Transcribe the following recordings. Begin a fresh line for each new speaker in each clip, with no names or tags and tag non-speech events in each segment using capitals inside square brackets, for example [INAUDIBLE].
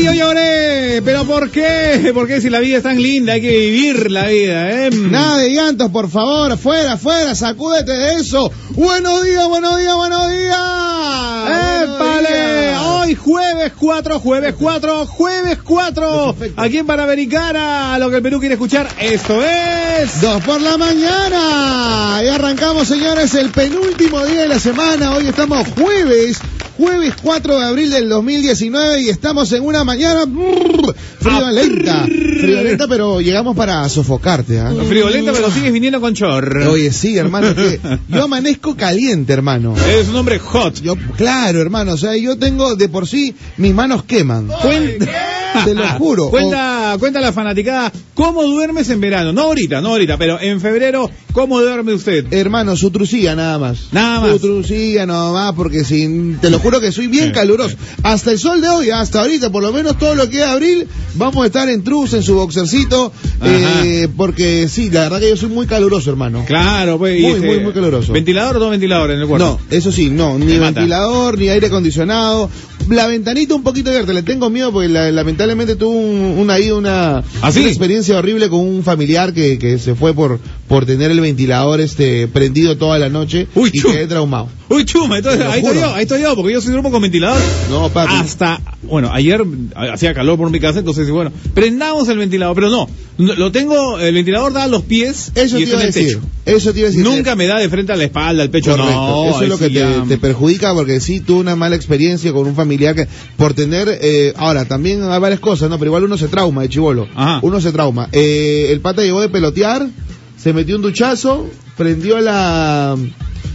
señores. ¿Pero por qué? Porque si la vida es tan linda, hay que vivir la vida, ¿eh?
Nada de llantos, por favor. Fuera, fuera, sacúdete de eso. Buenos días, buenos días, buenos días.
¡Épale! Hoy jueves 4, jueves 4, jueves 4.
Perfecto.
Aquí en Panamericana, lo que el Perú quiere escuchar, esto es...
Dos por la mañana. Y arrancamos, señores, el penúltimo día de la semana. Hoy estamos jueves. Jueves 4 de abril del 2019 y estamos en una mañana brrr, friolenta. Friolenta, pero llegamos para sofocarte. ¿ah?
Friolenta, pero sigues viniendo con chor.
Oye, sí, hermano. es que yo amanezco caliente, hermano.
Eres un hombre hot.
Yo, claro, hermano. O sea, yo tengo de por sí, mis manos queman.
Cuenta,
Te lo
[LAUGHS]
juro. oh.
Cuenta, cuenta la fanaticada, ¿cómo duermes en verano? No ahorita, no ahorita, pero en febrero, ¿cómo duerme usted?
Hermano, su trucía nada más.
Nada más.
Su trucía nada más, porque sin, te lo juro que soy bien caluroso. Hasta el sol de hoy, hasta ahorita, por lo menos todo lo que es abril, vamos a estar en trus, en su boxercito,
Ajá.
eh, porque sí, la verdad que yo soy muy caluroso, hermano.
Claro, pues. y
Muy, muy, muy caluroso.
¿Ventilador o dos ventiladores en el cuarto?
No, eso sí, no, ni
Te mata.
ventilador, ni aire acondicionado. La ventanita un poquito abierta, le tengo miedo porque la- lamentablemente tuve un, una, ahí una,
¿Ah, sí?
una experiencia horrible con un familiar que, que se fue por, por tener el ventilador este prendido toda la noche
Uy,
y
chu.
quedé traumado.
Uy, chuma, entonces
Te lo
ahí estoy
juro.
yo, ahí estoy yo, porque yo soy duermo con ventilador.
No, papi.
Hasta, bueno, ayer ah, hacía calor por mi casa, entonces bueno, prendamos el ventilador, pero no, no, lo tengo, el ventilador da a los pies
Eso
y está
te iba
en
a
el
decir.
techo.
Eso te iba a decir.
Nunca me da de frente a la espalda, al pecho,
Correcto.
no.
Eso
ahí
es lo que
sí
te,
ya-
te perjudica porque sí tuve una mala experiencia con un familiar que por tener eh, ahora también hay varias cosas, no, pero igual uno se trauma de chivolo.
Ajá.
Uno se trauma. Eh, el pata llegó de pelotear, se metió un duchazo, prendió la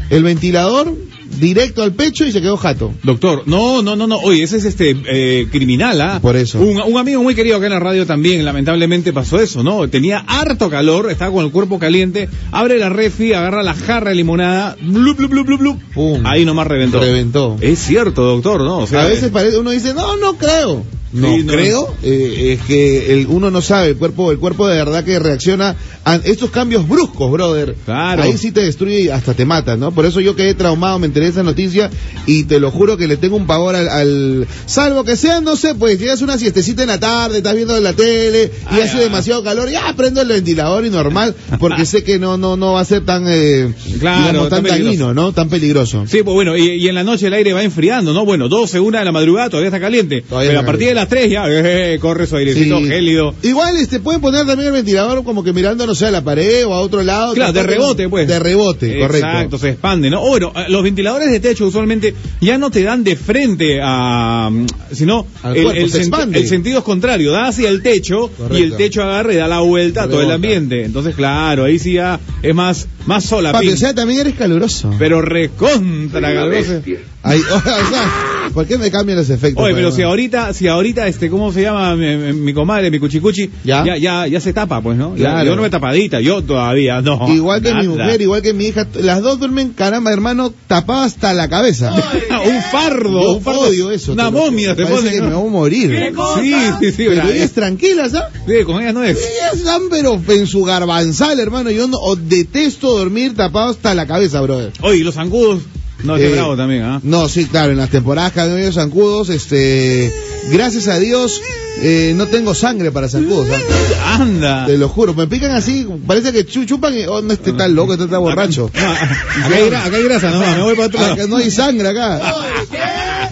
el ventilador directo al pecho y se quedó jato.
Doctor, no, no, no, no. Oye, ese es este eh, criminal, ¿ah?
Por eso.
Un, un amigo muy querido acá en la radio también, lamentablemente pasó eso, ¿no? Tenía harto calor, estaba con el cuerpo caliente, abre la refi, agarra la jarra de limonada, blup, blup, blup, blup, blup.
Pum.
Ahí nomás reventó.
Reventó.
Es cierto, doctor, ¿no? O sea,
a veces parece, uno dice, no, no creo. No,
Sí, no.
creo. eh, es que el, uno no sabe, el cuerpo, el cuerpo de verdad que reacciona a estos cambios bruscos, brother.
Claro.
Ahí sí te destruye y hasta te mata, ¿no? Por eso yo quedé traumado, me enteré de esa noticia y te lo juro que le tengo un pavor al, al- salvo que sea, no sé, pues llegas una siestecita en la tarde, estás viendo la tele y
Ay, ah.
hace
ay.
demasiado calor, ya prendo el ventilador y normal,
[LAUGHS]
porque sé que no, no, no va a ser tan, eh,
Claro, tan
digamos, tan
peligroso.
dañino, ¿no? Tan peligroso.
Sí, pues bueno, y, y en la noche el aire va enfriando, ¿no? Bueno, 12, 1 de la madrugada todavía está caliente.
Todavía
pero a
está
partir de las 3 ya eh, corre su airecito
Sí.
gélido.
Igual este pueden poner también el ventilador como que mirando no sé a la pared o a otro lado.
Claro, de
Tampoco-
rebote, pues.
De rebote,
Exacto,
correcto.
se expande, ¿no? Bueno, eh, los ventiladores de techo usualmente ya no te dan de frente a. mm, sino.
Al cuerpo, se
senti-
expande.
el sentido es contrario, da hacia el techo
Correcto.
y el techo agarra y da la vuelta a todo el
Rebota.
ambiente. Entonces, claro, ahí sí ya es más, más sola.
Papi, o sea, también eres caluroso.
Pero recontra, caluroso.
Ay, [LAUGHS] o sea, ¿Por qué me cambian los efectos?
Oye, pero
hermano?
si ahorita, si ahorita, este, ¿cómo se llama mi, mi- mi comadre, mi cuchicuchi?
Ya.
ya, ya, ya se tapa, pues, ¿no? Ya,
Claro.
Yo no me tapadita, yo todavía no.
Igual que mi
Oh, Nada.
mujer, igual que mi hija, las dos duermen, caramba, hermano, tapada hasta la
[LAUGHS]
cabeza.
un fardo,
Yo
un fardo.
odio eso.
Una
te lo-
momia te
parece
ponen,
que
¿no?
me voy a morir.
Sí, sí, eh. sí,
Pero
bra-
ellas tranquilas, ¿ah?
sí, con ella no es.
Ellas están, pero en su garbanzal, hermano. Yo no, o detesto dormir tapado hasta la cabeza, brother.
Oye, ¿y los zancudos. No, qué
Eh,
bravo también, ¿ah?
No, sí, claro, en las temporadas que han habido zancudos, este, gracias a Dios, eh, no tengo sangre para zancudos, ¿ah?
Anda.
te lo juro, me pican así, parece que chu- chupan y, oh, no, este está loco, este está borracho. [LAUGHS] Ah,
No, acá, hay, gra- acá hay grasa, no, me voy para otro
Acá
lado.
no hay
[LAUGHS]
sangre acá.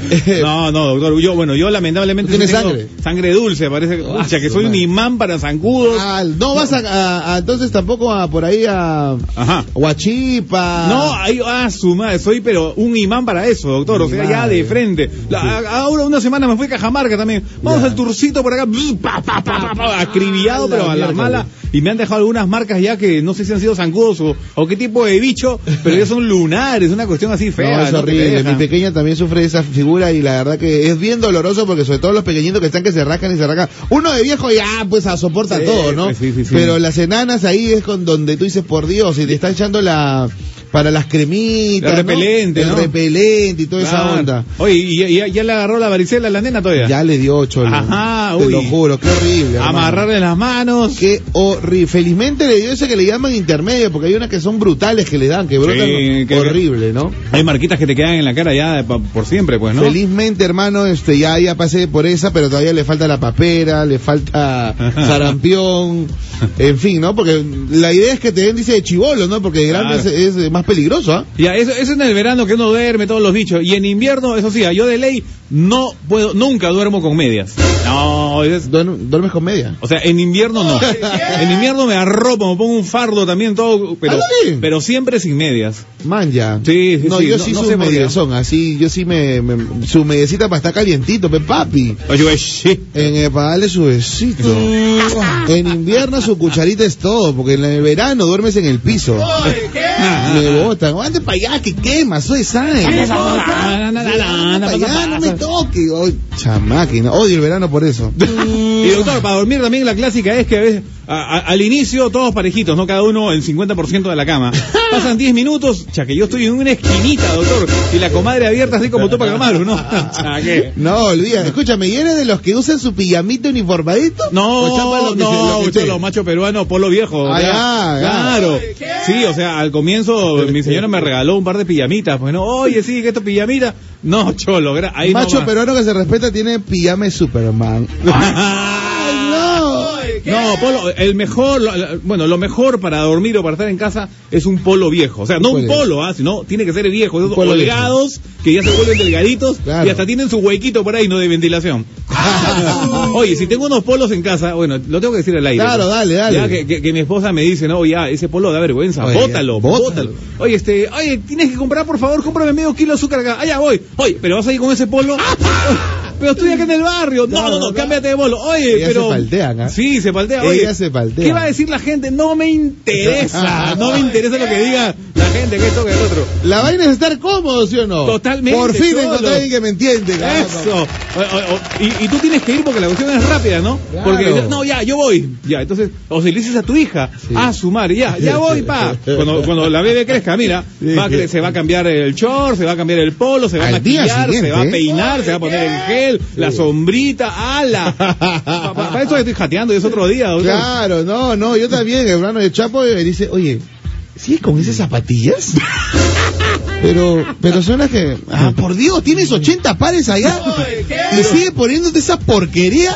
Eh,
No, no, doctor, yo, bueno, yo lamentablemente...
¿Tú tienes
sí tengo
sangre?
Sangre dulce, parece que...
Ah,
Pucha, que
su
soy un
madre.
imán para zancudos.
al- Ah, no vas a, a- a- entonces tampoco a por ahí a
Ajá.
Huachipa.
No, ahí, ah, su madre, soy pero un imán para eso, doctor, o
Mi
sea, ya
madre.
de frente. La- a- ahora una semana me fui a Cajamarca también. Vamos
Ya.
al turcito por acá, bzz, pa, pa, pa, pa, pa, acribillado,
A la
pero a la
mierda,
mala. Y me han dejado algunas marcas ya que no sé si han sido zancudos o, o qué tipo de bicho, pero ya son lunares, una cuestión así fea.
No, es
no te
horrible.
dejan.
Mi pequeña también sufre de esa figura y la verdad que es bien doloroso porque sobre todo los pequeñitos que están que se rascan y se rascan. Uno de viejo ya pues a- soporta
Sí,
todo, ¿no?
pues, sí, sí, sí.
Pero las enanas ahí es con donde tú dices por Dios y te está echando la para las cremitas.
El repelente,
El
¿no?
repelente y toda esa
Claro.
onda.
Oye, ¿y ya, ya- ya le agarró la varicela a la nena todavía?
Ya le dio ocho.
Ajá,
te
uy.
lo juro, qué horrible. hermano.
Amarrarle las manos.
Qué horrible. Felizmente le dio ese que le llaman intermedio, porque hay unas que son brutales que le dan, que brotan
que- que-
horrible, ¿no?
Hay marquitas que te quedan en la cara ya de pa- por siempre, pues, ¿no?
Felizmente, hermano, este ya, ya pasé por esa, pero todavía le falta la papera,
[LAUGHS]
le falta sarampión, en fin, ¿no? Porque la idea es que te den, dice, de chivolo, ¿no? Porque de grande
Claro.
es, es más peligroso, ¿ah?
Ya, eso, eso en el verano que uno duerme, todos los bichos. Y en invierno, eso sí, yo de ley no puedo, nunca duermo con medias. No, es-
Duer- Duermes con media.
o sea, en invierno no. En invierno me arropo, me pongo un fardo también, todo, pero,
Ah, sí.
pero siempre sin medias.
Man, ya.
Sí, sí,
no,
sí,
yo
no-
sí
no
sus
sé por qué.
mediezón, así, yo sí me, me- su mediecita para estar calientito, pe papi.
Oye, güey, sí.
En, eh, para darle su besito. En invierno su cucharita es todo, porque en el verano duermes en el piso. Me botan. Ande para allá que quema, soy sangre.
Ah, Na, na, na, na, na,
Anda
na,
pa' allá, no
pasa,
me
pasa.
toque. Ay, chamáquina. Odio el verano por eso.
Y doctor, para dormir también la clásica es que a veces, a- a- al inicio todos parejitos, ¿no? Cada uno en 50% de la cama. Pasan 10 minutos, ya que yo estoy en una esquinita, doctor, y la comadre abierta así como topa camaro,
[LAUGHS]
¿no? Ya que-
No, olvídate. Escúchame, ¿y eres de los que usan su pijamita uniformadito? ¿O chapa
No,
lo que se-
no,
lo que
usted,
sea?
los machos peruanos, polo viejo.
Ah,
o sea,
ya, ya.
Claro. Sí, o sea, al comienzo mi señora me regaló un par de pijamitas. Bueno, oye, sí, que esto es pijamita. No, cholo, gra- ahí
Macho
nomás.
peruano que se respeta tiene pijama de [LAUGHS] Superman.
Ay, [LAUGHS] no. No, polo, el mejor, lo- lo- bueno, lo mejor para dormir o para estar en casa es un polo viejo. O sea, no un
¿Cuál es?
polo, ah, sino tiene que ser viejo, esos
polo viejo.
holgados que ya se vuelven delgaditos
Claro.
y hasta tienen su huequito por ahí, no de ventilación. Oye, si tengo unos polos en casa, bueno, lo tengo que decir al aire.
Claro,
pues.
dale, dale.
Ya que, que- que mi esposa me dice, no, ya, ese polo da vergüenza,
Oye, ya,
bótalo,
bótalo.
bótalo, Oye, este, oye, tienes que comprar, por favor, cómprame medio kilo de azúcar acá. Allá voy. Oye, pero vas a ir con ese polo.
Ah,
Pero estoy acá en el barrio. No,
Claro,
no, no,
claro.
cámbiate de polo. Oye,
Ellas
pero.
se paltean, ¿ah?
Sí, se paltea.
Ellas
Oye,
se paltean.
¿Qué va a decir la gente? No me
[LAUGHS]
interesa. no me interesa lo que diga la gente, que esto, que el otro.
La vaina es estar cómodo, ¿sí o no?
Totalmente,
Por fin
solo.
encontré a alguien que me [LAUGHS] entiende. carajo.
Eso. O- o- o- y, y tú tienes que ir porque la cuestión es rápida, ¿no?
Claro.
Porque no, ya, yo voy. Ya, entonces, o si le dices a tu hija,
Sí.
a sumar, ya,
[LAUGHS]
ya voy, pa. Cuando, cuando la bebé crezca, mira,
Sí,
va a
sí.
cre- se va a cambiar el short, se va a cambiar el polo, se va a
Al
maquillar,
día
se va a
siguiente, ¿eh?
peinar, se va a poner el gel, la sombrita, ala. Para eso estoy jateando y es otro día. doctor.
Claro, no, no, yo también, hermano de Chapo eh, dice, oye, ¿sigues con esas
[LAUGHS]
zapatillas? Pero, pero son las que, ah, por Dios, tienes 80 pares allá y sigue poniéndote esa porquería.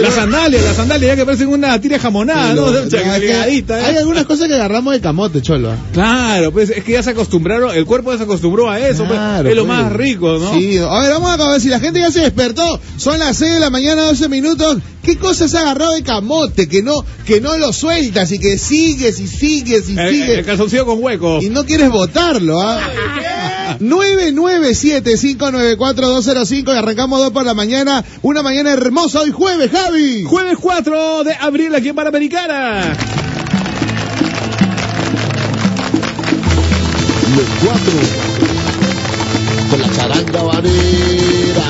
Las sandalias, las sandalias ya que parecen una tira jamonada, Ah, ¿no?
Pero,
[LAUGHS] O sea,
ya, es que
delgadita, ¿eh?
Hay algunas cosas que agarramos de camote, cholo. ¿ah?
Claro, pues es que ya se acostumbraron, el cuerpo ya se acostumbró a eso, pues,
Claro,
es lo
pues.
más rico, ¿no?
Sí, a ver, vamos a acabar. Si la gente ya se despertó, son las 6 de la mañana, 12 minutos. ¿Qué cosas ha agarrado de camote que no, que no lo sueltas y que sigues y sigues y
El,
sigues?
Eh, el calzoncillo con hueco.
y no quieres votarlo, ¿ah? 997-594-205 y arrancamos dos por la mañana. Una mañana hermosa hoy jueves, Javi.
Jueves 4 de abril aquí en Panamericana.
Los cuatro. Con la charanga varera.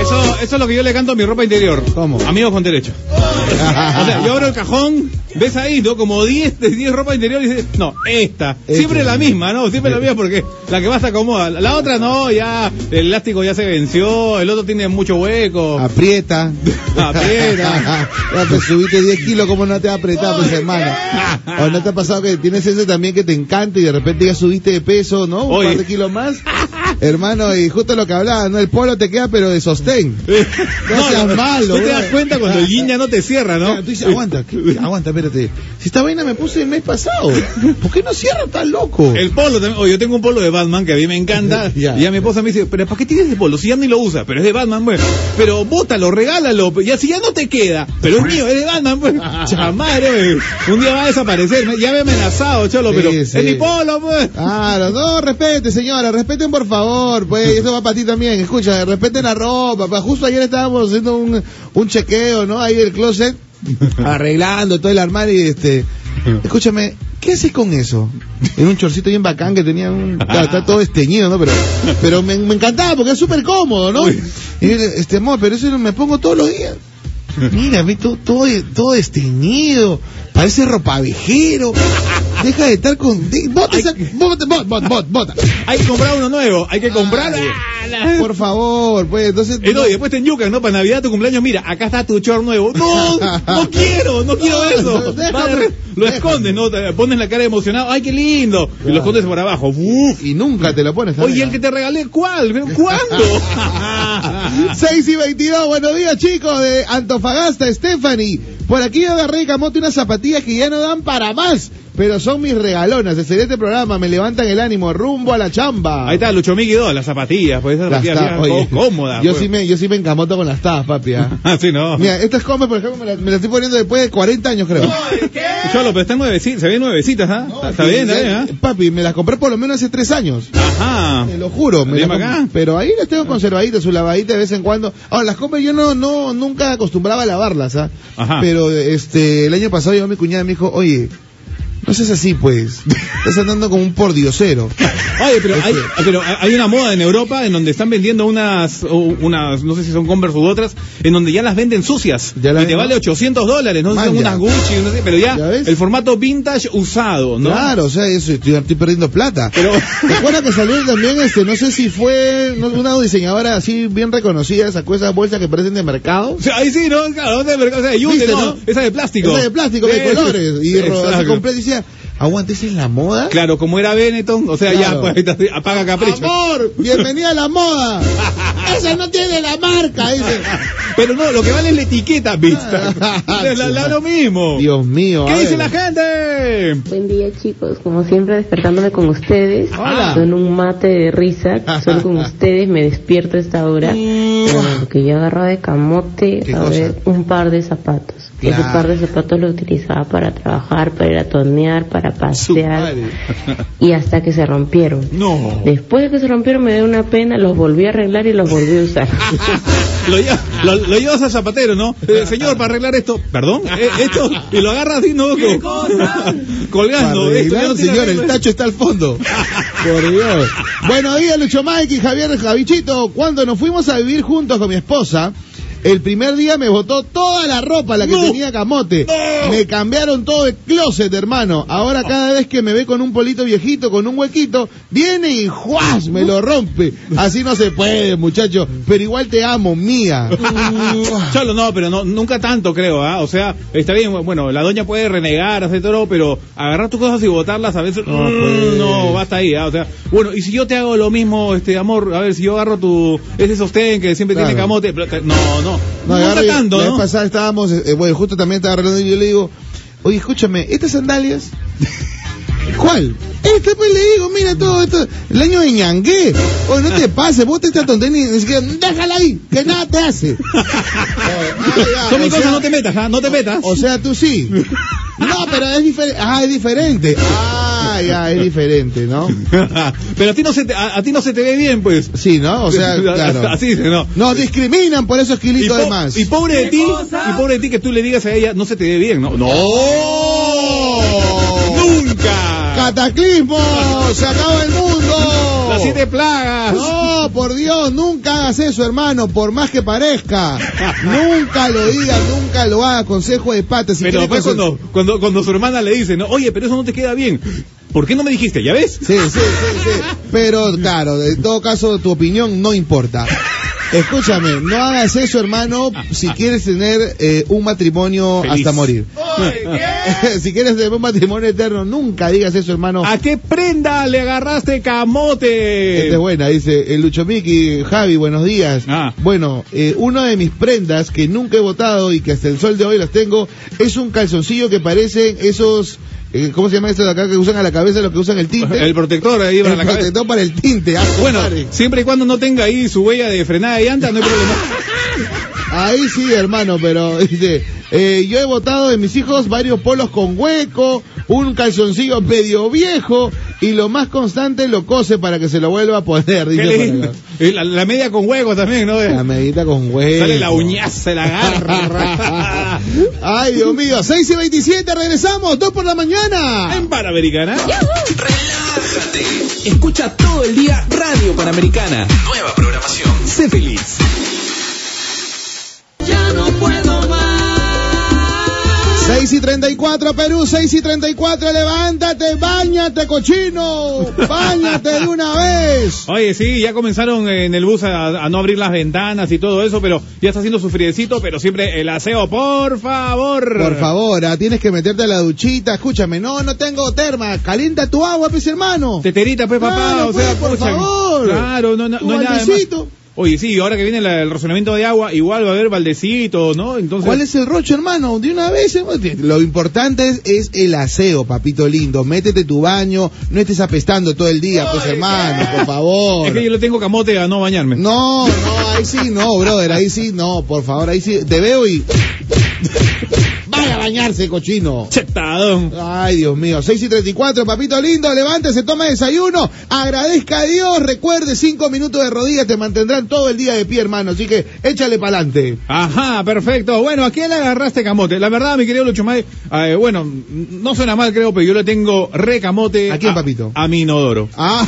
Eso, eso es lo que yo le canto a mi ropa interior.
¿Cómo?
Amigos con derecho. O sea, yo abro el cajón, ves ahí, ¿no? Como 10 de 10 ropa interior y dices, no, esta. Siempre
Esta.
la misma, ¿no? Siempre la misma porque la que más te acomoda. La otra no, ya, el elástico ya se venció, el otro tiene mucho
Ah.
[LAUGHS] hueco.
[LAUGHS] Aprieta.
Aprieta.
[LAUGHS] Ya, pues, subiste 10 kilos, ¿cómo no te va a apretar, pues, hermano? ¿O no te ha pasado que tienes ese también que te encanta y de repente ya subiste de peso, ¿no? Un
Oye.
par de kilos más. Hermano, y justo lo que hablaba, ¿no? El polo te queda, pero de sostén. No seas malo,
Tú te
bro.
das cuenta cuando el yin ya no te cierra, ¿no?
Tú dices, aguanta, ¿qué? aguanta, espérate. Si esta vaina me puse el mes pasado, ¿por qué no cierra tan loco?
El polo también. Oye, yo tengo un polo de Batman que a mí me encanta.
[LAUGHS] Ya.
Y a mi esposa me dice, pero ¿para qué tienes ese polo? Si ya ni lo usa, pero es de Batman, pues. Pero bótalo, regálalo. Y así ya no te queda. Pero es mío, es de Batman,
[LAUGHS]
pues. Chamadre, Un día va a desaparecer. Me- Ya me he amenazado, cholo,
Sí,
pero
sí.
es mi polo, pues.
[LAUGHS] Claro, no, respete, señora, respeten por favor, pues, y eso va para ti también, escucha, respeten la ropa, pues, justo ayer estábamos haciendo un, un chequeo, ¿no? Ahí del closet, [LAUGHS] arreglando todo el armario y
[LAUGHS]
este, escúchame, ¿qué haces con eso? Era un chorcito bien bacán que tenía un, claro, está todo esteñido, ¿no? Pero,
[LAUGHS]
pero me, me encantaba porque es súper cómodo, ¿no? Y yo le- este, amor, pero eso me pongo todos los días. Mira, ve todo, todo, todo desteñido. Parece ropavejero. Deja de estar con. de- Bota, esa- bota, bota, bota, bota,
[LAUGHS]
bota.
Hay que comprar uno nuevo, hay que comprar.
Ay.
Ah, la-
Por favor, pues entonces.
Eh, no, y después te enyucan, ¿no? Para Navidad, tu cumpleaños, mira, acá está tu chor nuevo. No, no quiero, no quiero
No,
eso.
déjame,
Va de- lo
déjame.
escondes, ¿no? Te Pones la cara de emocionado, ay, qué lindo. Y lo escondes por abajo. Uf.
Y nunca te lo pones.
Oye,
arriba.
el que te regalé, ¿cuál? ¿Pero
[LAUGHS]
¿Cuándo?
6 y 22, buenos días chicos de Antofagasta, Stephanie. Por aquí yo agarré camote unas zapatillas que ya no dan para más, pero son mis regalonas. Excelente programa, me levantan el ánimo, rumbo a la chamba.
Ahí está, Lucho Miki 2, las zapatillas, pues esas
Las
zapatillas
tapas,
bien
oye.
co- cómodas.
Yo
pues.
sí, me, yo sí me encamoto con las tapas, papi. ¿ah?
[LAUGHS] Ah, sí, no.
Mira, estas comas, por ejemplo, me las me las estoy poniendo después de 40 años, creo.
Cholo, pero están nuevecitas, se ven nuevecitas, ¿ah? está, está bien, está bien, ¿ah?
Papi, me las compré por lo menos hace 3 años.
Ajá.
Te lo juro, me
Dime
la com-
acá.
pero ahí las tengo conservaditas, su lavadita de vez en cuando. Ahora, las compras yo no, no, nunca acostumbraba a lavarlas, ¿ah?
Ajá.
Pero este, el año pasado llegó mi cuñada y me dijo, oye, no seas así pues, estás andando como un pordiosero.
Oye, pero hay,
Este.
pero hay una moda en Europa en donde están vendiendo unas, o unas, no sé si son Converse u otras, en donde ya las venden sucias.
Ya las
y te
venden-
vale 800 dólares, no sé, son
Manja.
unas Gucci, no sé, pero ya,
¿Ya ves?
el formato vintage usado, [LAUGHS] ¿no?
Claro, o sea, eso, estoy, estoy perdiendo plata.
Pero-
Recuerda que salió también, este, no sé si fue no, una diseñadora así bien reconocida, sacó esas bolsas que parecen de mercado.
O sea, ahí sí, ¿no? Claro, de mercado, o sea, yute,
¿Viste,
¿no?
no?
Esa de plástico.
Esa de plástico, de
Sí,
colores. Y ro- así
exacto.
compré y decía, aguante, ¿esa es la moda?
Claro, como era Benetton, o sea,
Claro.
ya, pues, ahí está, apaga capricho.
Amor, bienvenida a la moda. Esa no tiene la marca, dice.
Pero no, lo que vale es la etiqueta,
[LAUGHS]
vista. Es la- la- lo mismo.
Dios mío.
¿Qué
a
dice
ver. Eh,
la gente? [LAUGHS]
Buen día chicos, como siempre despertándome con ustedes.
Hola.
Son un mate de
[LAUGHS]
risa, solo con ustedes me despierto a esta hora. Ah, Porque yo agarraba de camote
Mm. ¿Qué
a
cosa?
ver un par de zapatos.
Claro.
Ese par de zapatos lo utilizaba para trabajar, para ir a tonear, para
Su
pasear
madre.
y hasta que se rompieron.
No.
Después de que se rompieron me dio una pena, los volví a arreglar y los volví a usar.
Lo, lle- lo- lo llevas al zapatero, ¿no? Eh, señor, para arreglar esto. Perdón, Eh, esto. Y lo agarras así, ¿no? [LAUGHS] Colgando.
Para
esto, ya no tiene
arreglar, señor, el
arreglo.
tacho está al fondo. Por Dios. Buenos días, Lucho Mike y Javier Javichito. Cuando nos fuimos a vivir juntos con mi esposa, el primer día me botó toda la ropa, la que
No.
tenía camote.
No.
Me cambiaron todo el closet, hermano. Ahora cada vez que me ve con un polito viejito, con un huequito, viene y ¡juas! me lo rompe. Así no se puede, muchacho. Pero igual te amo, mía. Mm.
Cholo, no, pero no, nunca tanto, creo, ¿ah? O sea, está bien, bueno, la doña puede renegar, hacer todo, pero agarrar tus cosas y botarlas a veces. mm, No,
pues.
basta ahí, ¿ah? O sea, bueno, y si yo te hago lo mismo, este amor, a ver, si yo agarro tu. Ese sostén que siempre tiene
Claro.
camote. pero te- no, no.
No,
No,
agarra
nunca
y
tanto,
la
¿no?
vez
[LAUGHS]
pasada estábamos, eh, bueno, justo también estaba hablando y yo le digo, oye, escúchame,
[LAUGHS]
¿estas sandalias? ¿Cuál? Esta pues le digo, mira todo esto, el año de ñangué. Oye, no
[LAUGHS]
te pases, vos te estás tontería y ni siquiera, déjala ahí, que nada te hace.
Son mis
Ah, o
cosas,
sea-
no te metas, ¿ah? No te metas.
O sea, tú sí. No, pero es diferente. Ah, es diferente. Ah, ya, es diferente, ¿no?
[LAUGHS] Pero a ti no se te, a, a ti no se te ve bien, pues.
Sí, ¿no? O sea, claro.
[LAUGHS] Así dice, no.
Nos discriminan por esos
Y,
kilitos
po-
de más.
y pobre de ti, y pobre de ti que tú le digas a ella, no se te ve bien, ¿no? No. Nunca.
¡Cataclismo! ¡Se acaba el mundo!
Las siete plagas.
No, por Dios, nunca hagas eso, hermano, por más que parezca. nunca lo digas, nunca lo hagas. Consejo de pata. Si
Pero pues,
quieres
después
consen-
cuando, cuando, cuando su hermana le dice, no, oye, pero eso no te queda bien. ¿Por qué no me dijiste? ¿Ya ves?
Sí, sí, sí, sí. Pero claro, en todo caso, tu opinión no importa. Escúchame, no hagas eso, hermano, si quieres tener eh, un matrimonio
Feliz.
hasta morir. [LAUGHS] si quieres tener un matrimonio eterno, nunca digas eso, hermano.
¿A qué prenda le agarraste camote?
Esta es buena, dice el Lucho Miki, Javi, buenos días.
Ah.
Bueno, eh, una de mis prendas que nunca he votado y que hasta el sol de hoy las tengo es un calzoncillo que parecen esos, eh, ¿cómo se llama esto de acá que usan a la cabeza los que usan [LAUGHS] el tinte?
El protector ahí para
El
la cabeza.
protector para el tinte. ah,
Bueno,
compadre.
siempre y cuando no tenga ahí su huella de frenada de llanta, no hay
[LAUGHS]
problema.
Ahí sí, hermano, pero [LAUGHS] dice, eh, yo he votado de mis hijos varios polos con hueco, un calzoncillo medio viejo y lo más constante lo cose para que se lo vuelva a poner.
Qué
dice por
lindo.
acá.
Y La, la media con huecos también, ¿no?
La medita con hueco.
Sale la uñaza, la garra.
[LAUGHS] Ay, Dios mío, 6 y 27, regresamos, 2 por la mañana.
en Panamericana.
Relájate. Escucha todo el día Radio Panamericana. Nueva programación. Sé feliz. Ya no puedo más.
6 y 34 Perú, 6 y 34, levántate, bañate cochino, bañate de una vez.
Oye, sí, ya comenzaron en el bus a, a no abrir las ventanas y todo eso, pero ya está haciendo su friecito, pero siempre el aseo, por favor.
Por favor, ah, tienes que meterte a la duchita, escúchame, no, no tengo terma, calienta tu agua, pues hermano.
Teterita, pues, papá,
Claro,
o
pues,
sea,
por
pucha,
favor.
Claro, no, no, no
Un
hay nada de
baldecito.
más. Oye, sí, ahora que viene la- el razonamiento de agua, igual va a haber baldecito, ¿no? Entonces,
¿Cuál es el rocho, hermano? De una vez, hermano. lo importante es, es el aseo, papito lindo. Métete tu baño, no estés apestando todo el día, pues hermano, por favor.
Es que yo le tengo camote a no bañarme.
No, no, ahí sí, no, brother, ahí sí, no, por favor, ahí sí, te veo y... [LAUGHS] Vaya a bañarse, cochino.
Chetadón.
Ay, Dios mío, 6 y 34, papito lindo, levántese, toma desayuno, agradezca a Dios, recuerde, cinco minutos de rodillas te mantendrán todo el día de pie, hermano, así que échale pa'lante.
Ajá, perfecto. Bueno, ¿a quién le agarraste camote? La verdad, mi querido Luchumay, eh, bueno, no suena mal, creo, pero yo le tengo re camote.
¿A quién, papito?
A mi inodoro.
Ah,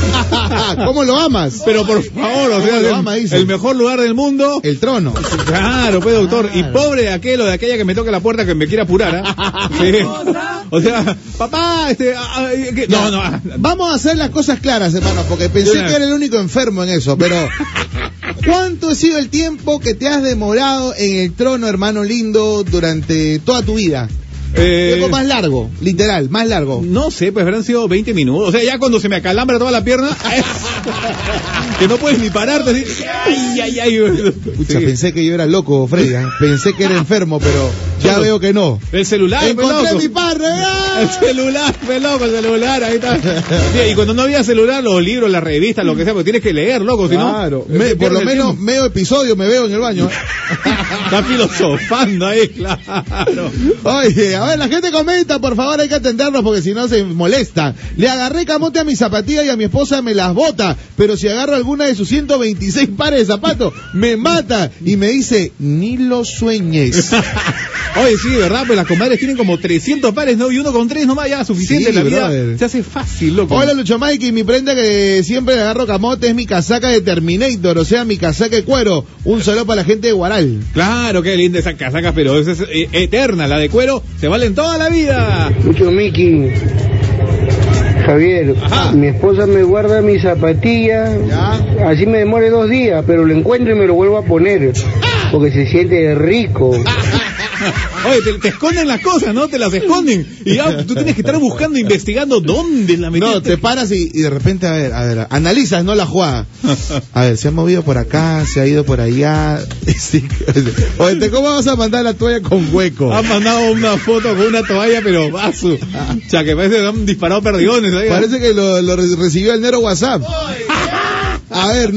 [LAUGHS] ¿cómo lo amas?
Pero por favor, o
¿Cómo
sea,
lo
el-
ama, dice?
el mejor lugar del mundo.
El trono.
Claro, pues doctor, y
Claro.
pobre de aquel o de aquella que me toque la puerta que me quiera apurar,
[LAUGHS]
¿ah? Sí. [LAUGHS] O sea, papá, este, ah, ah, que- [LAUGHS] no, no, ah,
Vamos a hacer las cosas claras, hermano, porque
De
pensé
una
que
vez.
era el único enfermo en
[LAUGHS]
eso, pero ¿cuánto ha sido el tiempo que te has demorado en el trono, hermano lindo, durante toda tu vida?
eh,
Tiempo más largo, literal, más largo.
no sé, pues habrán sido 20 minutos, o sea, ya cuando se me acalambra toda la pierna, [LAUGHS] que no puedes ni pararte, así, ay, ay, ay,
Pucha,
Sí.
pensé que yo era loco,
[LAUGHS]
Freddy, ¿ah? pensé que era enfermo, pero ya veo que no.
el celular, pues,
Encontré
peloco.
mi padre.
El [LAUGHS] celular, pe, loco, el celular, ahí está. Sí, y cuando no había celular, los libros, las revistas, lo que sea, porque tienes que leer, loco, si no.
Claro,
eh,
me- por lo
pierdes el
menos
tiempo.
medio episodio me veo en
[LAUGHS]
el baño.
Está filosofando ahí, claro. [LAUGHS]
Oye, a ver, la gente comenta, por favor, hay que atendernos porque si no se molesta. Le agarré camote a mis zapatillas y a mi esposa me las bota, pero si agarro alguna de sus 126 pares de zapatos, me mata y me dice, ni
[LAUGHS]
lo sueñes.
Oye, sí, ¿verdad? Pues las comadres tienen como 300 pares, ¿no? Y uno con tres nomás ya suficiente
Sí,
la vida.
brother.
Se hace fácil, loco.
Hola Lucho Mike, y mi prenda que siempre le agarro camote es mi casaca de Terminator, o sea, mi casaca de cuero. Un saludo para la gente de Guaral.
Claro, qué linda esa casaca, pero esa es eh, eterna, la de cuero, se valen toda la vida.
Mucho Miki. Javier,
Ajá.
mi esposa me guarda mi zapatilla,
¿Ya?
así me demore dos días, pero lo encuentro y me lo vuelvo a poner, porque se siente rico.
Oye, te, te esconden las cosas, ¿no? Te las esconden. Y ya tú tienes que estar buscando, investigando dónde la metiste.
No, te paras y, y de repente, a ver, a ver, analizas, no la jugada.
[LAUGHS]
A ver, se ha movido por acá, se ha ido por allá. [LAUGHS] Sí. Oye, ¿te- ¿cómo vas a mandar la toalla con hueco?
Han mandado una foto con una toalla, pero vaso. O sea, que parece que han disparado perdigones. ¿eh? ¿sabes?
Parece que lo, lo re- recibió el Nero WhatsApp. A ver,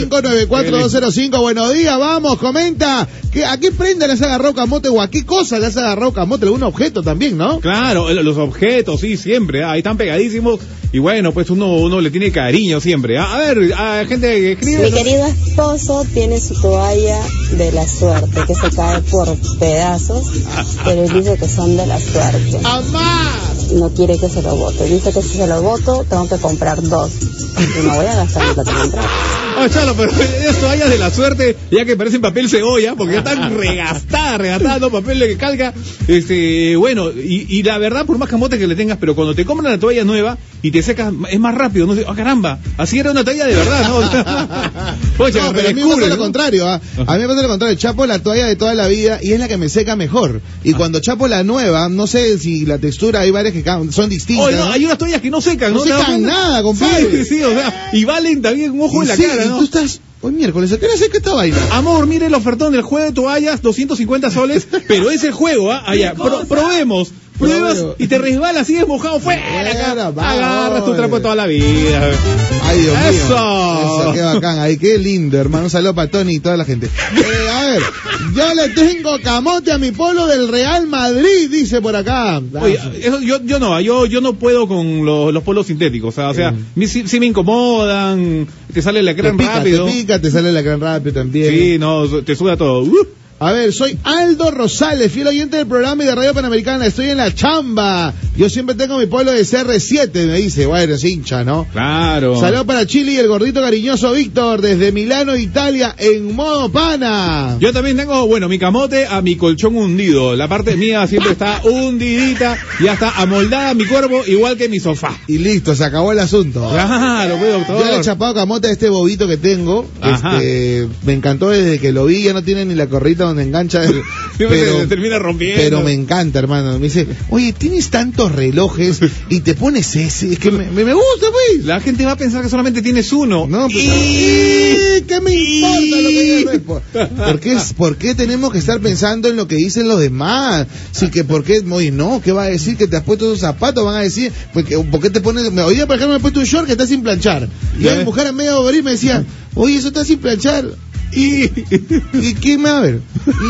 997-594-205. Buenos días, vamos, comenta. ¿Qué, ¿A qué prenda le has agarrado camote o a qué cosa le has agarrado camote? Un objeto también, ¿no?
Claro, el- los objetos, sí, siempre, ah, ahí están pegadísimos. Y bueno, pues uno, uno le tiene cariño siempre. ah. A ver, ah, gente que
[LAUGHS]
escribe.
Mi querido esposo tiene su toalla de la suerte, que se cae por pedazos, pero él dice que son de la suerte. No quiere que se lo vote. Dice que si se lo voto, tengo que comprar dos. Y no voy a gastar mi plata en entrar.
Ah, chalo, pero esas toallas de la suerte, ya que parecen papel cebolla, porque ya
[LAUGHS]
están regastadas, regastadas, no papel de que calca. Este, bueno, y, y la verdad, por más camote que le tengas, pero cuando te compran la toalla nueva y te secas, es más rápido, no sé, ah, caramba, así era una toalla de verdad,
[LAUGHS]
¿no? Oye,
No, pero a mí me
redescubres,
pasa lo
¿no?
contrario, ¿ah? a mí me pasa lo contrario, chapo la toalla de toda la vida y es la que me seca mejor.
Ah.
Y cuando chapo la nueva, no sé si la textura, hay varias que ca- son distintas.
Oye, no,
¿no?
hay unas toallas que no secan,
No
¿no? ¿Te das
secan
cuenta?
nada, compadre.
Sí, sí, sí, o sea, y valen también un ojo
Y
en la
sí,
cara,
y
¿no?
tú estás, hoy miércoles, ¿a qué hora seca esta vaina?
Amor, mire el ofertón del juego de toallas, 250
[LAUGHS]
soles, pero es el juego, ¿ah? Allá, pro- probemos. Pruebas
Pruebo.
y te resbalas, sigues mojado, fuera,
Fuera,
cara.
va,
Agarras tu
oye.
trapo de toda la vida.
Ay, Dios mío.
Eso.
Eso, qué bacán. Ay, qué lindo, hermano. Un saludo para Tony y toda la gente. Eh, a ver, yo le tengo camote a mi polo del Real Madrid, dice por acá. Ah,
Oye, eso, yo, yo no, yo, yo no puedo con los, los polos sintéticos, o sea, o sea, mi- sí, sí me incomodan, te sale la
te
crema
pica,
rápido.
te pica, te sale la gran rápido también.
Sí, no, te suda todo. Uh.
A ver, soy Aldo Rosales, fiel oyente del programa y de Radio Panamericana. Estoy en la chamba. Yo siempre tengo mi pueblo de CR7, me dice. Bueno, es hincha, ¿no?
Claro.
Saludos para Chile y el gordito cariñoso Víctor desde Milano, Italia, en modo pana.
Yo también tengo, bueno, mi camote a mi colchón hundido. La parte mía siempre está hundidita y hasta amoldada a mi cuerpo, igual que mi sofá.
Y listo, se acabó el asunto.
Claro, pues,
Yo le he
doctor.
chapado camote a este bobito que tengo.
Ajá.
Este, me encantó desde que lo vi, ya no tiene ni la corrita donde
[LAUGHS]
engancha. el-
[LAUGHS] Siempre pues, se
pero,
termina rompiendo.
pero me encanta, hermano. Me dice, oye, tienes tantos relojes y te pones ese. Es que me, me- me gusta, pues.
La gente va a pensar que solamente tienes uno.
No, pues, ¿y ¿Qué me importa lo que yo sé? ¿Por, por qué, es- por qué tenemos que estar pensando en lo que dicen los demás? Sí, que por qué, oye, no, ¿qué va a decir? Que te has puesto esos zapatos, van a decir, pues, que- ¿por qué te pones? me- Hoy día, por ejemplo, me he puesto un short que está sin planchar. Y
Ya
hay
ves.
mujer a medio abrir me decía, oye, eso está sin planchar. ¿Y, [LAUGHS] ¿Y quién me va a ver?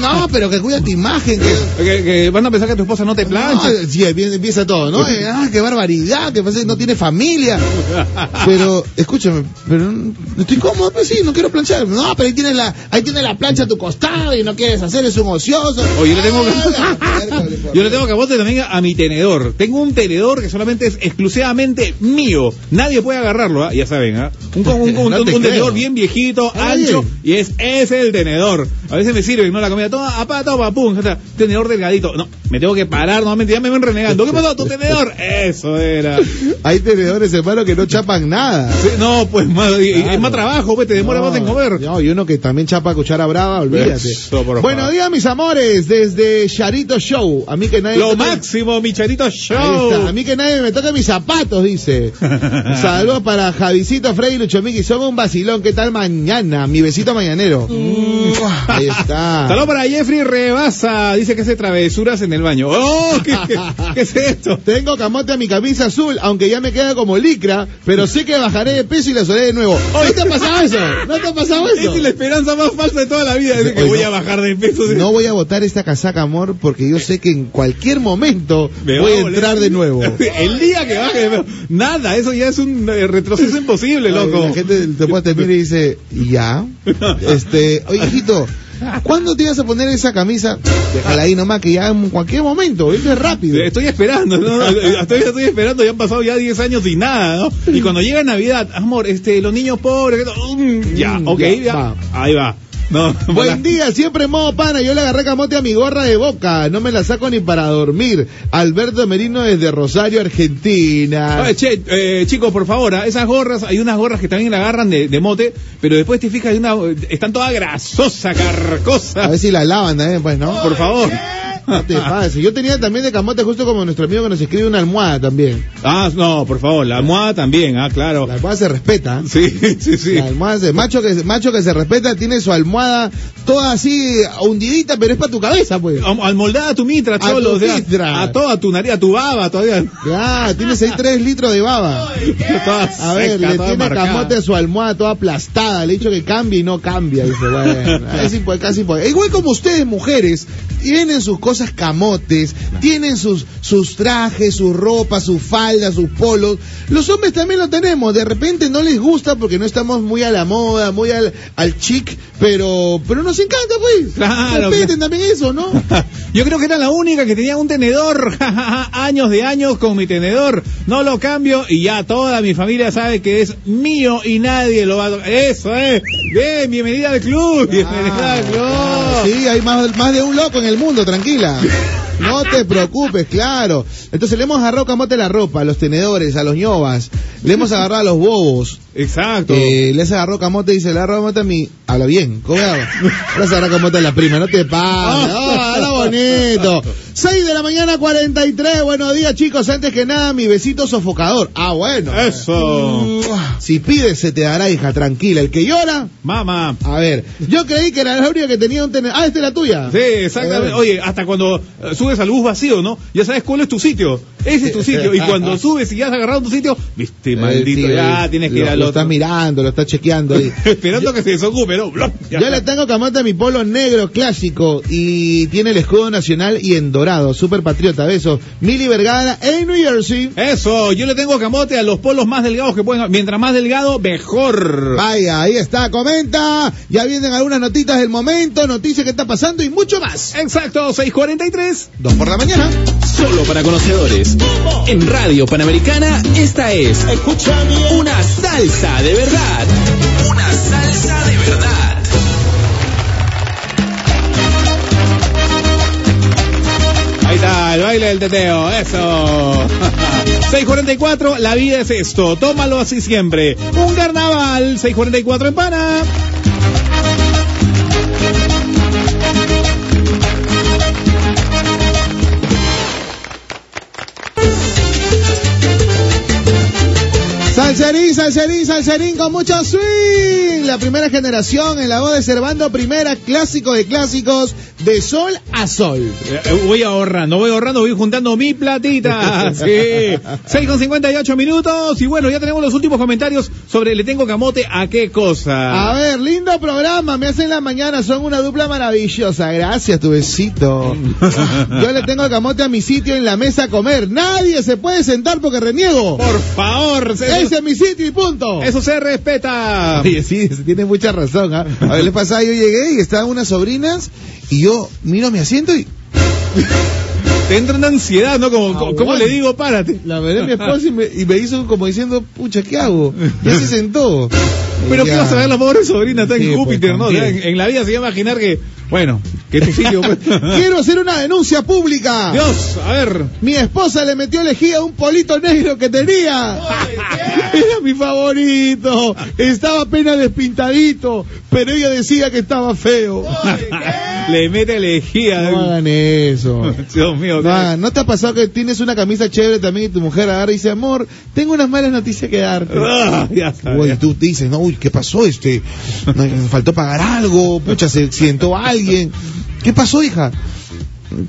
No, pero que cuida tu imagen. que-
Que, que van a pensar que tu esposa no te plancha.
no, eh, sí, ahí viene- empieza todo, ¿no? Eh, ah, qué barbaridad, que pasa, no tiene familia. Pero, escúchame, pero no estoy cómodo, pues sí, no quiero planchar. No, pero ahí tienes la, ahí tienes la plancha a tu costado y no quieres hacer, es un ocioso.
Oye, yo le tengo que-
Ah, la verga,
Yo le tengo camote también a mi tenedor. Tengo un tenedor que solamente es exclusivamente mío. Nadie puede agarrarlo, ¿ah? ya saben. ¿ah? Un, con- un- un-
[LAUGHS] No te
un tenedor
creo.
bien viejito,
Ah,
ancho,
bien.
y es, es el tenedor. A veces me sirven, ¿no? La comida toda, apá, toma, pum, ya está. tenedor delgadito. No, me tengo que parar nuevamente, ya me ven renegando. ¿Qué pasó? ¿Tu tenedor? Eso era. Sí,
Hay tenedores, hermano, que no chapan nada.
no, pues más, y- y-
Claro.
es más trabajo, pues, te demora
No,
más en comer.
No, y uno que también chapa cuchara brava, olvídate.
Eso, por favor.
Buenos días, mis amores, desde Charito Show. A mí que nadie.
Lo máximo, mi charito
Ahí
show.
está. A mí que nadie me toca mis
[LAUGHS]
zapatos, dice. Saludos para Javicito, Freddy y Lucho Miki. Son un vacilón. ¿Qué tal mañana? Mi besito mañanero.
Mm.
Ahí
[LAUGHS]
está.
Saludos para Jeffrey Rebasa. Dice que hace travesuras en el baño. ¡Oh! ¿Qué, qué- qué es esto?
Tengo camote a mi camisa azul, aunque ya me queda como licra, pero sé que bajaré de peso y la solé de nuevo. ¿No te ha pasado eso? ¿No te ha pasado eso?
Esa es la esperanza más falsa de toda la vida. Dice que
Oye,
voy
no.
a bajar de peso.
No voy a botar esta casaca, amor, porque yo sé que en cualquier momento
Me va
voy a
doler.
entrar de nuevo.
[LAUGHS] El día que baje de peso. Nada, eso ya es un eh, retroceso imposible,
Ay,
loco.
La gente te, puede- te mira y dice,
[LAUGHS]
ya. Este, oye, hijito, ¿cuándo te ibas a poner esa camisa? Déjala ahí nomás, que ya en cualquier momento, eso es rápido.
Estoy esperando, ¿no?
[LAUGHS]
No, estoy, estoy esperando, ya han pasado ya 10 años y nada, ¿no? Y cuando llega Navidad, amor, este, los niños pobres, que to- mm, ya,
Mm,
ok,
ya,
ya,
va.
ahí va. No, [LAUGHS]
Buen día, siempre en modo pana. Yo le agarré camote a mi gorra de boca. No me la saco ni para dormir. Alberto Merino desde Rosario, Argentina.
Oye, che, eh, chicos, por favor, ah, esas gorras, hay unas gorras que también la agarran de, de mote, pero después te fijas, hay una, están todas grasosas,
A ver
carcosas.
si la lavan también, pues, ¿no?
Por favor.
No te pases. Yo tenía también de camote justo como nuestro amigo que nos escribe una almohada también.
[LAUGHS] Ah, no, por favor, la almohada también, ah, claro.
La almohada se respeta.
Sí, [LAUGHS] sí, sí.
La almohada se- macho que macho que se respeta tiene su almohada toda así hundidita, pero es para tu cabeza, pues.
Am- Almoldada a tu mitra,
tu
cholo, o sea,
mitra.
a toda tu nariz, a tu baba todavía.
Claro, tienes ahí tres litros de baba.
Toda
A ver,
seca,
le
toda
tiene
marcada.
camote a su almohada toda aplastada, le he dicho que cambie y no cambia, dice,
[LAUGHS]
bueno, es impo- casi impo- Igual como ustedes mujeres, tienen sus cosas camotes, tienen sus, sus trajes, sus ropas, sus faldas, sus polos, los hombres también lo tenemos, de repente no les gusta porque no estamos muy a la moda, muy al, al chic, pero, pero nos encanta pues,
Claro,
respeten también
[LAUGHS]
eso, ¿no?
Yo creo que era la única que tenía un tenedor. [LAUGHS] ja, ja, ja, años de años con mi tenedor. No lo cambio y ya toda mi familia sabe que es mío y nadie lo va a tocar. Eso es. Bien, bienvenida al club. Bienvenida al
Ah,
club.
Sí, hay más, más de un loco en el mundo, tranquila. No te preocupes, claro. Entonces le hemos agarrado camote a la ropa, a los tenedores, a los ñobas, le hemos agarrado a los bobos,
Exacto.
eh, les agarró camote y dice, le agarró camote a mi... Habla bien, ¿cómo hago? Ahora se agarra camote a la prima, no te pases. Ah, habla bonito. 6 de la mañana, 43. Buenos días, chicos. Antes que nada, mi besito sofocador. Ah, bueno. Mm.
Eso.
Si pides, se te dará, hija, tranquila. El que llora,
Mamá.
a ver, yo creí que era la única que tenía un tenedor. Ah, esta es la tuya.
Sí, exactamente. Oye, hasta cuando eh, subes al bus vacío, ¿no? Ya sabes cuál es tu sitio. Ese es tu sitio. Y
[LAUGHS]
cuando subes y ya has agarrado tu sitio, viste,
Eh,
maldito,
tío,
ya
Ah. eh,
tienes que
lo,
ir al
Lo está
otro.
mirando, lo está chequeando. ahí.
[LAUGHS] Esperando que se desocupe, ¿no? Blop, [LAUGHS] ya
Yo
está.
le tengo camote a mi polo negro clásico y tiene el escudo nacional y en dorado. super patriota. Besos. Mili Vergara en New Jersey.
Eso, yo le tengo camote a los polos más delgados que pueden. Mientras más delgado, mejor.
Vaya, ahí está, comenta. Ya vienen algunas notitas del momento, noticias que está pasando y mucho más.
Exacto, 643.
Dos por la mañana.
Solo para conocedores. En Radio Panamericana, esta es una salsa de verdad. Una salsa de verdad.
Ahí está, el baile del teteo, eso. [LAUGHS] 644, la vida es esto, tómalo así siempre. Un carnaval, 644 en Pana.
Salserín, salserín, salserín con mucho swing. La primera generación en la voz de Servando Primera, clásico de clásicos, de sol a sol.
Eh, eh, Voy ahorrando, voy ahorrando, voy juntando mi platita. [LAUGHS] Sí. 6 con 58 minutos. Y bueno, ya tenemos los últimos comentarios sobre le tengo camote a qué cosa.
A ver, lindo programa, me hacen la mañana, son una dupla maravillosa. Gracias, tu besito. Yo le tengo camote a mi sitio en la mesa a comer. Nadie se puede sentar porque reniego.
Por favor, se-
Ese es mi sitio y punto.
eso se respeta.
Oye, sí, tiene mucha razón. ¿ah? A ver, les pasaba, yo llegué y estaban unas sobrinas y yo miro mi asiento y
Te entra una ansiedad, ¿no? Como,
Ah,
¿Cómo
bueno.
le digo? Párate.
la veré a mi esposa y me, y me hizo como diciendo, pucha, ¿qué hago? Ya se sentó.
Pero
Y
qué
ya.
vas a ver la pobre sobrina, está en
Sí, pues,
Júpiter, ¿no? O sea, en,
también.
en la vida se va a imaginar que, bueno, que tu sitio...
[LAUGHS]
pues.
Quiero hacer una denuncia pública.
Dios, a ver.
Mi esposa le metió lejía a un polito negro que tenía. Era mi favorito. Estaba apenas despintadito, pero ella decía que estaba feo.
Le mete lejía.
No hagan eso.
Dios mío.
No, hagan- ¿no te ha pasado que tienes una camisa chévere también y tu mujer agarra y dice, amor, tengo unas malas noticias que darte?
Ah, ya sabía.
Uy, tú te dices, no, uy, ¿qué pasó? Este, no, faltó pagar algo, pucha, se accidentó alguien. ¿Qué pasó, hija?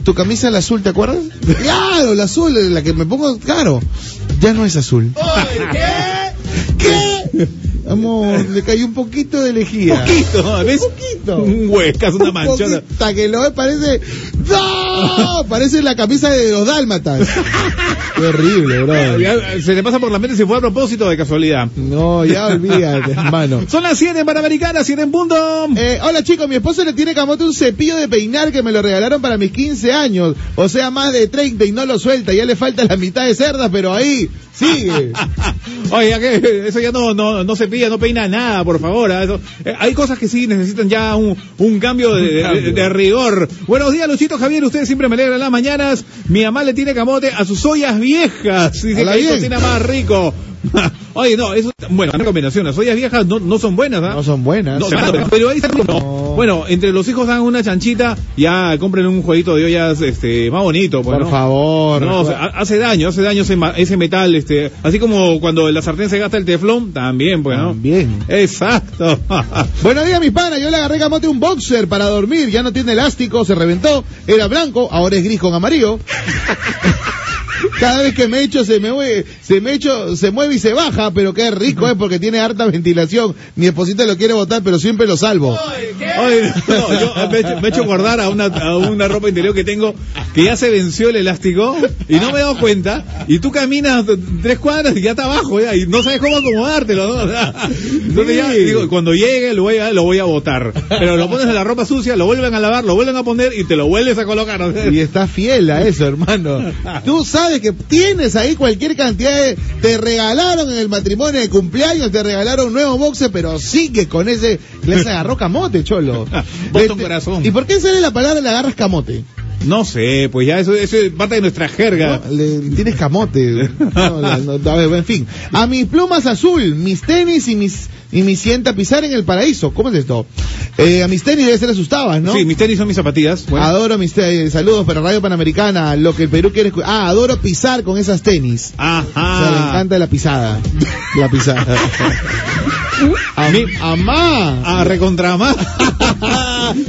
Tu camisa la azul, ¿te acuerdas? Claro, la azul, la que me pongo, claro. Ya no es [LAUGHS] azul. ¿Qué? Amor, le cayó un poquito de lejía.
Poquito, ¿ves?
poquito.
Un huescazo, una manchona.
Hasta que lo ve parece. ¡No! Parece la camisa de los [LAUGHS] dálmatas. Qué horrible, bro.
Ya, Se le pasa por la mente si fue a propósito de casualidad.
No, ya olvídate, hermano.
Son las 7 en Panamericana, 7 en punto.
Eh, hola chicos, mi esposo le tiene camote un cepillo de peinar que me lo regalaron para mis 15 años, o sea, más de 30 y no lo suelta, ya le falta la mitad de cerdas, pero ahí
[LAUGHS]
sigue.
Oye, ya que eso ya no, no, no se pilla, no peina nada, por favor. ah, eso- eh, hay cosas que sí necesitan ya un, un cambio, de, de- de rigor. Buenos días, Luchito Javier. Ustedes siempre me alegran las mañanas. Mi mamá le tiene camote a sus ollas viejas. Dice que
Habla
ahí
bien.
cocina más rico. [LAUGHS] Oye, no, eso, bueno, una recomendación. Las ollas viejas no, no son buenas, ¿ah?
No son buenas.
No, pero- pero ahí está uno. Bueno, entre los hijos hagan una chanchita, ya compren un jueguito de ollas este, más bonito. pues,
Por
¿no?
favor.
No, o sea, ha- hace daño, hace daño ese, ma- ese metal, este, así como cuando en la sartén se gasta el teflón, también, pues, ¿no?
También.
Exacto. [LAUGHS]
Buenos días, mi pana. Yo le agarré camote un boxer para dormir. Ya no tiene elástico, se reventó. Era blanco, ahora es gris con amarillo. [LAUGHS] Cada vez que me echo se me mueve, se me echo, se mueve y se baja, pero qué rico es porque tiene harta ventilación. Mi esposita lo quiere botar, pero siempre lo salvo.
Oye, no, yo me he hecho- me he hecho guardar a una, a una ropa interior que tengo que ya se venció el elástico y no me he dado cuenta y tú caminas tres cuadras y ya está abajo ya, y no sabes cómo acomodártelo. ¿no? [LAUGHS] O sea, entonces ya, digo, cuando llegue lo voy, a, lo voy a botar. Pero lo pones en la ropa sucia, lo vuelven a lavar, lo vuelven a poner y te lo vuelves a colocar. ¿no?
Y está fiel a eso, hermano. Tú sabes que tienes ahí cualquier cantidad de... Te regalaron en el matrimonio de cumpleaños, te regalaron un nuevo boxe, pero sigue con ese... Le agarró camote, cholo.
[LAUGHS] Bota un
Este-
corazón.
¿Y por qué sale la palabra le agarras camote?
No sé, pues ya eso, eso es parte de nuestra jerga.
No, le- tienes camote. No, no, no, a ver, en fin. A mis plumas azul, mis tenis y mis... Y mis cien tapizar en el paraíso. ¿Cómo es esto? Eh, a mis tenis debe ser asustabas, ¿no?
Sí, mis tenis son mis zapatillas. Bueno.
Adoro mis te- saludos para Radio Panamericana, lo que el Perú quiere escu- Ah, adoro pisar con esas tenis. O sea, me
Ajá.
encanta la pisada. La pisada.
A mí, [LAUGHS]
¡Amá!
a recontramar.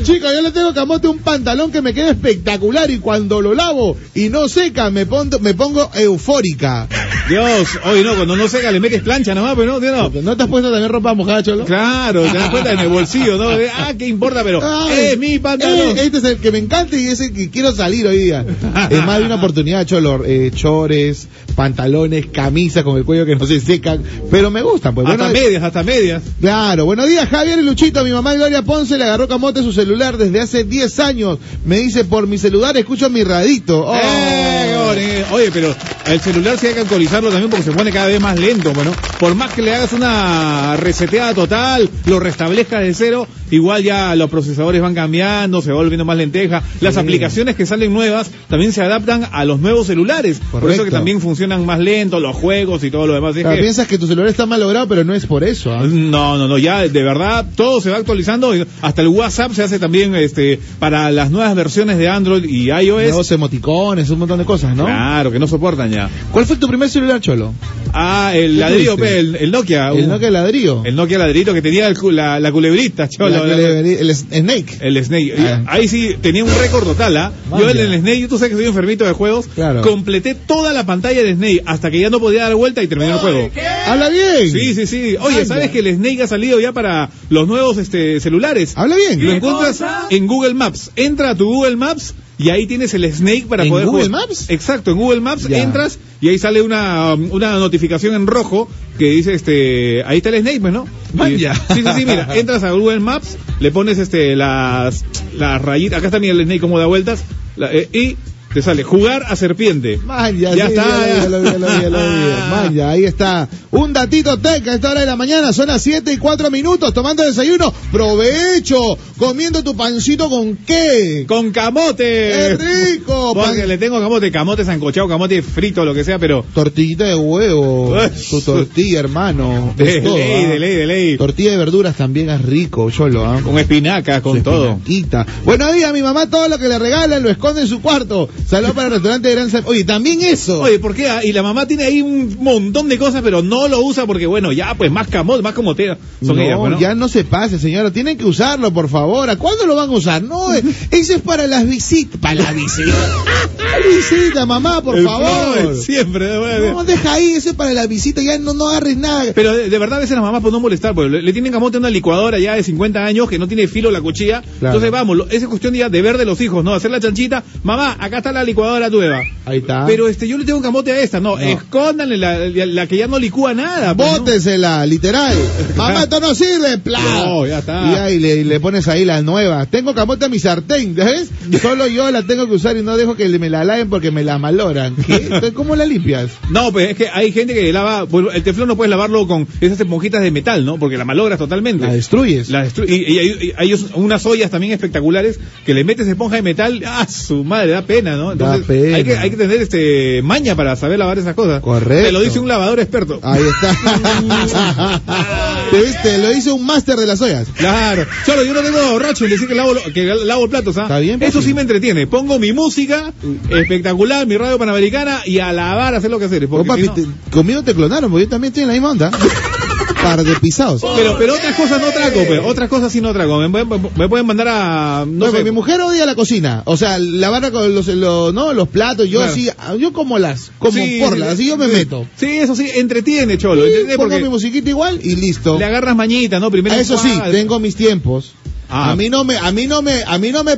Chicos, yo le tengo camote un pantalón que me queda espectacular. espectacular y cuando lo lavo y no seca me pongo, me pongo eufórica.
Dios, hoy no, cuando no seca le metes plancha nomás, pero no, tío, no.
¿No te has puesto también ropa mojada, Cholo?
Claro, te das cuenta en el bolsillo, ¿no? De, Ah, qué importa, pero
Ay,
es mi pantalón.
eh, este es el que me encanta y es el que quiero salir hoy día. Es más de una oportunidad, Cholo. eh, chores, pantalones, camisas con el cuello que no se secan. Pero me gustan, pues.
hasta
Bueno,
medias, hasta medias.
Claro, buenos días Javier y Luchito, mi mamá Gloria Ponce le agarró camote su celular desde hace 10 años. Me dice, por mi celular escucho mi radito. Oh.
Eh, qué bonito. Oye, pero el celular sí hay que actualizarlo también porque se pone cada vez más lento, bueno. Por más que le hagas una reseteada total, lo restablezcas de cero, igual ya los procesadores van cambiando, se va volviendo más lenteja. Las aplicaciones que salen nuevas también se adaptan a los nuevos celulares. Por eso
Correcto.
que también funcionan más lento los juegos y todo lo demás. Es
Claro,
que-
Piensas que tu celular está malogrado, pero no es por eso. ¿ah?
No, no, no, ya de verdad todo se va actualizando, y hasta el WhatsApp se hace también este para las nuevas versiones de Android y iOS.
Nuevos emoticones, un montón de cosas, ¿no?
Claro, que no soportan ya.
¿Cuál fue tu primer celular, Cholo?
Ah, el
¿Qué
ladrillo,
tuviste?
pe, el, el Nokia.
El
un-
Nokia ladrillo.
el Nokia ladrillo que tenía el cu- la, la culebrita,
La
cholo.
que
la-
le venía- el Snake.
el Snake.
Ah.
Ahí sí tenía un récord total, ¿ah?
Vaya.
Yo en el Snake, tú sabes que soy enfermito de juegos,
Claro.
completé toda la pantalla de Snake hasta que ya no podía dar vuelta y terminé el juego.
Habla bien.
Sí, sí, sí. Oye, ¿sabes que el Snake ha salido ya para los nuevos este, celulares?
Habla
Lo
bien.
encuentras en Google Maps. Entra a tu Google Maps y ahí tienes el Snake para
¿En
poder
Google
jugar.
Maps?
Exacto, en Google Maps
Ya.
entras y ahí sale una, um, una notificación en rojo que dice este, ahí está el Snake, pues, ¿no? Y-
Vaya.
Sí, sí, sí,
[LAUGHS]
mira, entras a Google Maps, le pones este las las rayitas, acá está mira el Snake como da vueltas la- eh, y te sale jugar a serpiente.
Man, ya,
Ya
sí,
está.
Ya lo vi, ya lo vi, ya lo vi,
[LAUGHS]
ya lo vi. Man, ya, ahí está. Un datito teca a esta hora de la mañana. Son las 7 y 4 minutos. Tomando desayuno. Provecho. Comiendo tu pancito con qué.
Con
¡Qué
camote.
rico!
Porque
pan-
le tengo camote, camote sancochado, camote frito, lo que sea, pero
Tortillita de huevo.
Ay,
Tu tortilla, hermano.
de
Es todo,
ley,
¿ah?
de ley, de ley.
Tortilla de verduras también es rico, yo lo amo.
Con espinacas, con todo.
Espinaquita. Buenos días, mi mamá todo lo que le regalan lo esconde en su cuarto. Saludos para el restaurante de Gran San... Oye, también eso.
Oye, ¿por qué? Ah, Y la mamá tiene ahí un montón de cosas, pero no lo usa porque, bueno, ya, pues más camot, más comotera. Son
no,
ellas, pues, ¿no?
ya no se pase, señora. Tienen que usarlo, por favor. ¿A cuándo lo van a usar? No, eh, eso es para las visitas. Para las visitas. visita, mamá, por
El
favor.
flow, Eh, [LAUGHS] Siempre. ¿no?
No, deja ahí, eso es para las visitas. Ya no, no agarres nada.
Pero de, de verdad a veces las mamás por no molestar, porque le, le tienen camote a una licuadora ya de 50 años que no tiene filo la cuchilla. Entonces vamos, lo- esa es cuestión ya de ver de los hijos, ¿no? Hacer la chanchita, mamá, acá está la licuadora nueva.
Ahí está.
Pero este, yo le tengo camote a esta, no, escóndanle la, la- la que ya no licúa nada. pues, ¿no? [LAUGHS]
Bótesela, literal. Mamá, esto no sirve, ¡plá!
No, ya está.
Y ahí le, le pones ahí la nueva. Tengo camote a mi
[LAUGHS]
sartén, ¿ves? Solo yo la tengo que usar y no dejo que me la laven porque me la maloran. ¿Qué? Entonces, ¿Cómo la limpias?
No, pues es que hay gente que lava, bueno, el teflón no puedes lavarlo con esas esponjitas de metal, ¿no? Porque la malogras totalmente.
La destruyes.
La destru- y, y hay, y hay us- unas ollas también espectaculares que le metes esponja de metal, ah, su madre, da pena, ¿no? Entonces
pena.
Hay, que, hay que tener este maña para saber lavar esas cosas.
Correcto. Ah.
Te lo dice un lavador experto.
Ahí está. [LAUGHS] ¿Te viste? Lo hizo un máster de las ollas.
Claro, Cholo, yo no tengo borracho en decir que lavo, lo- que lavo platos, ¿ah?
Está bien,
Eso
papi. Mm.
sí me entretiene. Pongo mi música espectacular, mi radio panamericana y a lavar, hacer lo que hacer.
Oh,
porque
papi,
si no-
te- conmigo te clonaron porque yo también estoy en la
[LAUGHS]
misma onda. Par de pisados.
Pero, pero otras cosas no trago, pues. otras cosas sí no trago. Me, pueden- me pueden mandar a. No
No,
sé.
mi mujer odia la cocina, o sea, lavar con los, los- no, los platos, yo
Claro.
sí, yo como las, como
Sí,
por
sí,
las,
sí.
así yo me meto.
Sí, eso sí, entretiene, cholo. entretiene
Y pongo mi
porque
musiquita igual y listo.
le agarras mañita, ¿no? Primero
A eso sí,
cuadro.
tengo mis tiempos.
Ah.
A mí no me, a mí no me, a mí no me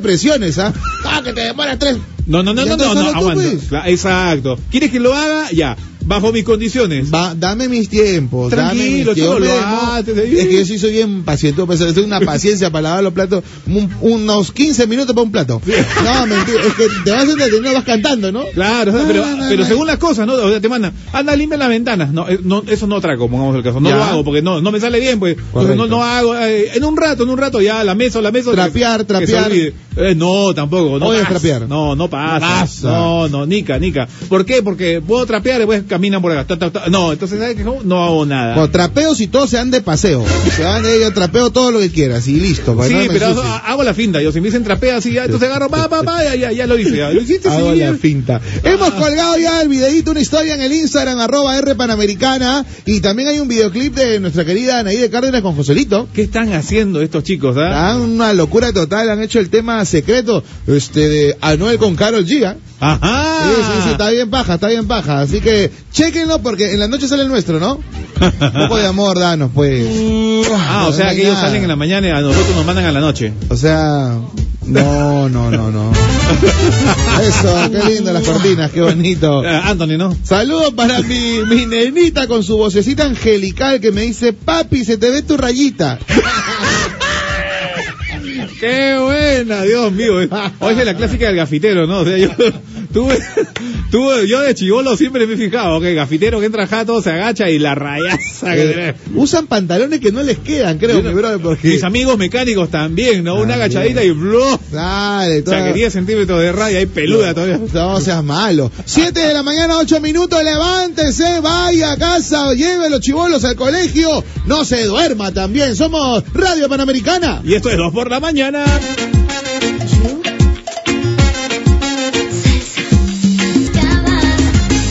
[LAUGHS]
presiones, ¿ah? Ah, que te demoras tres.
No, no, no,
Ya
no, no,
estás
no,
solo tú,
aguanta.
pues.
Cla- Exacto. ¿Quieres que lo haga? Ya. Bajo mis condiciones.
Va, dame mis tiempos, dame mis
Tranquilo,
tiempos.
cholo,
Yo me
lo
demoro.
haces, ahí.
es que yo sí soy bien paciente, pues, tengo una paciencia para lavar los platos, un- unos 15 minutos para un plato. No, mentira, es que te vas entreteniendo, vas cantando, ¿no?
Claro,
No,
pero,
no, no,
pero
no.
según las cosas, ¿no? O sea, te mandan, anda, limpia las ventanas. No, eh, no, eso no trago, pongamos el caso. No
Ya.
lo hago porque no, no me sale bien, pues. Entonces, no,
Correcto.
no hago. eh, en un rato, en un rato ya, la mesa, la mesa. que-
Trapear,
que
trapear.
se olvide. Eh, no, tampoco. No
Oye,
pasa.
trapear.
No, no pasa.
No pasa.
No, no, nica, nica. ¿Por qué? Porque puedo trapear y voy a camina por acá. Ta, ta, ta. No, entonces, ¿sabes qué? No hago nada.
Bueno, Pues, trapeos y todos se dan de paseo. Se van de ellos, trapeo todo lo que quieras y listo. para no
sí,
me
pero ah,
ensucien.
ha- hago la finta. Yo, si me dicen trapea así, ya, entonces agarro, pa, pa, pa, ya, ya, ya lo hice. Ya. Lo hiciste,
Hago
sí,
la finta. Hemos colgado ya el videito, una historia en el Instagram, arroba R Panamericana. Y también hay un videoclip de nuestra querida Anaí de Cárdenas con Joselito.
¿Qué están haciendo estos chicos? ah?
Ah, una locura total, han hecho el tema secreto este, de Anuel con Carol Giga. Sí,
Ajá.
sí, sí, está bien paja, está bien paja. Así que chequenlo porque en la noche sale el nuestro,
[LAUGHS]
¿no? Un poco de amor, danos, pues.
Ah, o sea, que ellos salen en la mañana y a nosotros nos mandan a la noche.
O sea, no, no,
[LAUGHS]
no, no. Eso, qué lindo las cortinas, qué bonito.
[LAUGHS] Ah, Anthony, ¿no?
Saludos para mi, mi nenita con su vocecita angelical que me dice, papi, se te ve tu rayita.
¡Qué buena! Dios mío. eh. Oye, la clásica del gafitero, ¿no? O sea, yo [LAUGHS] tuve, tuve- yo de chivolo siempre me he fijado que el gafitero que entra a jato se agacha y la rayaza que
Eh,
tenés.
usan pantalones que no les quedan, creo, mi brother, porque...
Mis amigos mecánicos también, ¿no? Una
Ah,
agachadita y bro.
Dale,
O sea,
toda-
que 10 centímetros de raya y peluda todavía.
No seas malo. Siete de la mañana, ocho minutos, levántese, vaya a casa, lleve a los chivolos al colegio, no se duerma también, somos Radio Panamericana.
Y esto es 2 por la mañana.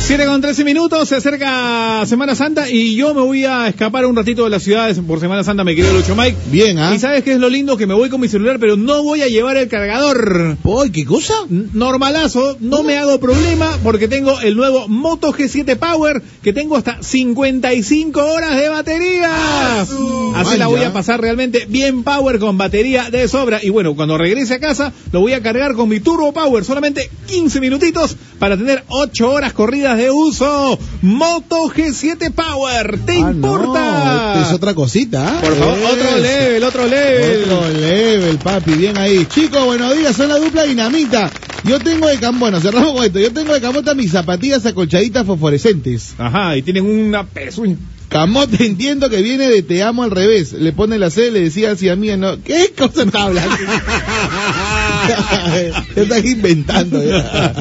Siete con 13 minutos, se acerca Semana Santa y yo me voy a escapar un ratito de las ciudades por Semana Santa, me querido Lucho Mike.
Bien, ¿ah?
Y sabes qué es lo lindo que me voy con mi celular, pero no voy a llevar el cargador.
Uy, ¿Qué cosa?
Normalazo, no me hago problema porque tengo el nuevo Moto G7 Power que tengo hasta 55 horas de batería. Así la voy
Vaya.
a pasar realmente bien power con batería de sobra. Y bueno, cuando regrese a casa lo voy a cargar con mi Turbo Power. Solamente 15 minutitos para tener 8 horas corridas de uso. Moto G7 Power, ¿te
Ah, no,
importa?
es otra cosita. ¿ah?
Por favor,
Eso.
otro level, otro level.
Otro level, papi, bien ahí. Chicos, buenos días, son la dupla dinamita. Yo tengo de cam... Bueno, cerramos con esto. Yo tengo de camota mis zapatillas acolchaditas fosforescentes.
Ajá, y tienen una pezuña.
Camote [LAUGHS] entiendo que viene de te amo al revés. Le pone la C, le decía así a mí, no. ¿Qué cosa
[LAUGHS]
está hablando? Te estás inventando ya.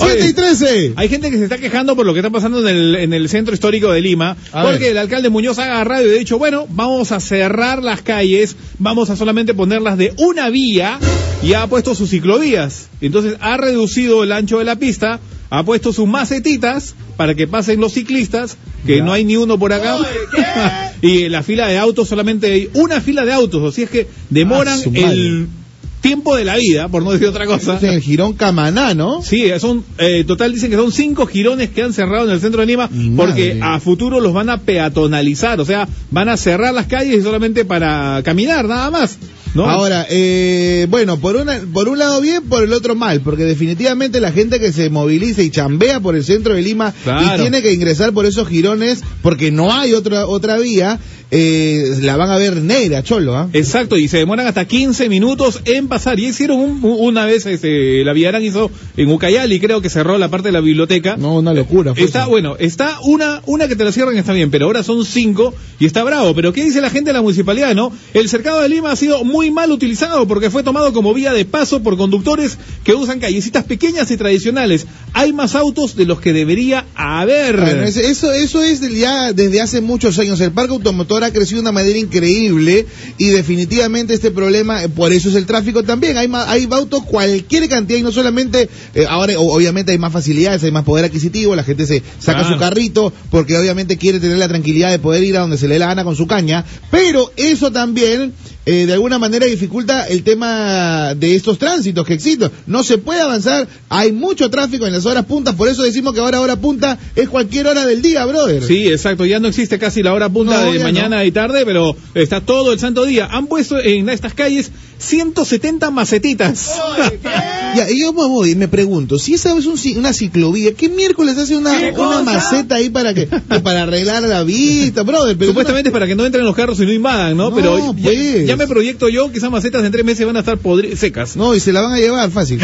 Oye.
7 y 13.
Hay gente que se está quejando por lo que está pasando en el, en el centro histórico de Lima,
A
porque
ver.
el alcalde Muñoz ha agarrado y ha dicho, bueno, vamos a cerrar las calles, vamos a solamente ponerlas de una vía y ha puesto sus ciclovías. Entonces ha reducido el ancho de la pista, ha puesto sus macetitas para que pasen los ciclistas, que no hay ni uno por acá. [LAUGHS] y en la fila de autos solamente hay una fila de autos, así es que demoran
Ah, su madre.
el tiempo de la vida, por no decir otra cosa.
En el girón Camaná, ¿no?
Sí, son, eh, total dicen que son cinco girones que han cerrado en el centro de Lima
Mi
porque
madre.
a futuro los van a peatonalizar, o sea, van a cerrar las calles solamente para caminar, nada más. ¿no?
Ahora, eh, bueno, por, una, por un lado bien, por el otro mal, porque definitivamente la gente que se moviliza y chambea por el centro de Lima y
Claro.
tiene que ingresar por esos girones, porque no hay otra otra vía, eh, la van a ver negra, cholo, ¿ah?
Exacto, y se demoran hasta 15 minutos en pasar. Y hicieron un- u- una vez, este, la Villarán hizo en Ucayali, creo que cerró la parte de la biblioteca.
No, una locura. fue
Está,
eso.
bueno, está una, una que te la cierran está bien, pero ahora son cinco y está bravo. Pero ¿qué dice la gente de la municipalidad, no? El cercado de Lima ha sido muy mal utilizado porque fue tomado como vía de paso por conductores que usan callecitas pequeñas y tradicionales. Hay más autos de los que debería haber.
Bueno, Ah, es- eso, eso es del- ya desde hace muchos años. El parque automotor ha crecido de una manera increíble y definitivamente este problema, eh, por eso es el tráfico también. Hay, ma- hay autos cualquier cantidad y no solamente, eh, ahora o- obviamente hay más facilidades, hay más poder adquisitivo, la gente se saca
Claro.
su carrito porque obviamente quiere tener la tranquilidad de poder ir a donde se le dé la gana con su caña, pero eso también eh, de alguna manera dificulta el tema de estos tránsitos que existen. No se puede avanzar, hay mucho tráfico en las horas puntas, por eso decimos que ahora hora punta es cualquier hora del día, brother.
Sí, exacto. Ya no existe casi la hora punta
No,
de
ya
mañana
no.
y tarde, pero está todo el santo día. Han puesto en estas calles 170 macetitas.
Ya, y yo me voy, me pregunto, si esa es un ci- una ciclovía, ¿qué miércoles hace una, una maceta ahí para que para arreglar la vista, brother? Pero
Supuestamente para que no entren los carros y no invadan, ¿no?
No,
Pero ya- ya,
pues.
me proyecto yo que esas macetas en tres meses van a estar podri- secas.
No, y se la van a llevar fácil.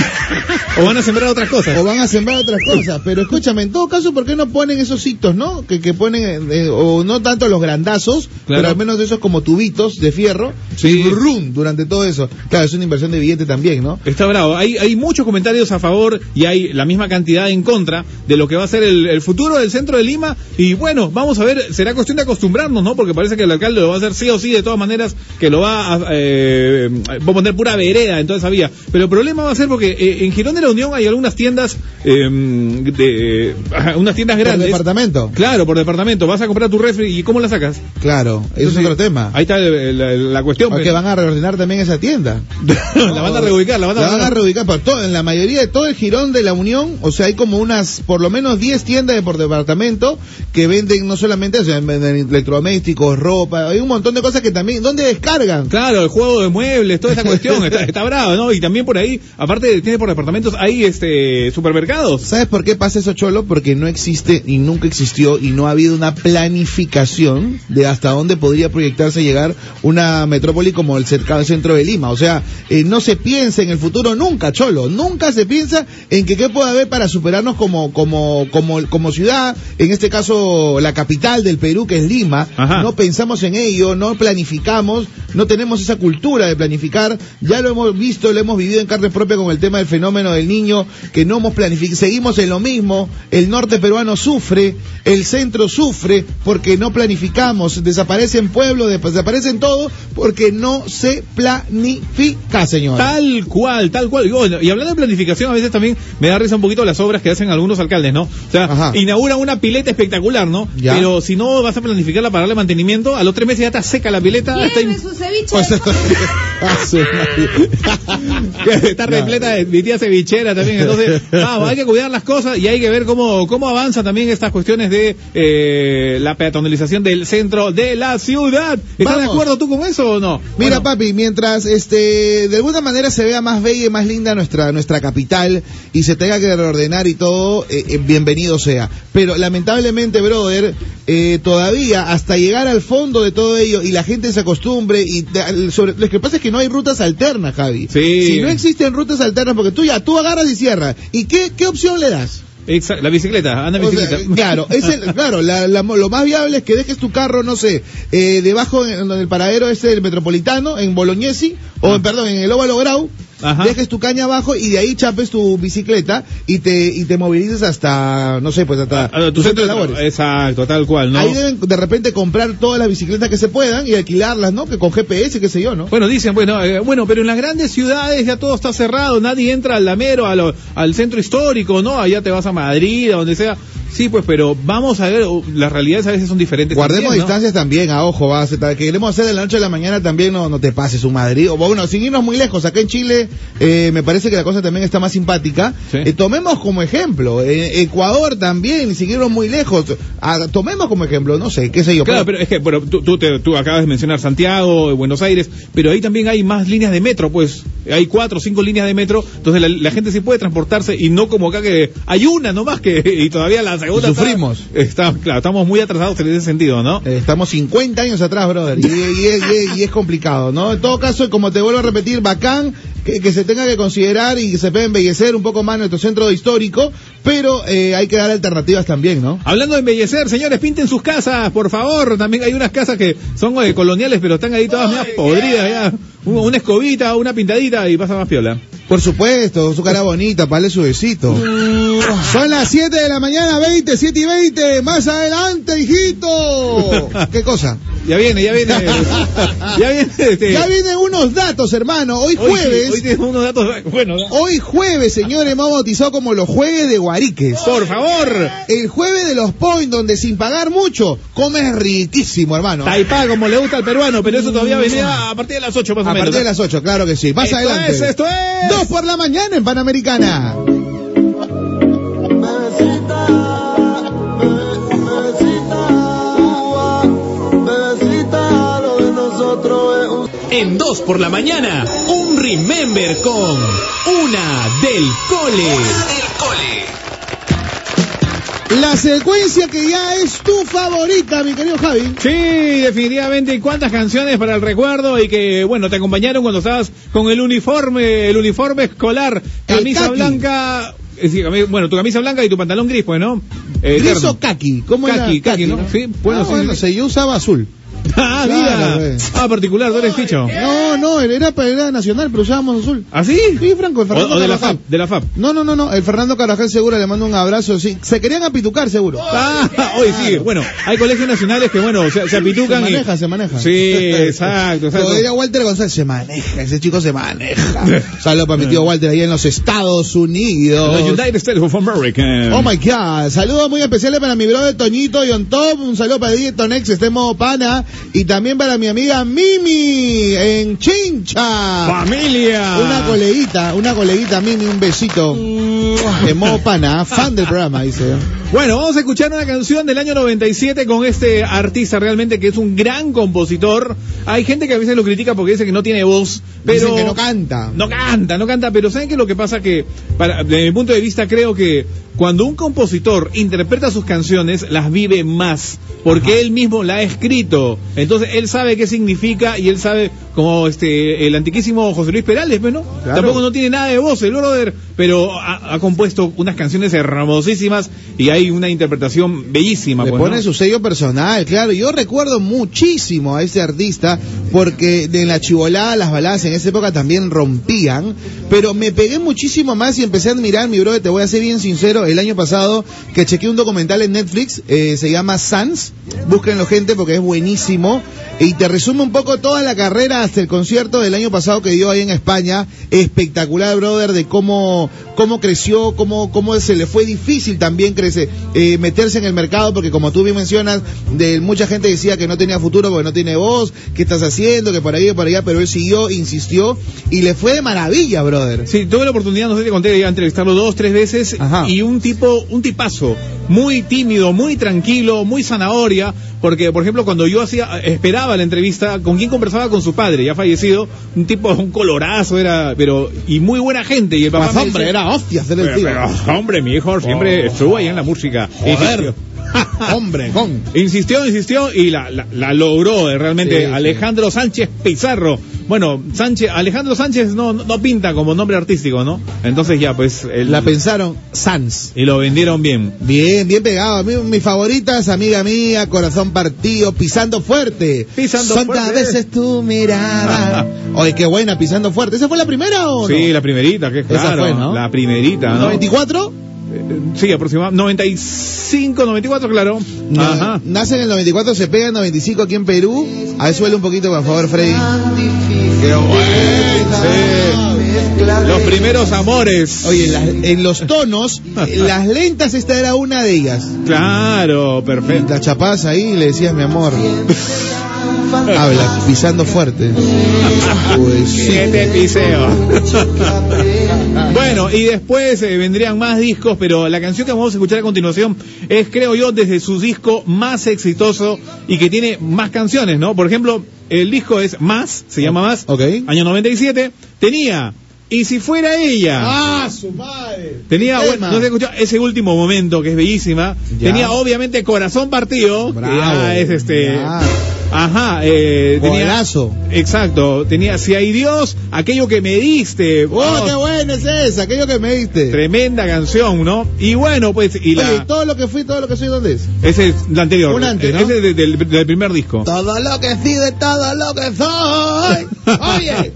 O van a sembrar otras
O
cosas.
van a sembrar otras cosas. Pero escúchame, en todo caso, ¿por qué no ponen esos hitos, no? Que, que ponen, eh, o no tanto los grandazos,
Claro.
pero al menos esos como tubitos de fierro.
Sí.
Y brum, durante todo eso.
claro.
Claro, es una inversión de billete también, ¿no?
Está bravo. Hay, hay muchos comentarios a favor y hay la misma cantidad en contra de lo que va a ser el, el futuro del centro de Lima. Y bueno, vamos a ver, será cuestión de acostumbrarnos, ¿no? Porque parece que el alcalde lo va a hacer sí o sí, de todas maneras, que lo va a, eh, va a poner pura vereda en toda esa vía. Pero el problema va a ser porque eh, en Girón de la Unión hay algunas tiendas, eh, de, unas tiendas
Por
grandes.
departamento.
Claro, por departamento. Vas a comprar tu refri y ¿cómo la sacas?
Claro, eso es
Entonces,
otro tema.
Ahí está el- la, la cuestión.
Porque
pues.
van a reordenar también esa tienda.
[LAUGHS] la
[LAUGHS]
van a reubicar, la van a
La van a
reubicar.
reubicar por todo, en la mayoría de todo el girón de la Unión, o sea, hay como unas, por lo menos 10 tiendas de por departamento que venden no solamente, o sea, venden electrodomésticos, ropa, hay un montón de cosas que también, ¿dónde descargan?
Claro, el juego de muebles, toda esa cuestión, está, está bravo, ¿no? Y también por ahí, aparte de- tiene por departamentos, hay este supermercados.
¿Sabes por qué pasa eso, Cholo? Porque no existe y nunca existió y no ha habido una planificación de hasta dónde podría proyectarse llegar una metrópoli como el cercano centro de Lima. O sea, eh, no se piensa en el futuro nunca, Cholo. Nunca se piensa en que qué puede haber para superarnos como, como, como, como ciudad, en este caso la capital del Perú, que es Lima.
Ajá.
No pensamos en ello, no planificamos, no tenemos esa cultura de planificar. Ya lo hemos visto, lo hemos vivido en carne propia con el tema del fenómeno del niño, que no hemos planificado. Seguimos en lo mismo. El norte peruano sufre, el centro sufre porque no planificamos. Desaparecen pueblos, des- desaparecen todo porque no se planifica, señor.
Tal cual, tal cual. Y, bueno, y hablando de planificación, a veces también me da risa un poquito las obras que hacen algunos alcaldes, ¿no? O sea,
Ajá.
inaugura una pileta espectacular, ¿no?
Ya.
Pero si no vas a planificarla para darle mantenimiento, a los tres meses ya está seca la pileta, está, in- Pues,
Tiene su ceviche.
O sea,
[LAUGHS]
[LAUGHS]
a su madre.
está repleta de, de tía cevichera también.
[LAUGHS]
Entonces, vamos, hay que cuidar las cosas y hay que ver cómo, cómo avanza también estas cuestiones de eh, la peatonalización del centro de la ciudad. ¿Estás de
Vamos.
acuerdo tú con eso o no?
Mira,
Bueno,
papi, mientras este de alguna manera se vea más bella y más linda nuestra nuestra capital y se tenga que reordenar y todo, eh, eh, bienvenido sea. Pero lamentablemente, brother, eh, todavía hasta llegar al fondo de todo ello y la gente se acostumbre y te- al- sobre, lo que pasa es que no hay rutas alternas, Javi.
Sí.
Si no existen rutas alternas, porque tú ya tú agarras y cierras. ¿Y qué, qué opción le das?
exa- la bicicleta, anda en
O sea, eh,
bicicleta. [LAUGHS]
claro, es el- claro la- la- lo más viable es que dejes tu carro, no sé, eh, debajo en, en el paradero ese del Metropolitano, en Bolognesi, o en, perdón, en el Óvalo Grau,
Ah. Ajá.
dejes tu caña abajo y de ahí chapes tu bicicleta y te, y te movilices hasta, no sé, pues hasta
Ah, no, tu centro de labores. Exacto, tal cual, ¿no?
Ahí deben de repente comprar todas las bicicletas que se puedan y alquilarlas, ¿no? Que con GPS, qué sé yo, ¿no?
Bueno, dicen, bueno, eh, bueno, pero en las grandes ciudades ya todo está cerrado, nadie entra al Lamero, a lo- al centro histórico, ¿no? Allá te vas a Madrid, a donde sea. Sí, pues, pero vamos a ver, uh, las realidades a veces son diferentes.
Guardemos
también, ¿no?
distancias también, a ojo, va, se- que queremos hacer de la noche a la mañana también, no, no te pases un Madrid. O bueno, sin irnos muy lejos, acá en Chile eh, me parece que la cosa también está más simpática.
Sí.
Eh, tomemos como ejemplo, eh, Ecuador también, sin irnos muy lejos. Ah, tomemos como ejemplo, no sé, qué sé yo.
Claro, pero es que bueno, tú, tú, te- tú acabas de mencionar Santiago, Buenos Aires, pero ahí también hay más líneas de metro, pues hay cuatro o cinco líneas de metro, entonces la, la gente sí puede transportarse y no como acá que hay una nomás que [LAUGHS] y todavía la segunda.
Y
está-
sufrimos.
Está, claro, estamos muy atrasados en ese sentido, ¿no?
Eh, Estamos 50 años atrás, brother, y, y- y- y- y es complicado, ¿no? En todo caso, como te vuelvo a repetir, bacán que, que se tenga que considerar y que se pueda embellecer un poco más nuestro centro histórico, pero eh, hay que dar alternativas también, ¿no?
Hablando de embellecer, señores, pinten sus casas, por favor. También hay unas casas que son eh, coloniales, pero están ahí todas medias podridas, ya. Un- Una escobita, una pintadita y pasa más piola.
Por supuesto, su cara bonita, pale su besito. Son las 7 de la mañana, 20, 7 y 20. Más adelante, hijito. ¿Qué cosa?
Ya viene, ya
[LAUGHS]
viene. ya viene. Este,
Ya vienen unos datos, hermano.
hoy
Hoy
sí, Hoy
jueves,
tienes unos datos buenos. ¿no?
hoy jueves, señores, hemos bautizado como los jueves de Guariques.
Por favor.
El jueves de los points, donde sin pagar mucho, comes riquísimo, hermano. A
Taipá, como le gusta al peruano, pero eso todavía venía a partir de las 8 más o menos.
Mm. partir de las 8, claro que sí. Más
Esto
adelante.
es, esto es.
2 por la mañana en Panamericana.
En 2 por la mañana, un Remember con Una del Cole.
La secuencia que ya es tu favorita, mi querido Javi.
Sí, definitivamente. Y cuántas canciones para el recuerdo y que, bueno, te acompañaron cuando estabas con el uniforme, el uniforme escolar,
El
camisa
khaki.
blanca, eh, sí, cami- bueno, tu camisa blanca y tu pantalón gris, pues, ¿no? Eh,
Gris
eterno.
o kaki, ¿cómo era?
Kaki, kaki, ¿no? Sí, bueno,
Ah,
sí,
bueno,
sí.
sí, yo usaba azul.
[LAUGHS] Ah,
Claro, eh.
mira.
güey.
Ah, particular, tú eres ficho.
No, no, era, era nacional, pero usábamos azul.
¿Ah, sí?
Sí, Franco, el
O,
Fernando
o de la
Carvajal.
FAP, de la FAP.
No, no, no, no, el Fernando Carajal seguro le mando un abrazo. sí. Se querían apitucar seguro.
Ah, hoy sí. Bueno, hay colegios nacionales que, bueno, se, se apitucan.
Se maneja,
y...
se maneja.
Sí, exacto, exacto.
Como diría Walter González, se maneja, ese chico se maneja. Saludos para mi tío Walter ahí en los Estados
Los
Unidos.
United States of America.
Oh my god, saludos muy especiales para mi brother Toñito y on top, un saludo para DJ Tonex, este modo pana, y también para mi amiga Mimi en Chincha.
Familia.
Una coleguita, una coleguita Mimi, un besito. De modo pana, fan del programa, dice.
Bueno, vamos a escuchar una canción del año 97 con este artista realmente que es un gran compositor. Hay gente que a veces lo critica porque dice que no tiene voz, pero
Dicen que no canta.
No canta, no canta, pero ¿saben qué es lo que pasa? Que, para, desde mi punto de vista, creo que cuando un compositor interpreta sus canciones, las vive más, porque él mismo la ha escrito. Entonces, él sabe qué significa y él sabe, como este, el antiquísimo José Luis Perales, pues, ¿no?
Claro.
Tampoco no tiene nada de voz el brother, pero ha, ha compuesto unas canciones hermosísimas y hay una interpretación bellísima.
Le
pues,
pone
¿no?
su sello personal, claro. Yo recuerdo muchísimo a este artista porque de la chivolada las baladas en esa época también rompían. Pero me pegué muchísimo más y empecé a admirar, mi brother, te voy a ser bien sincero, el año pasado que chequeé un documental en Netflix, eh, se llama Sans, búsquenlo gente porque es buenísimo. Y te resume un poco toda la carrera hasta el concierto del año pasado que dio ahí en España. Espectacular, brother, de cómo, cómo creció, cómo, cómo se le fue difícil también crece, eh, meterse en el mercado, porque como tú bien mencionas, de, mucha gente decía que no tenía futuro porque no tiene voz, que estás haciendo, que por ahí, por allá, pero él siguió, insistió y le fue de maravilla, brother.
Sí, tuve la oportunidad, no sé si te conté, de entrevistarlo dos, tres veces
Ajá.
y un tipo, un tipazo, muy tímido, muy tranquilo, muy zanahoria, porque por ejemplo cuando yo hacía, esperaba la entrevista, con quien conversaba con su padre, ya fallecido, un tipo, un colorazo era, pero, y muy buena gente, y el papá
Más
me
hombre,
dice,
era hostias del
pero,
tío. Oh.
pero, hombre, mi hijo siempre estuvo ahí en la música.
Joder.
Insistió.
[LAUGHS] hombre, con.
Insistió, insistió y la, la, la logró eh, realmente
Sí, sí.
Alejandro Sánchez Pizarro. Bueno, Sánchez, Alejandro Sánchez no, no pinta como nombre artístico, ¿no? Entonces ya, pues, el-
La pensaron, Sans.
y lo vendieron bien.
Bien, bien pegado. A mí, mis favoritas, amiga mía, corazón partido, pisando fuerte.
Pisando
Cuántas
fuerte.
veces tu mirada. Oye, qué buena, pisando fuerte. ¿Esa fue la primera o
Sí,
no?
la primerita, que
Esa
claro,
fue, ¿no?
la primerita, ¿no?
¿94?
Eh, Sí, aproximadamente 95, 94, claro.
Na-
Ajá.
Nace en el 94, se pega en el 95 aquí en Perú. A ver, suele un poquito, por favor, Freddy. Qué
Sí. Los primeros amores.
Oye, en, las- en
[LAUGHS]
los tonos, en las lentas, esta era una de ellas.
Claro, perfecto.
La chapás ahí y le decías,
[LAUGHS]
mi amor. Habla, pisando fuerte. Pues sí.
Siete piseo. bueno, y después eh, vendrían más discos, pero la canción que vamos a escuchar a continuación es, creo yo, desde su disco más exitoso y que tiene más canciones, ¿no? Por ejemplo, el disco es Más,
[LAUGHS]
se llama Más,
Ok.
año 97, tenía Y si fuera ella.
¡Ah, su madre!
Tenía,
Tema.
bueno, no se escuchó ese último momento que es bellísima.
Ya.
Tenía obviamente corazón partido, que
Bravo.
ya es este.
Ya.
Ajá, eh, tenía.
Golazo.
Exacto, tenía si hay Dios, aquello que me diste.
¡Oh,
Wow,
qué bueno es esa! Aquello que me diste.
Tremenda canción, ¿no? Y bueno, pues, y la.
Oye, todo lo que fui, todo lo que soy, ¿dónde es?
Ese es la anterior. eh,
Un antes, ¿no?
Ese es de- del, del primer disco.
Todo lo que fui de todo lo que soy. [LAUGHS]
[LAUGHS]
Oye,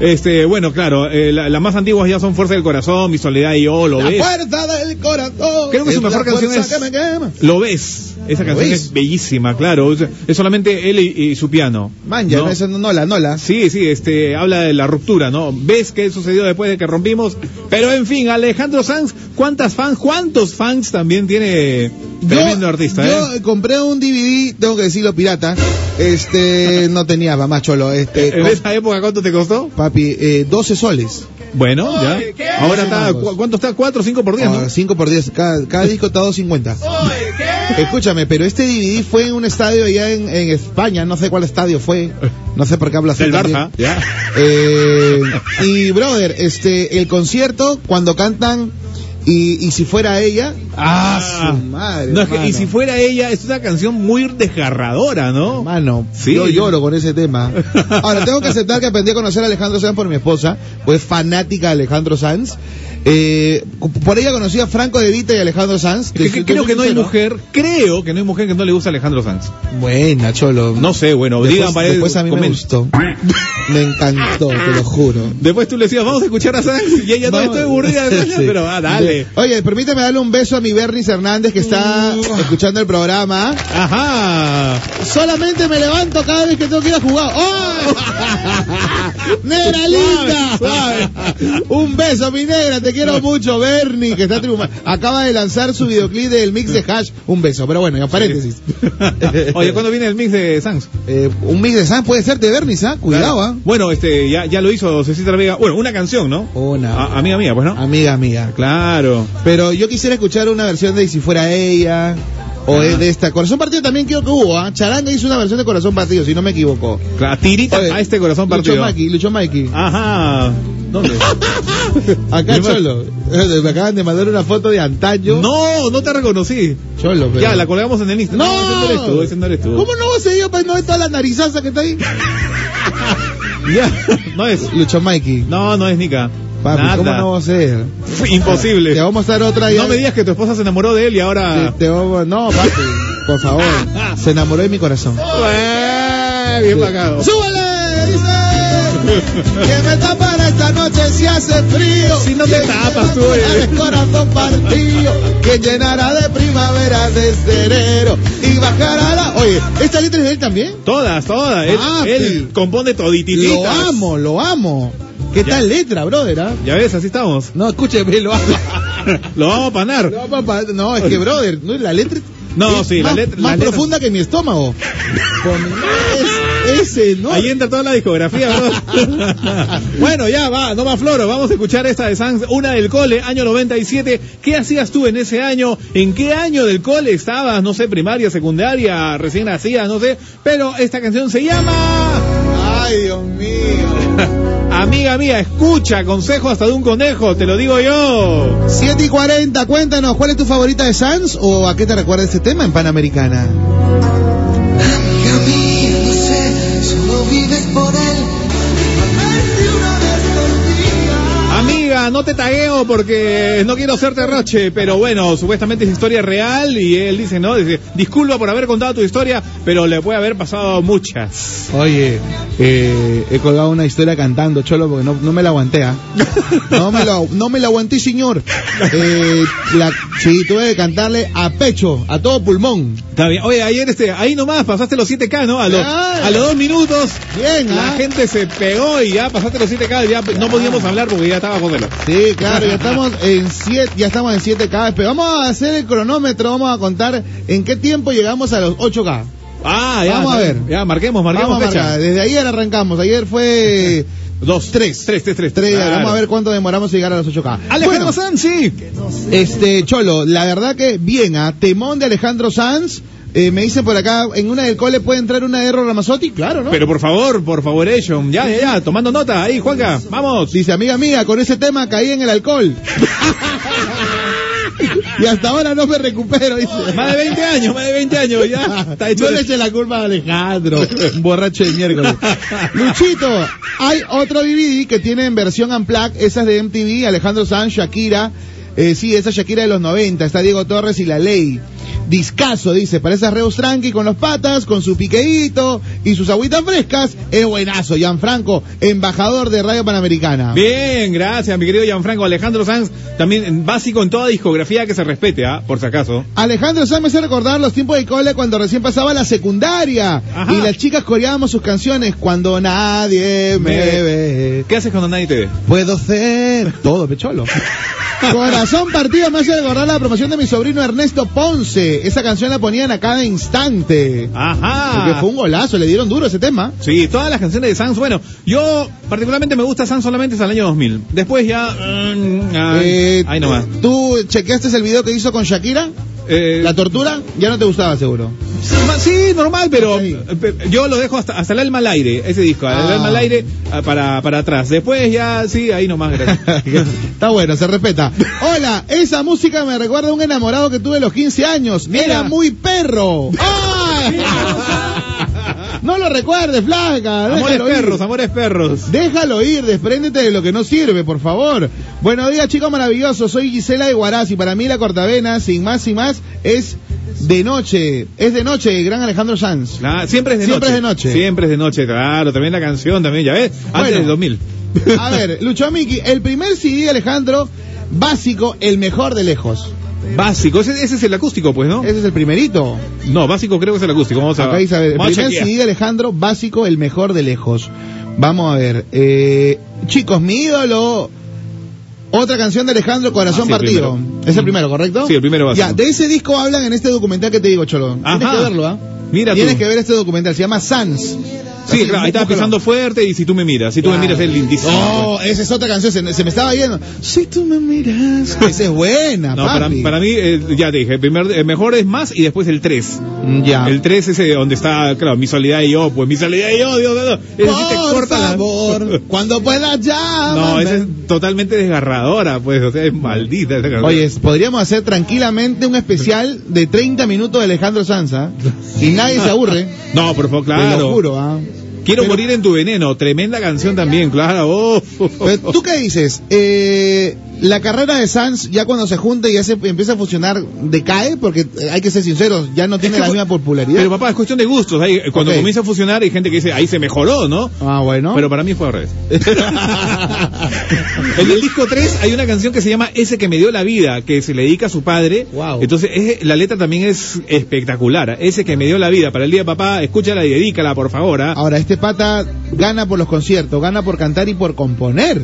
Este, bueno, claro, eh, la- las más antiguas ya son Fuerza del Corazón, Mi Soledad y Yo, lo
la
ves.
fuerza del corazón.
Creo que su
la
mejor canción
fuerza
es-
que me quema.
Lo ves. Esa
Lo
canción
ves.
es bellísima, claro. Es, es solamente él y, y su piano.
Man, ya
¿no?
no, eso no, Nola, Nola.
Sí, sí, este, habla de la ruptura, ¿no? Ves qué sucedió después de que rompimos. Pero en fin, Alejandro Sanz, ¿cuántas fans, cuántos fans también tiene tremendo artista,
yo
eh?
compré un DVD, tengo que decirlo pirata. Este, no tenía, va más cholo. Este,
[LAUGHS] ¿En
com-
esa época cuánto te costó?
papi, eh, 12 soles.
Bueno, ya. Ahora está, ¿cu- ¿cuánto está? ¿Cuatro, cinco por diez, no?
5 Ah, por 10, cada, cada disco está 250. Escúchame, pero este DVD fue en un estadio allá en, en España, no sé cuál estadio fue, no sé por qué hablas
Del
tan bien.
Barça, ya.
Eh, y brother, este, el concierto cuando cantan Y, y si fuera ella, ah, su madre.
No, es que- y
hermano.
si fuera ella, es una canción muy desgarradora, ¿no?
Mano,
Sí.
yo lloro con ese tema. Ahora, tengo que aceptar que aprendí a conocer a Alejandro Sanz por mi esposa, pues fanática de Alejandro Sanz. Eh, por ella conocí a Franco De Vita y Alejandro Sanz.
Es que- que creo que no hay mujer, creo que no hay mujer que no le guste a Alejandro Sanz.
Buena, Cholo.
No sé, bueno,
Después-
digan para él,
después a mí me
comen-
gustó. Me encantó, te lo juro.
Después tú le decías, vamos a escuchar a Sanz y ella no,
Vamos.
estoy
[LAUGHS]
aburrida,
Sí.
pero ah, dale.
Oye, permíteme darle un beso a mi Bernice Hernández que está escuchando el programa. [LAUGHS]
Ajá.
Solamente me levanto cada vez que tengo que ir a jugar. ¡Oh! [LAUGHS] ¡Negra linda!
Suave,
Un beso, mi negra. Te quiero mucho, Bernie, que está triunfando. Acaba de lanzar su videoclip del mix de Hash. Un beso, pero bueno, ya paréntesis.
Oye, ¿cuándo viene el mix de Sanz?
Eh, un mix de San puede ser de Bernie, ¿ah? Cuidado, ¿ah?
Bueno, este, ya, ya lo hizo Cecita Vega. Bueno, una canción, ¿no?
Una.
A- amiga mía, pues, ¿no?
Amiga, amiga.
Claro.
Pero yo quisiera escuchar una versión de Si fuera ella. O es de esta. Corazón Partido también creo que hubo, ¿ah? Charanga hizo una versión de Corazón Partido, si no me equivoco.
Cla- Tirita
Oye,
a este corazón
Lucho
partido.
Maki,
[LAUGHS]
Lucho Maki.
Ajá. ¿Dónde?
Acá,
Yo me-
Cholo. Eh, Me acaban de mandar una foto de antaño.
No, no te reconocí.
Cholo, pero...
Ya, la colgamos en el Insta.
¡No!
ese no eres tú, ese no eres tú.
¿Cómo no se dio para pues, no ver toda la narizaza que está ahí?
Ya, [LAUGHS] no es.
Lucho Mikey.
No, no es Nica.
Papi,
Nada.
¿cómo no va a ser?
Fue [LAUGHS] Imposible.
Te vamos a dar otra ya.
No me digas que tu esposa se enamoró de él y
Te-
ahora.
te vamos- No, papi. Por favor. Se enamoró de mi corazón.
Eh, bien pagado.
¡Súbele! Dice que me tapara esta noche si hace frío.
Si no te
Que
tapas, tú,
llenara
eh.
el corazón partido. Que llenara de primavera desde enero. Y bajara la. Oye, ¿esta letra es de él también?
Todas, todas. Él,
Ah,
él
sí.
compone toditititas.
Lo amo, lo amo. ¿Qué
Ya.
tal letra, brother? ah?
Ya ves, así estamos.
No, escúcheme, lo amo.
Lo vamos a panar.
No, papá, no, es que, brother, no, la letra.
No,
es
sí, la
más-
letra- la
Más
letra-
profunda que mi estómago. Con- es- ese, ¿no?
Ahí entra toda la discografía, bro. bueno, ya va, no más floro. Vamos a escuchar esta de Sanz, una del cole, año 97. ¿Qué hacías tú en ese año? ¿En qué año del cole estabas? No sé, primaria, secundaria, recién nacías, no sé. Pero esta canción se llama. [LAUGHS]
Ay, Dios mío.
Amiga mía, escucha, consejo hasta de un conejo, te lo digo yo.
7 y 40, cuéntanos, ¿cuál es tu favorita de Sans o a qué te recuerda este tema en Panamericana?
Amiga mía, no sé, solo vives por él. Amarte una vez por día.
Amiga, no te tagueo porque no quiero hacerte roche, pero bueno, supuestamente es historia real y él dice, no, dice, disculpa por haber contado tu historia, pero le puede haber pasado muchas.
Oye, eh, he colgado una historia cantando, cholo, porque no, no me la aguanté, ¿ah? [LAUGHS] No me la, no me la aguanté, señor. Eh, la, sí, tuve que cantarle a pecho, a todo pulmón.
Está bien. Oye, ayer este, ahí nomás pasaste los 7K, ¿no? A los,
Claro.
a los dos minutos.
Bien,
La
¿ah?
gente se pegó y ya pasaste los 7K, ya no podíamos hablar porque ya estaba Joselo.
Sí, claro, ya estamos en siete, ya estamos en 7K, pero vamos a hacer el cronómetro, vamos a contar en qué tiempo llegamos a los 8K.
Ah, ya.
Vamos a
está
ver.
bien. Ya, marquemos, marquemos
Vamos a
fecha.
marcar, desde ayer arrancamos, ayer fue...
[LAUGHS] Dos. Tres. Tres, tres, tres.
Tres,
Claro.
Vamos a ver cuánto demoramos en llegar a los 8K.
Alejandro
Bueno,
Sanz, sí.
Este, Cholo, la verdad que bien, a temón de Alejandro Sanz. Eh, me dicen por acá, en una del cole puede entrar una de Errol Ramazzotti, claro, ¿no?
Pero por favor, por favor, ellos. Ya, ya, ya, tomando nota. Ahí, Juanca, vamos.
Dice, amiga mía, con ese tema caí en el alcohol. [LAUGHS] y hasta ahora no me recupero, dice.
Más de 20 años, más de 20 años,
[LAUGHS]
ya. Está hecho.
no le eche la culpa a Alejandro, borracho de
[LAUGHS]
miércoles. Luchito, hay otro DVD que tiene en versión Unplugged, esas de MTV, Alejandro Sanz, Shakira. eh, sí, esa Shakira de los 90, está Diego Torres y La Ley. Discaso, dice, para esas Reus Tranqui con los patas, con su piqueíto y sus agüitas frescas, es buenazo. Gianfranco, embajador de Radio Panamericana.
Bien, gracias, mi querido Gianfranco. Alejandro Sanz, también en- básico en toda discografía que se respete, ¿ah? Por si acaso.
Alejandro Sanz me hace recordar los tiempos de cole cuando recién pasaba la secundaria
Ajá.
y las chicas coreábamos sus canciones cuando nadie me
Me-
ve.
¿Qué haces cuando nadie te ve?
Puedo ser todo, pecholo. [LAUGHS] Corazón partido me hace recordar la promoción de mi sobrino Ernesto Ponce. Esa canción la ponían a cada instante. Porque
Ajá.
fue un golazo, le dieron duro ese tema.
Sí, todas las canciones de Sans. Bueno, yo particularmente me gusta Sans solamente hasta el año 2000. Después ya. mm, ay,
Eh,
ahí nomás.
¿Tú chequeaste el video que hizo con Shakira?
Eh,
¿La tortura? Ya no te gustaba seguro.
Sí, ma- sí, normal, pero pe- yo lo dejo hasta, hasta el alma al aire, ese disco, el
Ah.
alma al aire ah, para, para atrás. Después ya, sí, ahí nomás, gracias.
[LAUGHS] Está bueno, se respeta. Hola, esa música me recuerda a un enamorado que tuve a los 15 años. Era muy perro. ¡Ay! No lo recuerdes, flaca.
amores
déjalo ir.
perros, amores perros.
Déjalo ir, despréndete de lo que no sirve, por favor. Buenos días, chicos maravillosos. Soy Gisela de Guaraz y para mí la cortavena, sin más y más, es de noche. Es de noche, gran Alejandro Sanz.
Claro, Ah, siempre es de
Siempre
noche.
es de noche.
Siempre es de noche, claro. También la canción, también, ya ves. Antes
Bueno.
del 2000.
A ver, Lucho Miki, el primer CD de Alejandro, básico, el mejor de lejos.
Básico, ese, ese es el acústico, pues, ¿no?
Ese es el primerito.
No, básico creo que es el acústico. Vamos a,
Eh. Acá dice, a ver, el
vamos a
primer
chequear.
CD de Alejandro, básico, el mejor de lejos. Vamos a ver. eh, chicos, mi ídolo. Otra canción de Alejandro, Corazón
Ah, sí, el
Partido.
primero.
Es el primero, ¿correcto?
Sí, el primero básico.
Ya, de ese disco hablan en este documental que te digo, Cholón. Tienes
Ajá.
que verlo, ¿ah?
Mira tú.
Tienes que ver este documental, se llama Sans.
Sí, claro, ahí estaba pisando fuerte y si tú me miras, si tú me miras es lindísimo.
Oh, esa es otra canción, se, se me estaba yendo. Si tú
[LAUGHS]
me miras. Esa es buena,
No, para,
papi.
para mí, eh, ya te dije, el primer, el mejor es más y después el 3.
Ya.
El 3 es eh, donde está, claro, mi soledad y yo, pues mi soledad y yo, Dios, Dios, Dios. Ese sí te
Por
corta la-
favor, cuando puedas ya.
[LAUGHS] No, esa es totalmente desgarradora, pues, o sea, es maldita esa canción.
Oye, podríamos hacer tranquilamente un especial de 30 minutos de Alejandro Sanza y nadie
[LAUGHS]
se aburre.
No, por favor,
Te lo
claro.
juro, ¿ah?
Quiero
Pero-
morir en tu veneno, tremenda canción también, claro. oh.
Pero, ¿Tú qué dices? Eh, la carrera de Sanz ya cuando se junta y ya se empieza a funcionar decae porque eh, hay que ser sinceros, ya no tiene
que
la
fu-
misma
[LAUGHS]
popularidad.
Pero papá, es cuestión de gustos. ahí, eh, cuando
Ok.
comienza a fusionar hay gente que dice, ahí se mejoró, ¿no?
ah, bueno.
Pero para mí fue al revés. [LAUGHS] en el disco 3 hay una canción que se llama Ese que me dio la vida, que se le dedica a su padre.
Wow.
Entonces, es- la letra también es espectacular. Ese que me dio la vida, para el día de papá, escúchala y dedícala, por favor. ¿ah?
Ahora, este pata gana por los conciertos, gana por cantar y por componer.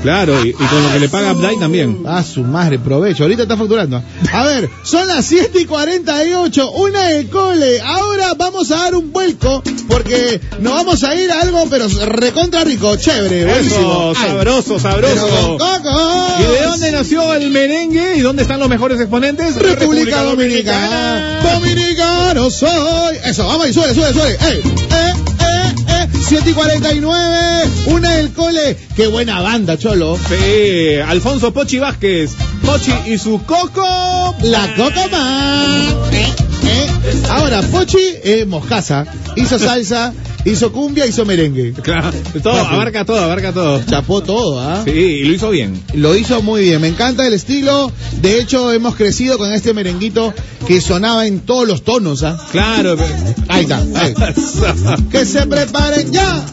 Claro, y, y con lo que le paga Updike también.
Ah, su madre, provecho. Ahorita está facturando. A ver, son las 7 y 48, una del cole. Ahora vamos a dar un vuelco porque nos vamos a ir a algo, pero recontra rico, chévere, buenísimo.
Eso, sabroso,
Pero
sabroso.
con cocos.
¿Y de dónde nació el merengue? ¿Y dónde están los mejores exponentes?
República Dominicana. Dominicano soy. Eso, vamos ahí, sube, sube, sube. Ey, eh, eh, eh. 7 y 49, una del cole. Qué buena banda, cholo.
Sí, Alfonso Pochi Vázquez. Pochi y su coco.
La coca más. Eh, eh. Ahora, Pochi es moscaza. Hizo [LAUGHS] salsa, hizo cumbia, hizo merengue.
Claro, todo, abarca todo, abarca todo.
Chapó todo, ¿ah?
Sí, y lo hizo bien.
Lo hizo muy bien, me encanta el estilo. De hecho, hemos crecido con este merenguito que sonaba en todos los tonos, ¿ah?
Claro.
Ahí está, ahí. [LAUGHS] Que se preparen ya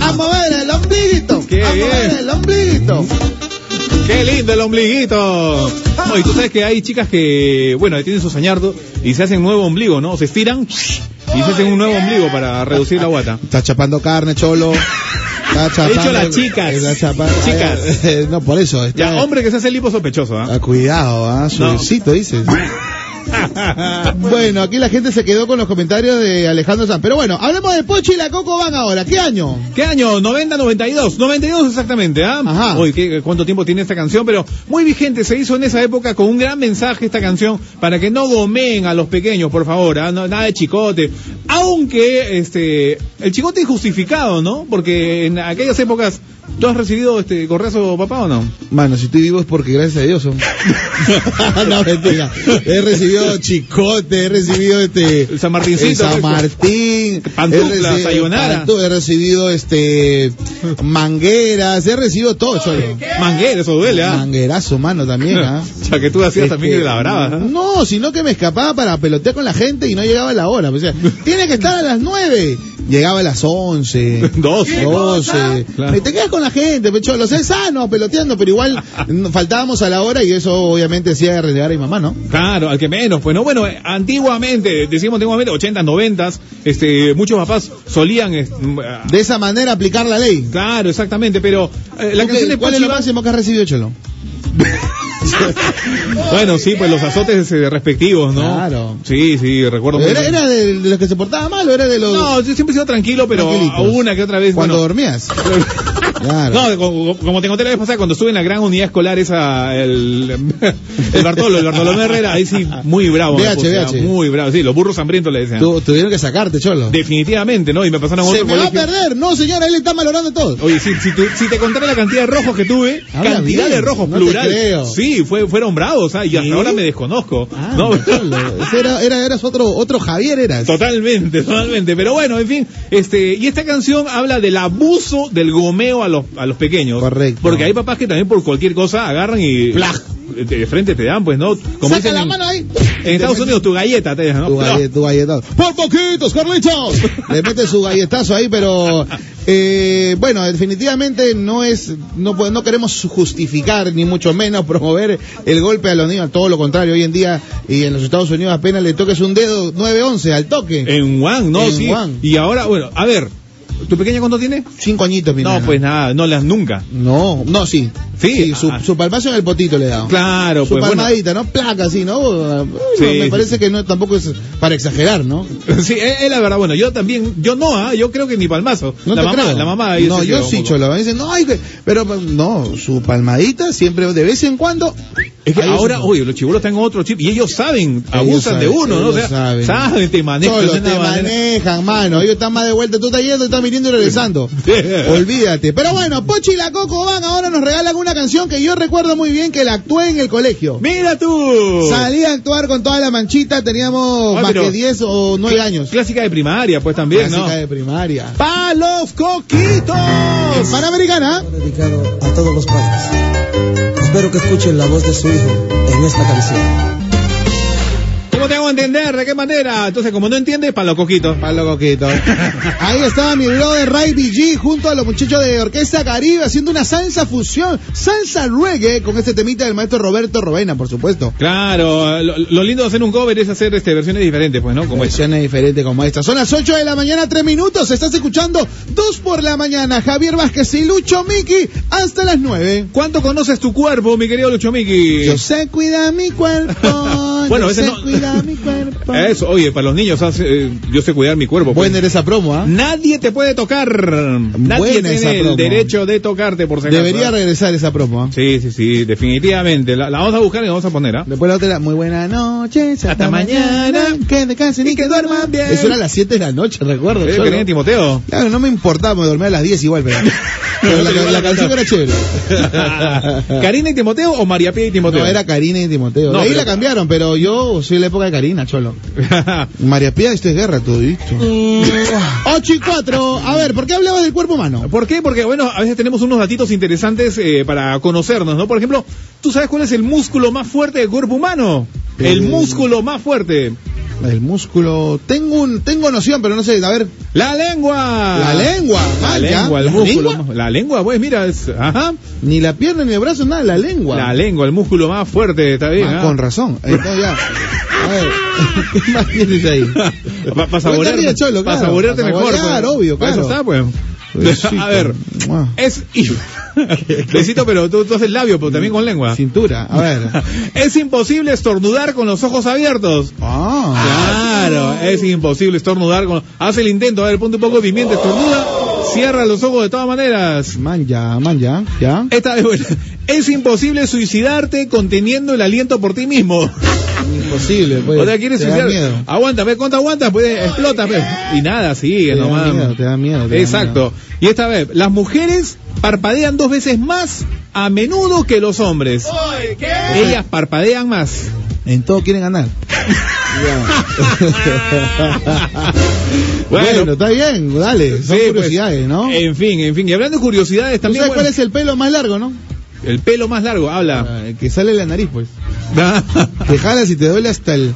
a mover el ombliguito.
Qué
a mover
bien.
el ombliguito.
[LAUGHS] Qué lindo el ombliguito. No, y tú sabes que hay chicas que, bueno, tienen su sañardo y se hacen nuevo ombligo, ¿no? Se estiran y se hacen un nuevo ombligo para reducir la guata.
Está chapando carne, cholo. [LAUGHS] Está chapando.
dicho las chicas.
Está chapando-
Chicas.
Eh, [LAUGHS] no, por eso. Está,
Ya, hombre que se hace lipo sospechoso, ¿ah?
Ah, cuidado, ah,
No. [LAUGHS]
suavecito, dices.
¿ah?
[LAUGHS] bueno, aquí la gente se quedó con los comentarios de Alejandro Sanz. Pero bueno, hablemos de Pochi y la Coco Van ahora. ¿Qué año?
¿Qué año? 90, 92. 92 exactamente, ¿ah?
Ajá.
Uy, ¿qué, cuánto tiempo tiene esta canción, pero muy vigente. Se hizo en esa época con un gran mensaje esta canción para que no gomeen a los pequeños, por favor, ¿ah? No- nada de chicote. Aunque, este, el chicote es justificado, ¿no? Porque en aquellas épocas, ¿tú has recibido este correazo, papá, o no?
Mano, si estoy vivo es porque gracias a Dios. son- [LAUGHS] no, mentira. He recibido chicote, he recibido este.
El San Martincito,
el San
pues.
Martín.
Pantufla,
he recibido-
sayonara.
pantu- He recibido este. Mangueras, he recibido todo, cholo.
Manguera, eso duele, ¿ah?
Manguerazo, mano,
[LAUGHS]
también, ¿ah?
O sea, que tú hacías también
Este,
que la brava, ¿ah?
No, sino que me escapaba para pelotear con la gente y no llegaba la hora. O sea, tiene que estar a las 9. Llegaba a las
[LAUGHS]
11.
12.
12.
Claro.
Me Te quedas con la gente, pecho. Los es sano, peloteando, pero igual [LAUGHS] no- faltábamos a la hora y eso obviamente hacía relegar a mi mamá, ¿no?
Claro, al que menos, pues no, bueno, eh, antiguamente, decimos antiguamente, 80, 90, este, muchos papás solían... es- mm, ah,
De esa manera aplicar la ley.
Claro, exactamente, pero eh, la
¿Tú qué-
canción de
¿Cuál es
Pochi
lo
Vázquez-
máximo que has recibido, Cholo?
Bueno, sí, pues los azotes eh, respectivos, ¿no?
Claro.
Sí, sí, recuerdo. muy
¿Era,
bien.
era de, de los que se portaba mal o era de los...
No, yo siempre he sido tranquilo, pero
Tranquilitos.
una que otra vez,
Cuando
bueno,
dormías. Claro.
[LAUGHS] No, como, como te conté la vez pasada, cuando estuve en la gran unidad escolar esa, el, [LAUGHS] el Bartolo, el Bartolomé Herrera, ahí sí, muy bravo. me
VH,
puse,
VH.
Muy bravo, sí, los burros hambrientos le decían.
Tu- tuvieron que sacarte, Cholo.
Definitivamente, ¿no? Y me pasaron a
Se
otro
me va a
colegio.
perder. No, señora, él está malorando todo.
Oye, si, si, tú- si te contara la cantidad de rojos que tuve,
Habla
cantidad
bien,
de rojos,
no te
plural.
creo.
Sí, fue, fueron bravos, ¿ah? y hasta ahora me desconozco.
Ah,
no,
Cholo, ese era, era, eras otro, otro Javier,
[LAUGHS]
eras.
Totalmente, totalmente. Pero bueno, en fin, este, y esta canción habla del abuso del gomeo a los, a los pequeños.
Correcto.
Porque hay papás que también por cualquier cosa agarran y.
Plaj.
De, de frente te dan, pues, ¿no? Como
Saca
dicen
la
en-
mano ahí.
En Estados Unidos tu galleta te dejan, ¿no?
Tu, galle- tu galletazo. ¡Por poquitos, [LAUGHS] Carlitos! Le mete su galletazo ahí, pero eh, bueno, definitivamente no es, no, po- no queremos justificar ni mucho menos promover el golpe a los niños, todo lo contrario, hoy en día y en los Estados Unidos apenas le toques un dedo 9-11 al toque.
En Juan, ¿no?
En
sí.
Wuhan.
Y ahora, bueno, a ver, ¿tu pequeña cuánto tiene?
Cinco añitos, mi
No,
nena.
pues nada, no las nunca.
No, no, sí.
Sí,
su,
ah.
su palmazo en el potito le he dado.
Claro,
Su
pues bueno.
palmadita, ¿no? Placa así, ¿no? Bueno,
Sí,
me
sí,
parece que no tampoco es para exagerar, ¿no?
[LAUGHS] Sí, es, es la verdad, bueno, yo también, yo no, ¿ah? yo creo que ni palmazo.
No
la,
te
mamá,
creo.
la mamá, ahí
No,
se
yo
quedó un
sí,
poco.
Cholo. Me dicen, no, hay que... pero pues, no, su palmadita siempre, de vez en cuando.
Es que
Ahí
ahora,
es-
oye, los chibolos están en otro chip y ellos saben, abusan
saben,
de uno, ¿no? O
ellos
sea, saben,
saben.
te manejan.
Cholo,
de una
te
manera-
manejan, mano. Ellos están más de vuelta. Tú estás yendo, estás viniendo y regresando.
[LAUGHS] Sí.
Olvídate. Pero bueno, Pochi y la Coco van ahora nos regalan una canción que yo recuerdo muy bien que la actué en el colegio.
¡Mira tú!
Salí a actuar con toda la manchita, teníamos
Ah,
más
pero-
que 10 o 9 años.
Clásica de primaria, pues también,
Clásica
¿no?
de primaria.
¡Palos coquitos!
Panamericana.
dedicado a todos los padres. Espero que escuchen la voz de su hijo en esta canción.
¿Cómo te hago entender? ¿De qué manera? Entonces, como no entiendes, palos coquitos.
Palo Coquito. [LAUGHS] Ahí estaba mi brother Ray BG junto a los muchachos de Orquesta Caribe haciendo una salsa fusión, salsa reggae con este temita del maestro Roberto Robena, por supuesto.
Claro, lo, lo lindo de hacer un cover es hacer este, versiones diferentes, pues, ¿no? Como esa.
Versiones diferentes como esta. Son las 8 de la mañana, 3 minutos. Estás escuchando 2 por la mañana. Javier Vázquez y Lucho Miki hasta las 9.
¿Cuánto conoces tu cuerpo, mi querido Lucho Miki?
Yo sé cuidar
[LAUGHS]
mi cuerpo.
Bueno, a
yo
veces
sé
no-
cuidar mi cuerpo.
[LAUGHS] Eso, oye, para los niños, hace- eh, yo sé cuidar mi cuerpo. pues.
Buena era esa promo, ¿ah?
Nadie te puede tocar. Nadie
Buena esa
tiene el
promo.
derecho de tocarte por si acaso.
Debería regresar esa promo, ¿ah?
Sí, sí, sí, definitivamente. La, la vamos a buscar y la vamos a poner, ¿ah?
Después la otra era, muy buenas noches, hasta,
Hasta mañana,
mañana, que descansen y que duerman bien. Eso era a las 7 de la noche, recuerdo.
Eh,
solo.
Belén y
[LAUGHS]
Timoteo.
Claro, no me importaba, me dormía a las 10
[LAUGHS]
igual, pero, pero la, la- la canción era chévere.
¿Karina y Timoteo o María Pía y Timoteo?
No, era Karina y Timoteo.
No,
De ahí
pero-
la cambiaron, pero yo soy la época de Karina, cholo. María Pía, esto es guerra, todo visto.
Mm.
8 y 4. A ver, ¿por qué hablabas del cuerpo humano?
[LAUGHS] ¿Por qué? Porque, bueno, a veces tenemos unos datitos interesantes eh, para conocernos, ¿no? Por ejemplo, ¿tú sabes cuál es el músculo más fuerte del cuerpo humano? El
Eh.
músculo más fuerte.
El músculo. Tengo un, tengo noción, pero no sé, a ver.
La lengua.
La lengua,
Ah. La
vaya.
lengua, el
¿La
músculo.
lengua?
más- La lengua, pues, mira, es- ajá.
Ni la pierna ni el brazo, nada, la lengua.
La lengua, el músculo más fuerte, está bien.
Ah,
¿ah?
Con razón. Entonces ya. A ver, [LAUGHS] ¿qué más tienes ahí?
Para saborearte,
Cuéntale, Cholo,
pa'
claro,
saborearte
pa'
mejor.
saborear,
pues.
obvio,
Pa' eso
claro.
está, pues.
Besito.
A ver,
Mua.
es...
[LAUGHS]
[LAUGHS] Besito, pero tú, tú haces labio, pero también con lengua.
Cintura, a ver.
[LAUGHS] Es imposible estornudar con los ojos abiertos.
Ah,
Claro, es imposible estornudar con... Haz el intento, a ver, ponte un poco de pimienta, estornuda, cierra los ojos de todas maneras.
man ya, man ya, ya.
Esta vez, bueno, [LAUGHS] es imposible suicidarte conteniendo el aliento por ti mismo.
Imposible, pues.
O sea, quieres
te da
suicidar.
miedo.
Aguanta, ¿ves cuánto aguantas? Pues explota, ¿ves? Y nada, sigue
Te da
nomás.
miedo, te da miedo, te da
Exacto. Y esta vez, las mujeres parpadean dos veces más a menudo que los hombres. Ellas parpadean
[LAUGHS]
más.
En todo quieren ganar.
[LAUGHS]
Ya.
Bueno.
bueno, está bien, dale. Son
Sí, pues,
curiosidades, ¿no?
En fin, en fin. Y hablando de curiosidades
¿Tú
también.
sabes cuál
bueno,
es el pelo más largo, no?
el pelo más largo?
[LAUGHS]
Habla.
Ah, el que sale de la nariz, pues. Te jalas y te duele hasta el.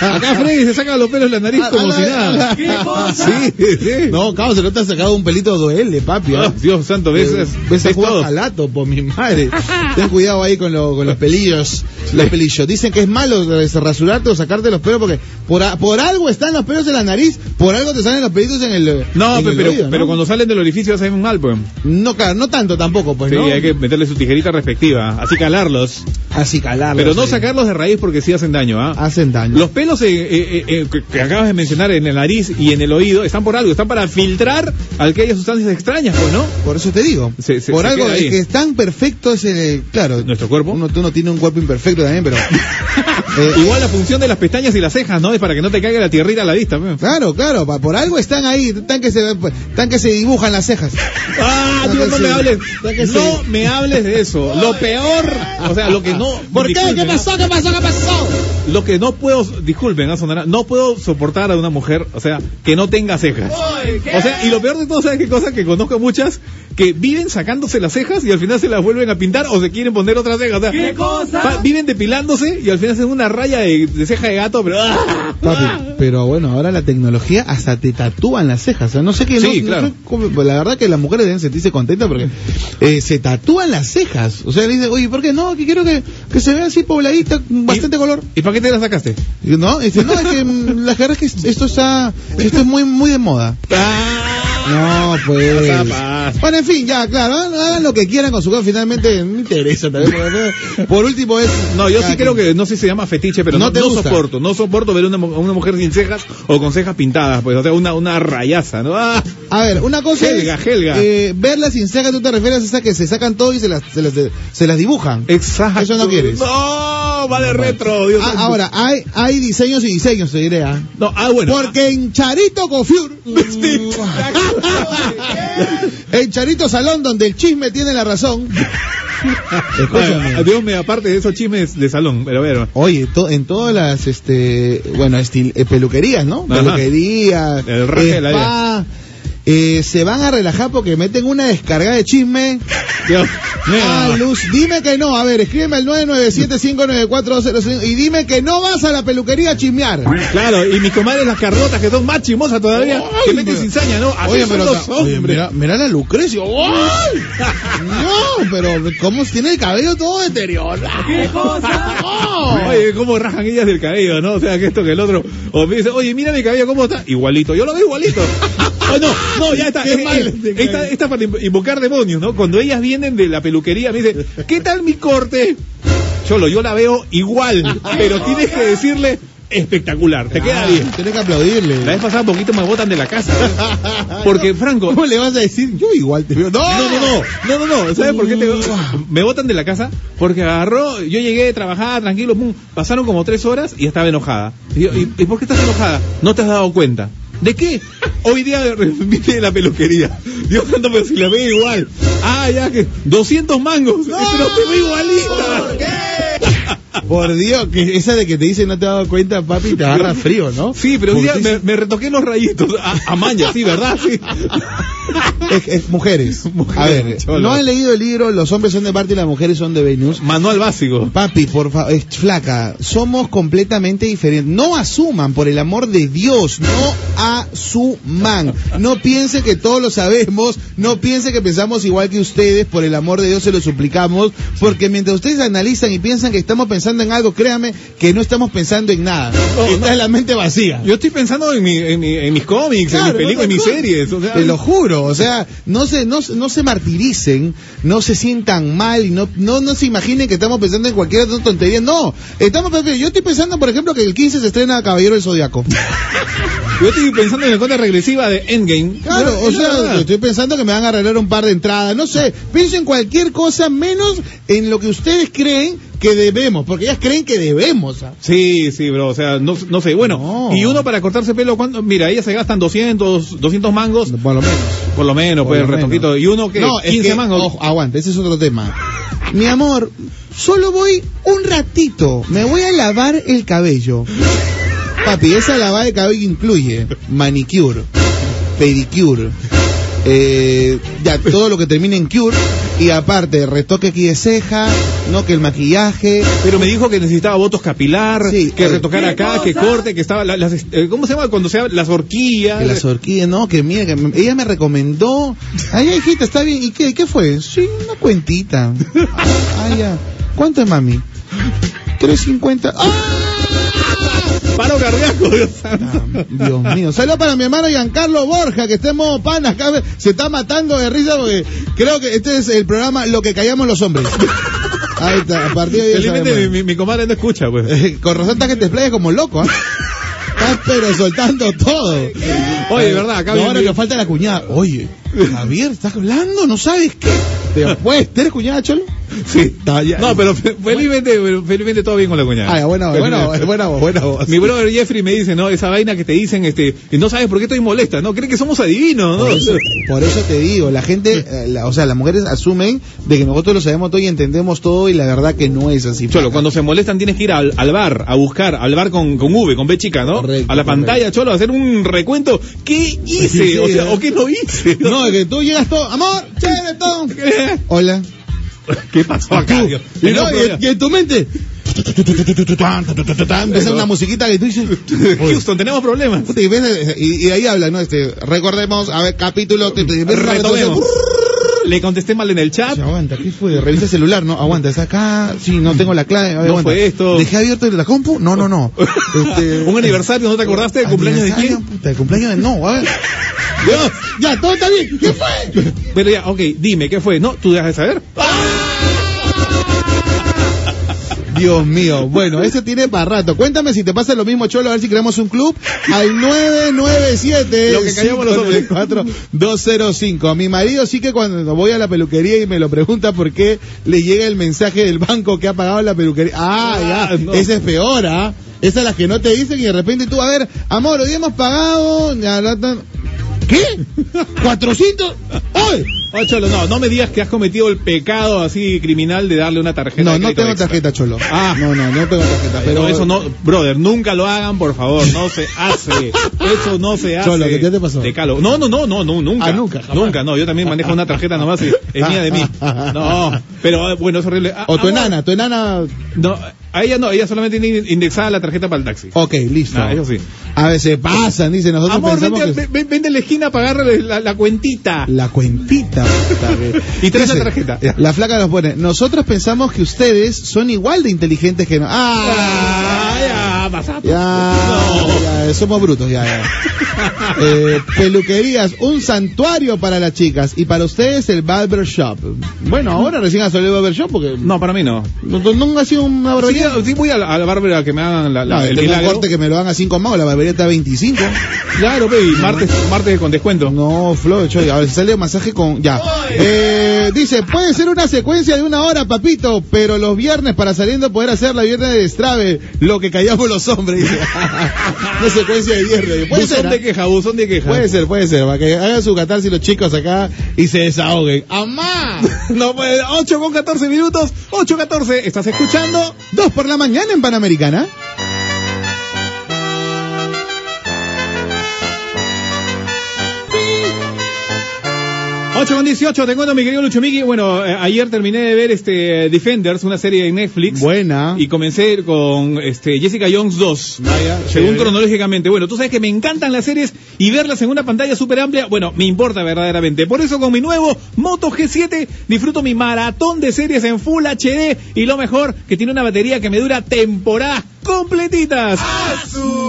Acá Freddy se saca los pelos de la nariz
Ah,
como
ah,
si
ah,
nada.
ah,
[LAUGHS] Sí, sí.
No, causa, no te has sacado un pelito duele, papi.
Ah,
¿ah?
Dios santo, ves,
Eh,
es-
Ves a
es todo.
jugar jalato, por mi
[LAUGHS]
madre. Ten cuidado ahí con, lo- con los pelillos. Los pelillos. Dicen que es malo res- rasurarte o sacarte los pelos porque por, a- por algo están los pelos en la nariz, por algo te salen los pelitos en el.
No,
en
pe-
el
pero,
oído, ¿no?
pero cuando salen del orificio hacen mal, pues.
No, claro, no tanto tampoco, pues
Sí,
¿no?
hay que meterle su tijerita respectiva, así calarlos.
acicalarlos.
Pero no
ahí.
sacarlos de raíz porque sí hacen daño, ¿ah?
Hacen daño.
Los pelos eh, eh, eh, que, que acabas de mencionar en el nariz y en el oído están por algo, están para filtrar al que haya sustancias extrañas, pues, ¿no?
Por eso te digo.
Se- se-
por
se
algo
queda ahí.
es que es tan perfecto es el. Claro.
Nuestro cuerpo.
Uno, uno tiene un cuerpo imperfecto
[LAUGHS]
también, pero. eh,
Igual la función de las pestañas y las cejas, ¿no? Es para que no te caiga la tierrita a la vista, pues. pe.
[LAUGHS] Claro, claro, pa- por algo están ahí, tan que se, tan que se dibujan las cejas.
Ah,
Ya
tío,
que
no
sí.
me hables.
Ya que
No
sí.
me hables de eso. Lo peor, o sea, lo que no.
¿Por qué?
disculpen,
¿Qué
¿no?
pasó? ¿Qué pasó? ¿Qué pasó?
Lo que no puedo, disculpen, ¿no, Sonora? no puedo soportar a una mujer, o sea, que no tenga cejas. O sea, y lo peor de todo, ¿sabes qué cosa? Que conozco muchas que viven sacándose las cejas y al final se las vuelven a pintar o se quieren poner otras cejas. O sea, ¿Qué cosa? viven depilándose y al final hacen una raya de, de ceja de gato, pero... ¡ah!
Papi, pero bueno, ahora la tecnología hasta te tatúan las cejas. O sea, no sé qué.
Sí,
no- no
claro.
sé cómo- la verdad que las mujeres deben sentirse contentas porque eh, se tatúan las cejas. O sea, le dicen, oye, ¿por qué no? Que quiero que, que se vea así pobladita, con bastante color.
¿Y para qué te las sacaste?
Y no, y dice, no, es
[LAUGHS]
que mm, la verdad es que es- esto está, esto es muy, muy de moda.
Ah.
No, pues.
No tapas.
Bueno, en fin, ya, claro, hagan- hagan lo que quieran con su cuerpo, finalmente me interesa tal vez, pero- Por último es.
No, yo
cada
sí creo
quien.
que, no sé si se llama fetiche, pero
No
no,
te
no
gusta.
soporto, no soporto ver una, mu- a una mujer sin cejas o con cejas pintadas, pues, o sea, una, una rayaza, ¿no? ¡Ah!
A ver, una cosa
Helga,
es
Helga.
eh, verlas sin cejas, tú te refieres a esas que se sacan todo y se las, se las, se las dibujan.
Exacto.
Eso no quieres.
No, va de retro, Dios
Ah,
santo.
ahora, hay, hay diseños y diseños, te diré. ¿ah?
No, ah, bueno.
Porque en Charito
[LAUGHS]
Cofiur, en Charito Salón, donde el chisme tiene la razón.
Ah, Dios me aparte de esos chismes de salón, pero a ver.
Oye, to- en todas las, este, bueno, estil- eh, peluquerías, ¿no?
Ajá.
Peluquerías,
El raje de la
spa, eh, se van a relajar porque meten una descarga de chisme.
Dios, mira.
Ah, Luz, dime que no. A ver, escríbeme al 997-594-205 y dime que no vas a la peluquería a chismear.
Claro, y mis comadres las carlotas que son más chismosas todavía, que
Ay,
meten
pero-
sin saña, ¿no? Así
Oye,
son
pero,
los
ca- oye,
hombres.
mira, mira la Lucrecia. ¡Ay! No, pero ¿cómo tiene el cabello todo deteriorado? ¿Qué cosa?
[LAUGHS] Oye, cómo rajan ellas del cabello, ¿no? O sea, que esto que el otro. O me dice, oye, mira mi cabello, ¿cómo está? Igualito. Yo lo veo igualito. [LAUGHS] Oh, no, no, ya está.
Qué
Eh,
mal
eh,
este
esta,
cabello.
esta para invo- invocar demonios, ¿no? Cuando ellas vienen de la peluquería, me dicen, ¿qué tal mi corte? Cholo, yo la veo igual, pero tienes que decirle espectacular. Te queda bien.
Tienes que
La
aplaudirle.
vez pasada poquito me botan de la casa.
[LAUGHS]
Porque, Franco,
¿Cómo le vas a decir? Yo igual te veo. No,
no, no, no, no, no, no, ¿sabes por qué te me botan de la casa? Porque agarró, yo llegué, trabajaba tranquilo, pum, pasaron como tres horas y estaba enojada. Y, yo, ¿y, y por qué estás enojada? No te has dado cuenta. ¿De qué? Hoy día [LAUGHS] viste de la peluquería. Dios santo, pero si la veo igual. Ah, ya que 200 mangos. No, no te veo igualita.
¿Por Por Dios, que esa de que te dice no te has dado cuenta, papi, te agarra frío, ¿no?
Sí, pero hoy día
Porque
me, me retoqué los rayitos. A, a maña, sí, ¿verdad? Sí.
es, es mujeres.
[LAUGHS]
A ver,
Cholo.
¿no han leído el libro Los hombres son de Bart y las mujeres son de Venus?
Manual básico.
Papi, por favor, es flaca, somos completamente diferentes. No asuman, por el amor de Dios, no asuman. No piense que todos lo sabemos, no piense que pensamos igual que ustedes, por el amor de Dios se lo suplicamos, porque mientras ustedes analizan y piensan que estamos pensando en algo, créame que no estamos pensando en nada. Está la mente vacía.
Yo estoy pensando en, mi- en mi- en mis cómics, en mis
Claro,
películas, en
no,
mis
no,
series. o sea,
Te lo juro, o sea, no se, no, se- no se martiricen, no se sientan mal y no, no, no se imaginen que estamos pensando en cualquier otra tontería. No, estamos pensando- yo estoy pensando, por ejemplo, que el 15 se estrena Caballero
[LAUGHS]
del Zodiaco.
Yo estoy pensando en la cuenta regresiva de Endgame.
Claro,
No,
o
es la
sea,
verdad.
estoy pensando que me van a arreglar un par de entradas, no sé, pienso en cualquier cosa menos en lo que ustedes creen que debemos, porque ellas creen que debemos. ¿ah?
Sí, sí, bro, o sea, no, no sé. Bueno,
No.
y uno para cortarse pelo, ¿cuánto? Mira, ellas se gastan 200, 200 mangos.
Por lo menos.
Por lo menos, pues,
Por lo
retoquito.
menos.
Y uno que
No, es
15
que,
mangos.
ojo, aguanta, ese es otro tema. Mi amor, solo voy un ratito. Me voy a lavar el cabello. Papi, esa lavada de cabello incluye manicure, pedicure, eh, ya todo lo que termine en cure. Y aparte, retoque aquí de ceja, no que el maquillaje.
Pero me dijo que necesitaba votos capilar,
Sí, eh,
que
oye,
retocar
¿qué
acá, que corte, que estaba. la- las, eh, ¿Cómo se llama cuando se habla? Las horquillas.
Que las horquillas, no, que mira, que me- ella me recomendó. Ay, ay, hijita, está bien. ¿Y qué, qué fue? Sí, una cuentita. Ay, ya. ¿Cuánto es, mami? 350. ¡Ah!
Paro cardíaco, Dios santo.
Dios mío. Saludos para mi hermano Giancarlo Borja, que está en modo pana. acá Se está matando de risa porque creo que este es el programa Lo que callamos los hombres. Ahí está, a partir de ahí ya
Felizmente mi,
sabemos.
mi, mi comadre no escucha, pues.
Eh, Con razón está que te explayas como loco, ¿ah? Estás pero soltando todo.
Oye, verdad, acá
no,
viene-
ahora que falta la cuñada. Oye, Javier, ¿estás hablando? ¿No sabes qué? [LAUGHS] ¿Te puedes tener cuñada, Cholo? [LAUGHS] Sí.
No, pero fe- felizmente, felizmente todo bien con la cuñada.
Ah, buena voz, buena voz, buena voz, buena voz.
Mi brother Jeffrey me dice, no, esa vaina que te dicen, este, y no sabes por qué estoy molesta, no, creen que somos adivinos, ¿no?
Por eso, por eso te digo, la [LAUGHS] gente, eh, la- o sea, las mujeres asumen de que nosotros lo sabemos todo y entendemos todo y la verdad que no es así.
Cholo, cuando se molestan tienes que ir al, al bar, a buscar, al bar con, con V, con B chica, ¿no?
Correcto,
a la pantalla, Cholo, a hacer un recuento. ¿Qué hice?
Sí,
o sea,
¿eh?
¿o qué no hice?
No, es que tú llegas todo, amor, chévere, [LAUGHS] todo. Hola.
¿Qué pasó acá?
Ah, Tú.
Dios?
Y, no, y- y en tu mente. Empieza una musiquita que tú dices.
Houston, tenemos problemas.
puta, Y, ves, y- y ahí hablan, ¿no? Este, recordemos, a ver, capítulo. te- te- ves una
Retomemos.
resolución.
Le contesté mal en el chat.
Oye, Aguanta, ¿qué fue? Revisa el celular, ¿no? Aguanta, está acá. Sí, no tengo la clave. A ver,
No
aguanta.
fue esto.
¿Dejé abierto la compu? No, no, [LAUGHS] no. Este,
[LAUGHS] un aniversario, ¿no te acordaste del cumpleaños de quién?
Puta, ¿El cumpleaños de no? A ver. Dios, ya, todo está [LAUGHS] bien. ¿Qué [LAUGHS] fue?
Pero ya, ok, dime, ¿qué fue? No, tú dejas de saber.
Dios mío, bueno, ese tiene para rato. Cuéntame si te pasa lo mismo, Cholo, a ver si creamos un club al 997
Lo que callamos los hombres.
205. Mi marido sí que cuando voy a la peluquería y me lo pregunta por qué le llega el mensaje del banco que ha pagado la peluquería. Ah,
Ah,
ya,
no.
esa es peor, ¿ah? Esa es la que no te dicen y de repente tú, a ver, amor, hoy hemos pagado... ya, la, la- ¿Qué? ¿400? ¡Hoy!
Oh, Cholo, no, no me digas que has cometido el pecado así criminal de darle una tarjeta.
No,
de
no
crédito
tengo
extra.
tarjeta, Cholo.
Ah.
No, no, no tengo tarjeta.
Pero
Pero
eso no, brother, nunca lo hagan, por favor, no se hace. Eso no se hace.
Cholo, ¿qué te pasó?
Te calo. No, no, no, no, no, nunca.
Ah, nunca, jamás.
Nunca, no, yo también manejo una tarjeta nomás y es mía de mí. No, pero ah, bueno, es horrible. Ah,
O tu
amor.
enana, tu enana.
No, a ella no, ella solamente tiene indexada la tarjeta para el taxi.
Ok, listo.
Ah, eso sí.
A veces pasan, dice nosotros
Amor,
pensamos
vente,
que
a- ve- vente a la esquina a pagar la, la cuentita.
la cuentita. puta,
[LAUGHS]
que-
Y traes la
Dice,
tarjeta. Ya.
La flaca nos pone. Nosotros pensamos que ustedes son igual de inteligentes que nosotros.
Ah,
¡Ah!
ya, pasa.
Ya, ya, somos brutos,
[LAUGHS]
ya, ya. Eh, peluquerías, un santuario para las chicas y para ustedes el barber shop. Bueno, ahora recién ha salido el barber shop porque
No, para mí no.
no, no- nunca ha sido una
Sí,
barbería.
sí voy a la, a la Bárbara que me hagan la, la-
No,
el
Ah, tengo un
milagro.
corte que me lo dan a 5 más, la barbería está a 25.
Claro, pe, y martes, martes con descuento.
No, Flo, yo, a ver, sale masaje con... Ya. Eh, dice, puede ser una secuencia de una hora, papito, pero los viernes para saliendo poder hacer la viernes de destrave, lo que callamos los hombres. dice. [LAUGHS] una secuencia de viernes. Puede
Buzón
ser,
de
¿ah?
queja, buzón de queja.
puede ser, puede ser, para que hagan su catarsis los chicos acá y se desahoguen. [LAUGHS] ¡Amá!
No, pues, 8 con 14 minutos, 8 14. ¿Estás escuchando?
Dos por la mañana en Panamericana.
Ocho con 18, te cuento mi querido Lucho Miki. Bueno, eh, ayer terminé de ver este Defenders, una serie en Netflix.
Buena.
Y comencé con este, Jessica Jones 2.
Vaya,
según
chévere.
cronológicamente. Bueno, tú sabes que me encantan las series y verlas en una pantalla súper amplia, bueno, me importa verdaderamente. Por eso con mi nuevo Moto G7 disfruto mi maratón de series en Full HD y lo mejor, que tiene una batería que me dura temporadas completitas.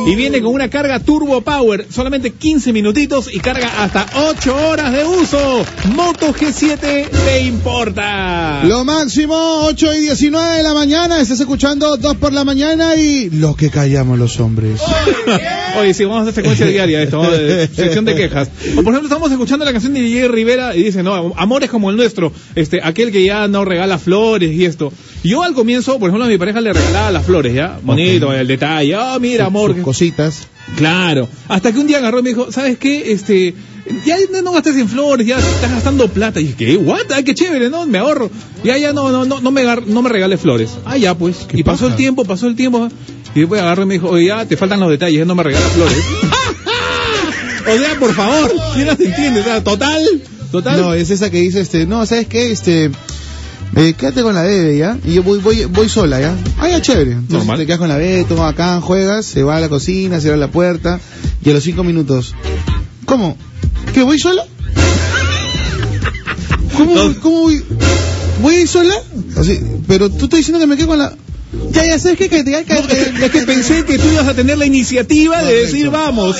Y viene con una carga Turbo Power, solamente 15 minutitos y carga hasta 8 horas de uso. Moto G7 te importa.
Lo máximo, 8 y 19 de la mañana. Estás escuchando 2 por la mañana y lo que callamos los hombres.
[LAUGHS] Oye, sí, vamos a hacer secuencia diaria de esto, vamos de- sección de quejas. O, por ejemplo, estamos escuchando la canción de DJ Rivera y dice, no, amor es como el nuestro, este, aquel que ya no regala flores y esto. Yo al comienzo, por ejemplo, a mi pareja le regalaba las flores, ¿ya? Bonito, el detalle, ah, mira, amor.
[LAUGHS] Sus cositas.
Claro. Hasta que un día agarró y me dijo, ¿sabes qué? Este, ya no- no gastes en flores, ya estás gastando plata. Y dije, ¿qué? ¿What? Ay, qué chévere, ¿no? Me ahorro. Ya, ya, no, no, no, no me, agar- no me regales flores. Ah, ya, pues. Y pasó el
paja?
tiempo, pasó el tiempo. Y después agarró y me dijo, oye, ya, te faltan los detalles, ya no me regalas flores. [LAUGHS] o sea, por favor, ¿quién las entiende? O sea, total, total.
No, es esa que dice, este, no, ¿sabes qué? Este, eh, quédate con la bebé, ¿ya? Y yo voy, voy, voy sola, ¿ya? Ah, ya, chévere. Entonces
Normal.
te quedas con la bebé, tomas acá, juegas, se va a la cocina, cierra la puerta y a los 5 minutos. ¿Cómo? ¿Que voy sola? ¿Cómo, voy-
No.
¿Cómo voy? ¿Voy a ir sola? Así, pero tú estás diciendo que me quedo con la... Ya, ya sé que, que, que,
Es
[LAUGHS]
que pensé que tú ibas a tener la iniciativa de decir vamos.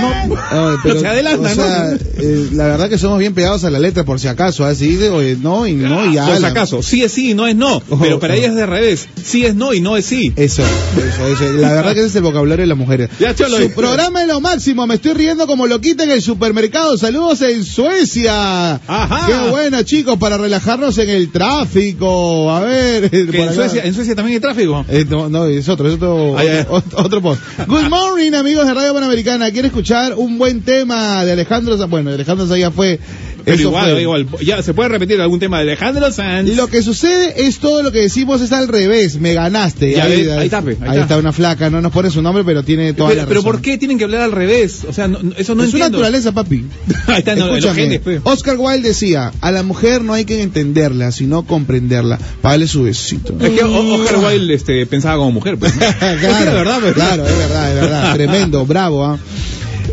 No,
Ay, pero,
no [LAUGHS] se adelanta,
o sea,
¿no?
eh, la verdad que somos bien pegados a la letra, por si acaso. Así de, oye, no y Oh, no y
Ah, Por si
ala.
acaso, sí es sí, no es no. pero para ella es de revés. Sí es no y no es sí.
Eso, eso, eso. La verdad que ese es el vocabulario de las mujeres.
Ya, Cholo,
Su
eh.
programa es lo máximo. Me estoy riendo como lo quita en el supermercado. Saludos en Suecia.
Ajá.
Qué buena, chicos, para relajarnos en el tráfico. A ver. por
Que en,
acá.
Suecia, en Suecia también hay tráfico.
Eh, no, no, es otro, es otro,
Ah, ya, ya.
ot- otro post. Good morning, amigos de Radio Panamericana. ¿Quiere escuchar un buen tema de Alejandro Sa- Bueno, Alejandro Sa- ya fue.
Pero
eso
igual,
fue.
igual. Ya, ¿se puede repetir algún tema de Alejandro Sanz?
Lo que sucede es todo lo que decimos es al revés. Me ganaste.
Ya ves, ahí está, pe, ahí
ahí
está.
está una flaca, no nos pone su nombre, pero tiene toda la
pero, pero
razón.
¿por qué tienen que hablar al revés? O sea, no- no- eso no
es su
entiendo.
naturaleza, papi.
[LAUGHS] Ahí están los- los
Escúchame,
genes, pues. pe.
Oscar Wilde decía, a la mujer no hay que entenderla, sino comprenderla. Págale su besito.
Es que O- Oscar Wilde este, pensaba como mujer. Pues.
Mm. [LAUGHS] claro,
[LAUGHS] Es que la verdad, pues.
claro, es verdad, es
[LAUGHS]
verdad. Tremendo, bravo. ¿ah?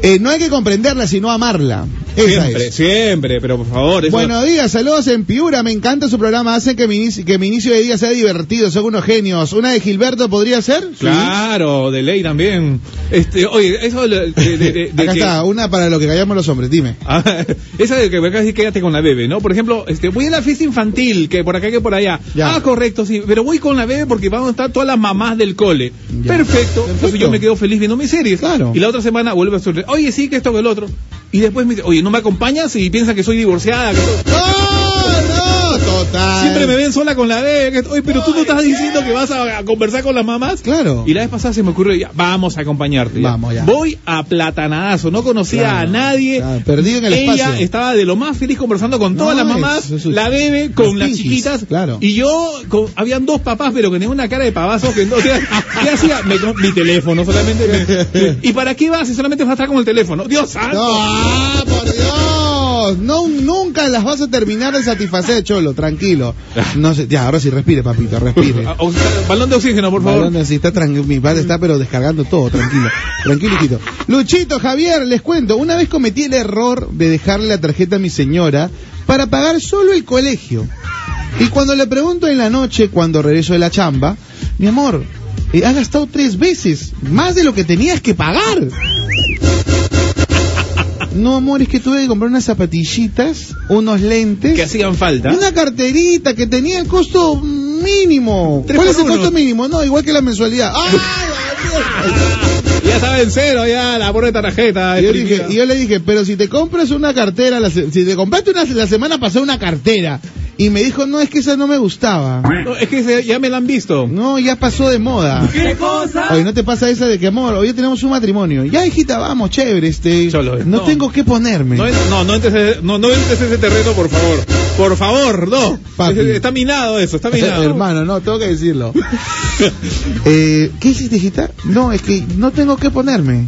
Eh, no hay que comprenderla, sino amarla. Esa
Siempre,
es.
siempre, pero por favor. eso-
Buenos días, saludos en Piura, me encanta su programa, hace que mi, inicio, que mi inicio de día sea divertido, son unos genios. ¿Una de Gilberto podría ser? Sí.
Claro, de ley también. Este, oye, eso de, de- de- de- de
Acá
que...
está, una para lo que callamos los hombres, dime.
Ah, [LAUGHS] esa de que me acabas de decir quédate con la bebé, ¿no? Por ejemplo, este, voy a la fiesta infantil, que por acá, que por allá.
Ya.
Ah, correcto, sí, pero voy con la bebé porque van a estar todas las mamás del cole.
Ya.
Perfecto. Entonces
Perfecto.
yo me quedo feliz viendo mis series.
Claro.
Y la otra semana vuelve a surgir, oye, sí, que esto, que el otro. Y después me dice, oye, ¿no me acompañas? Y piensa que soy divorciada. que todo.
¡No, no! Total.
Siempre me ven sola con la bebé. que esto- Oye, pero tú no estás diciendo que vas a, a conversar con las mamás.
Claro.
Y la vez pasada se me ocurrió, ya, vamos a acompañarte. ya.
Vamos, ya.
Voy a platanadazo, no conocía
Claro,
a nadie.
claro, perdido en el
Ella
espacio.
estaba de lo más feliz conversando con todas
No,
las mamás,
es- es su-
la bebe, con las
pinkies,
chiquitas.
claro.
Y yo, con- habían dos papás, pero que tenían una cara de pavazo que no, o sea, ¿qué hacía? Me co- mi teléfono
[LAUGHS]
solamente. me- ¿Y para qué vas si solamente vas a estar con el teléfono? Dios santo.
No, ah, por Dios. No, nunca las vas a terminar de satisfacer, Cholo, [LAUGHS] tranquilo. No sé, ya, ahora sí, respire, papito, respire.
Ah, o- balón de oxígeno, por favor.
Balón, sí, está tran- mi padre está pero descargando todo, tranquilo, tranquilo, hijito. Luchito, Javier, les cuento, una vez cometí el error de dejarle la tarjeta a mi señora para pagar solo el colegio. Y cuando le pregunto en la noche, cuando regreso de la chamba, mi amor, eh, has gastado tres veces, más de lo que tenías que pagar. [LAUGHS] No, amor, es que tuve que comprar unas zapatillitas, unos lentes.
Que hacían falta.
Una carterita que tenía el costo mínimo.
Tres
¿Cuál
por
es el
uno.
costo mínimo? No, igual que
[LAUGHS]
la mensualidad. ¡Ay, la mierda!
Ya saben, cero, ya, la pobre tarjeta.
Y yo,
exprimida.
dije- y yo le dije, pero si te compras una cartera, la se- si te compraste una, la semana pasada una cartera, y me dijo, no, es que esa no me gustaba.
No, es que se- ya me la han visto.
No, ya pasó de moda.
¿Qué cosa?
Oye, ¿no te pasa esa de que, amor, hoy ya tenemos un matrimonio? Ya, hijita, vamos, chévere, este...
Cholo,
no,
no.
tengo que ponerme.
No, en- no, no entres, ese- no, no entres ese terreno, por favor. Por favor, no.
Papi.
Ese- Está minado eso,
[LAUGHS]
está minado.
[LAUGHS] Hermano, no, tengo que decirlo. Eh, ¿Qué hiciste, hijita? No, es que no tengo que ponerme.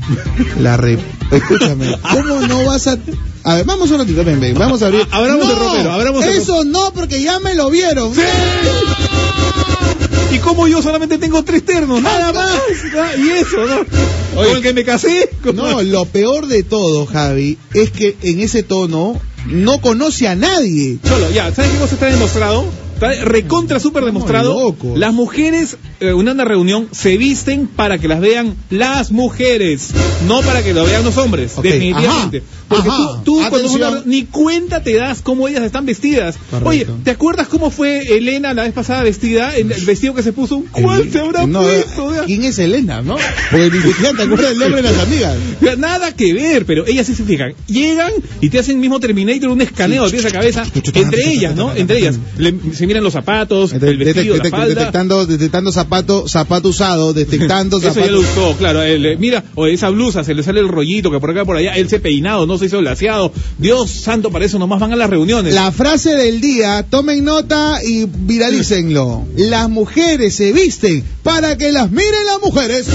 La re... Escúchame, ¿cómo no vas a...? A ver, vamos un ratito, ven, ven, vamos a abrir...
A- abramos
¡No!
el ropero, abramos el
Eso no, porque ya me lo vieron.
¿Y cómo yo solamente tengo tres ternos?
[LAUGHS]
Nada más. Ah, Y eso, ¿no? Con el que me casé. con-
No, lo peor de todo, Javi, es que en ese tono no conoce a nadie.
Cholo, ya, ¿sabes qué cosa está demostrado? Está recontra súper demostrado.
locos.
Las mujeres, eh, en una reunión, se visten para que las vean las mujeres, no para que lo vean los hombres,
Ok,
definitivamente.
ajá,
Porque
ajá.
tú, tú cuando es una-
Atención.
ni cuenta te das cómo ellas están vestidas.
Correcto.
Oye, ¿te acuerdas cómo fue Elena la vez pasada vestida? El, el vestido que se puso. ¿Cuál
El-
se habrá
no, eh,
puesto? O sea,
¿Quién es Elena, no? Porque ni siquiera te acuerdas el nombre de las amigas.
Nada que ver, pero ellas sí se fijan. Llegan y te hacen mismo Terminator un escaneo de pies a cabeza entre ellas, ¿no? Entre ellas. Le- se miran los zapatos, el
Detec-
vestido, la
detec-
falda.
detectando, detectando zapato, zapato
[LAUGHS]
usado, detectando
Eso ya
zapato.
lo usó, claro. el, eh, mira, o esa blusa, se le sale el rollito que por acá por allá, él se peinado, no se hizo glaseado. Dios santo, para eso nomás van a las reuniones.
La frase del día, tomen nota y viralícenlo. Las mujeres se visten para que las miren las mujeres.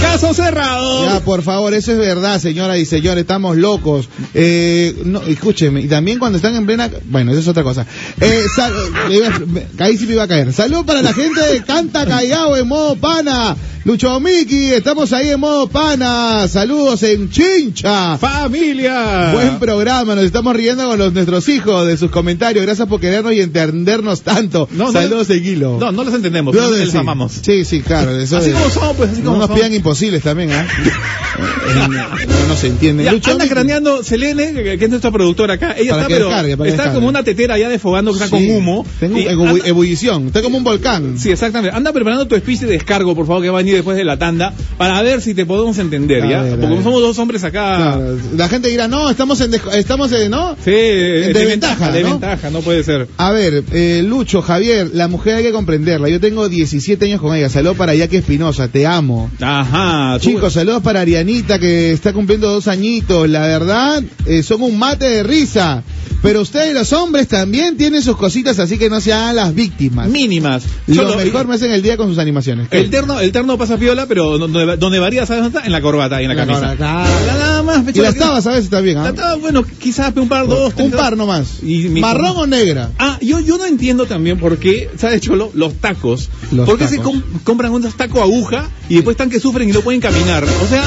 Caso cerrado.
Ya, por favor, eso es verdad, señora y señor, estamos locos. Eh, no, escúcheme, y también cuando están en plena... Bueno, eso es otra cosa. Eh, sal- me iba- me- ahí sí me iba a caer. Salud para la gente de Canta Caigao en modo pana. Lucho Miki, estamos ahí en modo pana. Saludos en Chincha.
¡Familia!
Buen programa, nos estamos riendo con los, nuestros hijos de sus comentarios. Gracias por querernos y entendernos tanto.
No, no-
Saludos en Hilo.
No, no los entendemos,
Brother,
les
sí.
amamos.
Sí, sí, claro. eso
Así
es.
como somos, pues, así
No
como
nos
somos.
pidan imposibles también,
[LAUGHS]
¿ah? Eh, no, no se entiende.
Ya,
Lucho
anda
Miki.
craneando Selene, eh, que que es nuestra productora acá. Ella
Para
está,
que
pero
descargue, para que
está
descargue.
como una tetera ya desfogando, que está con
Sí,
humo.
Tengo
Y
ebulli-
anda-
ebullición. Está como un volcán.
Sí, exactamente. Anda preparando tu speech de descargo, por favor, que va a venir después de la tanda, para ver si te podemos entender,
A
¿ya?
ver, a
Porque como
ver.
somos dos hombres acá.
Claro. La gente dirá, no, estamos en, desco- estamos en, ¿no?
Sí, de,
ventaja,
de
¿no?
ventaja, no puede ser.
A ver, eh, Lucho, Javier, la mujer hay que comprenderla. Yo tengo 17 años con ella. Saludos para Jackie Espinosa, te amo.
Ajá, tú-
Chicos, saludos para Arianita que está cumpliendo dos añitos. La verdad, eh, son un mate de risa. Pero ustedes, los hombres, también tienen sus cositas, así que no se hagan las víctimas.
mínimas.
Lo
Solo-
mejor me hacen el día con sus animaciones.
El terno, el terno pasa piola, pero donde, donde varía, ¿sabes dónde está? En la corbata y en la,
La
camisa.
corbata.
Nada más,
Y
pecho,
las
que-
tabas a veces también, ¿ah?
La taba, bueno, quizás un par, dos,
Un
tres,
par nomás.
Y mi-
¿Marrón o negra?
Ah, yo, yo no entiendo también por qué, ¿sabes, Cholo? Los tacos.
Los
¿Por qué se
tacos.
com- compran unos tacos aguja y después están que sufren y no pueden caminar? O sea,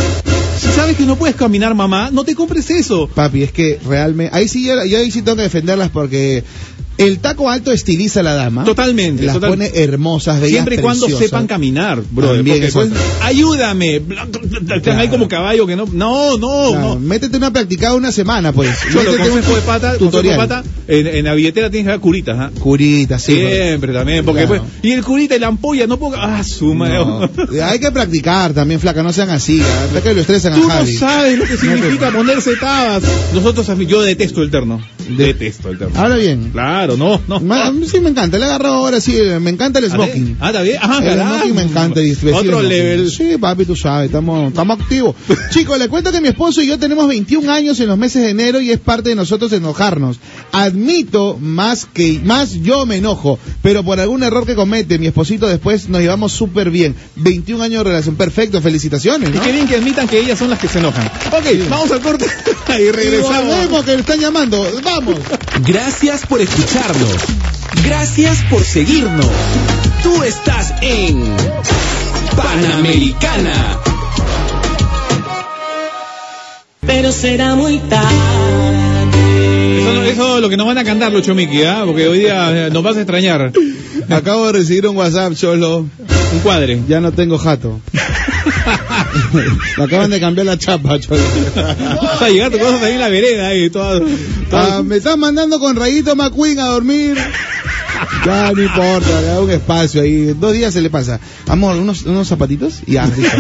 si sabes que no puedes caminar, mamá, no te compres eso.
Papi, es que realmente. Ahí sí, yo, yo ahí sí tengo que defenderlas porque el taco alto estiliza a la dama.
Totalmente,
¿Ah? Las
total-
pone hermosas, bellas,
Siempre y cuando
preciosas.
sepan caminar, bro.
También es otra.
ayúdame. Están ahí como caballo que no. No, no,
Claro,
no.
Métete una practicada una semana, pues.
Cholo,
Métete
consejo de pata, consejo de
tutorial.
pata, en, en la billetera tienes que dar curitas, ¿ah?
Curita, sí.
Siempre también, porque
Claro.
pues, y el curita y la ampolla no puedo, ah, su madre.
No. Hay que practicar también, flaca, no sean así. ¿ah? Es que lo estresan
Tú
a
no
Javi.
sabes lo que significa ponerse tabas. Nosotros, yo detesto el terno. Detesto el terno.
Habla bien.
Claro, no, no.
Ma- Sí, me encanta. Le agarro ahora, sí. Me encanta el
Ah, ¿eh?
smoking.
Ah, está bien. Ah,
El
caramba.
smoking me encanta. y vestir
Otro
smoking.
level.
Sí, papi, tú sabes, estamos estamos
[LAUGHS]
activos. Chicos, les cuento que mi esposo y yo tenemos 21 años en los meses de enero y es parte de nosotros enojarnos. Admito más que más yo me enojo, pero por algún error que comete mi esposito después nos llevamos súper bien. 21 años de relación, perfecto, felicitaciones.
Y
¿no?
qué bien que admitan que ellas son las que se enojan. Ok, vamos al corte [LAUGHS] y
Y
regresamos.
volvemos, que le están llamando. Vamos.
Gracias por escucharnos. Gracias por seguirnos. Tú estás en Panamericana.
Pero será muy tarde.
Eso, eso es lo que nos van a cantar, Lucho Miki, ¿ah? Porque hoy día eh, nos vas a extrañar.
[LAUGHS] Acabo de recibir un WhatsApp, Cholo.
Un
[LAUGHS]
cuadre.
Ya no tengo jato. Me acaban de cambiar la chapa, Cholo.
Vas a llegar, te vas a salir en la vereda y todo.
Ah, me están mandando con Rayito McQueen a dormir. Ya no importa, le da un espacio ahí. Dos días se le pasa. Amor, unos, unos zapatitos y ya. listo.
[LAUGHS]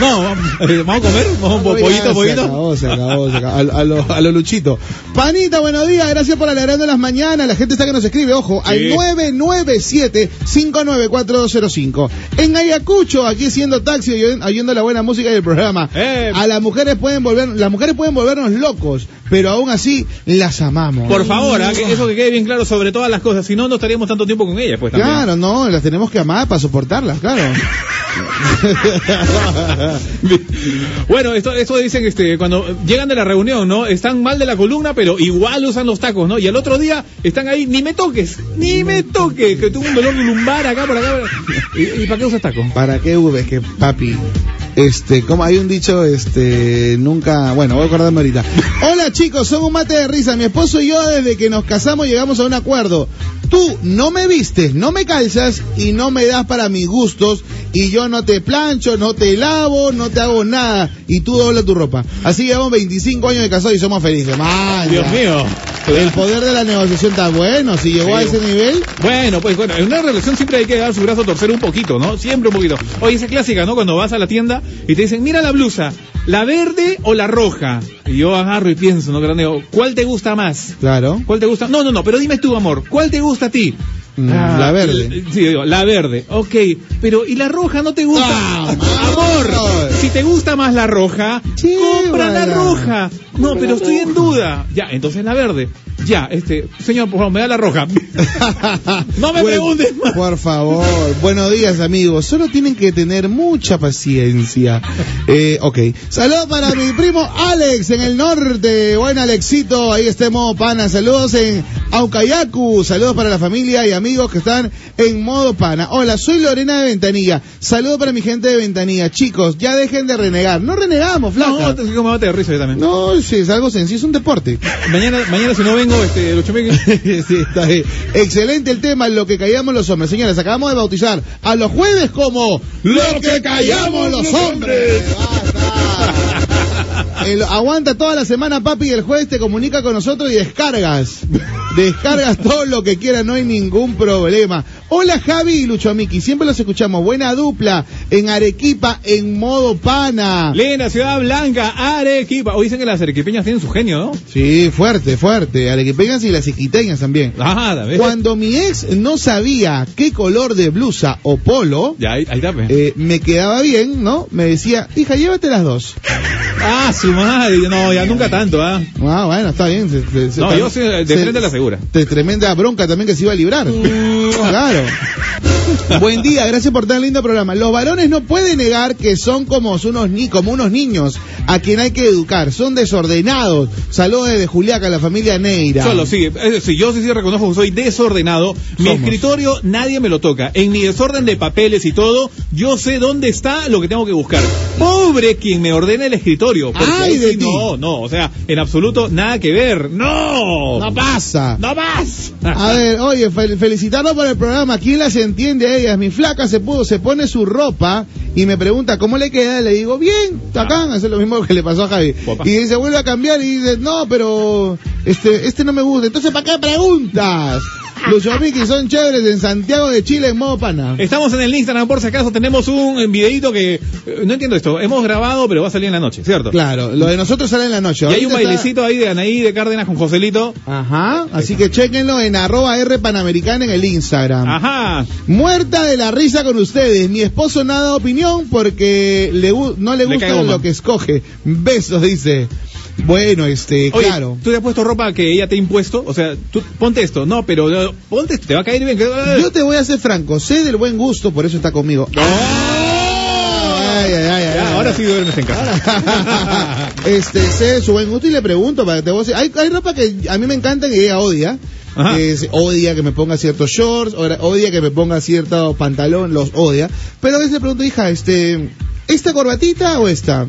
No, vamos eh, vamos a comer, vamos po-
Ya,
pollito,
Se
pollito.
acabó, se acabó, se acabó. A, lo- a lo, a lo luchito. Panita, buenos días. Gracias por alegrando las mañanas. La gente está que nos escribe, ojo, al 997-59405. En Ayacucho, aquí siendo taxi, oyen- oyendo la buena música del programa.
Eh.
A las mujeres pueden volver, las mujeres pueden volvernos locos, pero aún así las amamos.
Por favor, ah, que eso que quede bien claro sobre todas las cosas. Si no, no estaríamos tanto tiempo con ellas, pues también.
Claro, no, las tenemos que amar para soportarlas, claro.
[LAUGHS] Bueno, esto, esto dicen este, cuando llegan de la reunión, ¿no? Están mal de la columna, pero igual usan los tacos, ¿no? Y al otro día están ahí, ni me toques, ni me toques, que tuve un dolor lumbar acá por acá. por- ¿Y, y para qué usas tacos?
¿Para qué V? Que papi. Este, como hay un dicho, este, nunca, bueno, voy a
[LAUGHS]
acordarme ahorita. Hola chicos, son un mate de risa. Mi esposo y yo desde que nos casamos llegamos a un acuerdo. Tú no me vistes, no me calzas y no me das para mis gustos y yo no te plancho, no te lavo, no te hago nada y tú doblas tu ropa. Así llevamos 25 años de casados y somos felices. Man,
Dios
ya.
mío.
El poder de la negociación está bueno, si llegó a
Sí.
ese nivel.
Bueno, pues bueno, en una relación siempre hay que dar su brazo a torcer un poquito, ¿no? Siempre un poquito. Oye, esa es clásica, ¿no? Cuando vas a la tienda y te dicen, mira la blusa, ¿la verde o la roja? Y yo agarro y pienso, ¿no? Grande, ¿cuál te gusta más?
Claro.
¿Cuál te gusta? No, no, no, pero dime tú, amor, ¿cuál te gusta a ti? eh,
Mm,
Ah,
la verde.
Sí, digo, la verde. Ok, pero ¿y la roja no te gusta?
Ah,
amor,
amor.
[LAUGHS] si te gusta más la roja,
Sí,
compra la
vaya.
roja. No, pero estoy en duda. Ya, entonces la verde. Ya, este, señor, por favor, me da la roja. [LAUGHS] no me
Bueno,
preguntes más.
Por favor. Buenos días, amigos. Solo tienen que tener mucha paciencia. Eh, ok. Saludos para mi primo Alex en el norte. Buen Alexito. Ahí está en modo pana. Saludos en Aucayacu. Saludos para la familia y amigos que están en modo pana. Hola, soy Lorena de Ventanilla. Saludos para mi gente de Ventanilla. Chicos, ya dejen de renegar. No renegamos,
No,
flaca.
te- como mate de risa yo también.
No, sí, es algo sencillo, es un deporte.
Mañana, mañana si no vengo, este, el 8000.
[LAUGHS] Sí, está bien. Excelente el tema, lo que callamos los hombres. Señores, acabamos de bautizar a los jueves como Lo que callamos los hombres. Ah, El- aguanta toda la semana, papi, y el jueves te comunica con nosotros y descargas. Descargas todo lo que quieras, no hay ningún problema. Hola Javi y Lucho Miki, siempre los escuchamos. Buena dupla en Arequipa en modo pana.
Linda Ciudad Blanca, Arequipa. Hoy dicen que las arequipeñas tienen su genio, ¿no?
Sí, fuerte, fuerte. Arequipeñas y las iquiteñas también.
Ah, la ves.
Cuando mi ex no sabía qué color de blusa o polo
Ya, ahí, ahí está, pues. pe.
eh, me quedaba bien, ¿no? Me decía, hija, llévate las dos.
Ah, su madre. No, ya nunca tanto, ¿ah?
Ah, bueno, está bien. se- se- se-
No,
tam-
yo sí, de
se-
frente a la segura. Mm.
de tremenda bronca también que se iba a librar.
[LAUGHS]
claro. Buen día, gracias por tan lindo programa. Los varones no pueden negar que son como unos, ni, como unos niños a quien hay que educar. Son desordenados. Saludos desde Juliaca, la familia Neira.
Solo, sí. Es decir, yo sí, sí reconozco que soy desordenado. Mi
Somos.
escritorio nadie me lo toca. En mi desorden de papeles y todo, yo sé dónde está lo que tengo que buscar. Pobre quien me ordena el escritorio. porque
Ay,
ahí
de
sí,
ti.
no, no, o sea, en absoluto nada que ver. No.
No pasa.
No más.
A ver, oye, fel- felicitarlo por el programa. ¿Quién las entiende a ellas? Mi flaca se pudo, se pone su ropa y me pregunta cómo le queda. Le digo, bien, tacán. Eso es lo mismo que le pasó a Javi.
Ah. Guapa.
Y dice, vuelve a cambiar. Y dice, no, pero este, este no me gusta. Entonces, ¿para qué preguntas? Lucho Miki son chéveres en Santiago de Chile en modo pana.
Estamos en el Instagram, por si acaso tenemos un eh, videíto que eh, no entiendo esto. Hemos grabado, pero va a salir en la noche, ¿cierto?
Claro, lo de nosotros sale en la noche.
Y hay un
Ahorita está-
bailecito ahí de Anaí de Cárdenas con Joselito.
Ajá, así que chequenlo en arroba R Panamericana en el Instagram.
Ajá.
Muerta de la risa con ustedes. Mi esposo nada da opinión porque le gu- no le
Le
gusta
cae goma.
lo que escoge. Besos, dice. Bueno, este,
Oye,
claro.
¿tú te has puesto ropa que ella te ha impuesto? O sea, tú ponte esto. No, pero eh, ponte esto, te va a caer bien. que-
Yo te voy a ser franco, sé del buen gusto, por eso está conmigo. Ay, ay, ay, ay,
Ya,
ay.
ahora sí duermes en casa.
[LAUGHS] este, sé de su buen gusto y le pregunto para que te voy a decir- Hay, hay ropa que a mí me encanta que ella odia.
Ajá.
Que se- odia que me ponga ciertos shorts, ora- odia que me ponga cierto pantalón, los odia. Pero a veces le pregunto, hija, este, ¿esta corbatita o esta?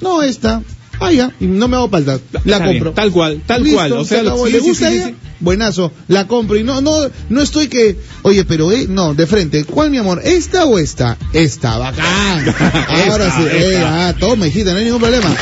No, esta. Ah, ya, y no me hago falta. La
Está bien,
compro.
tal cual, tal
Listo,
cual. O
se
sea,
acabó.
sí,
¿Le
sí,
gusta
sí,
ella?
sí.
Buenazo, la compro y no, no, no estoy que, oye, pero eh, no, de frente, ¿cuál mi amor? ¿Esta o esta? Esta, bacán. Ahora
[LAUGHS] Esta,
sí, eh,
esta.
ah, toma, hijita, no hay ningún problema.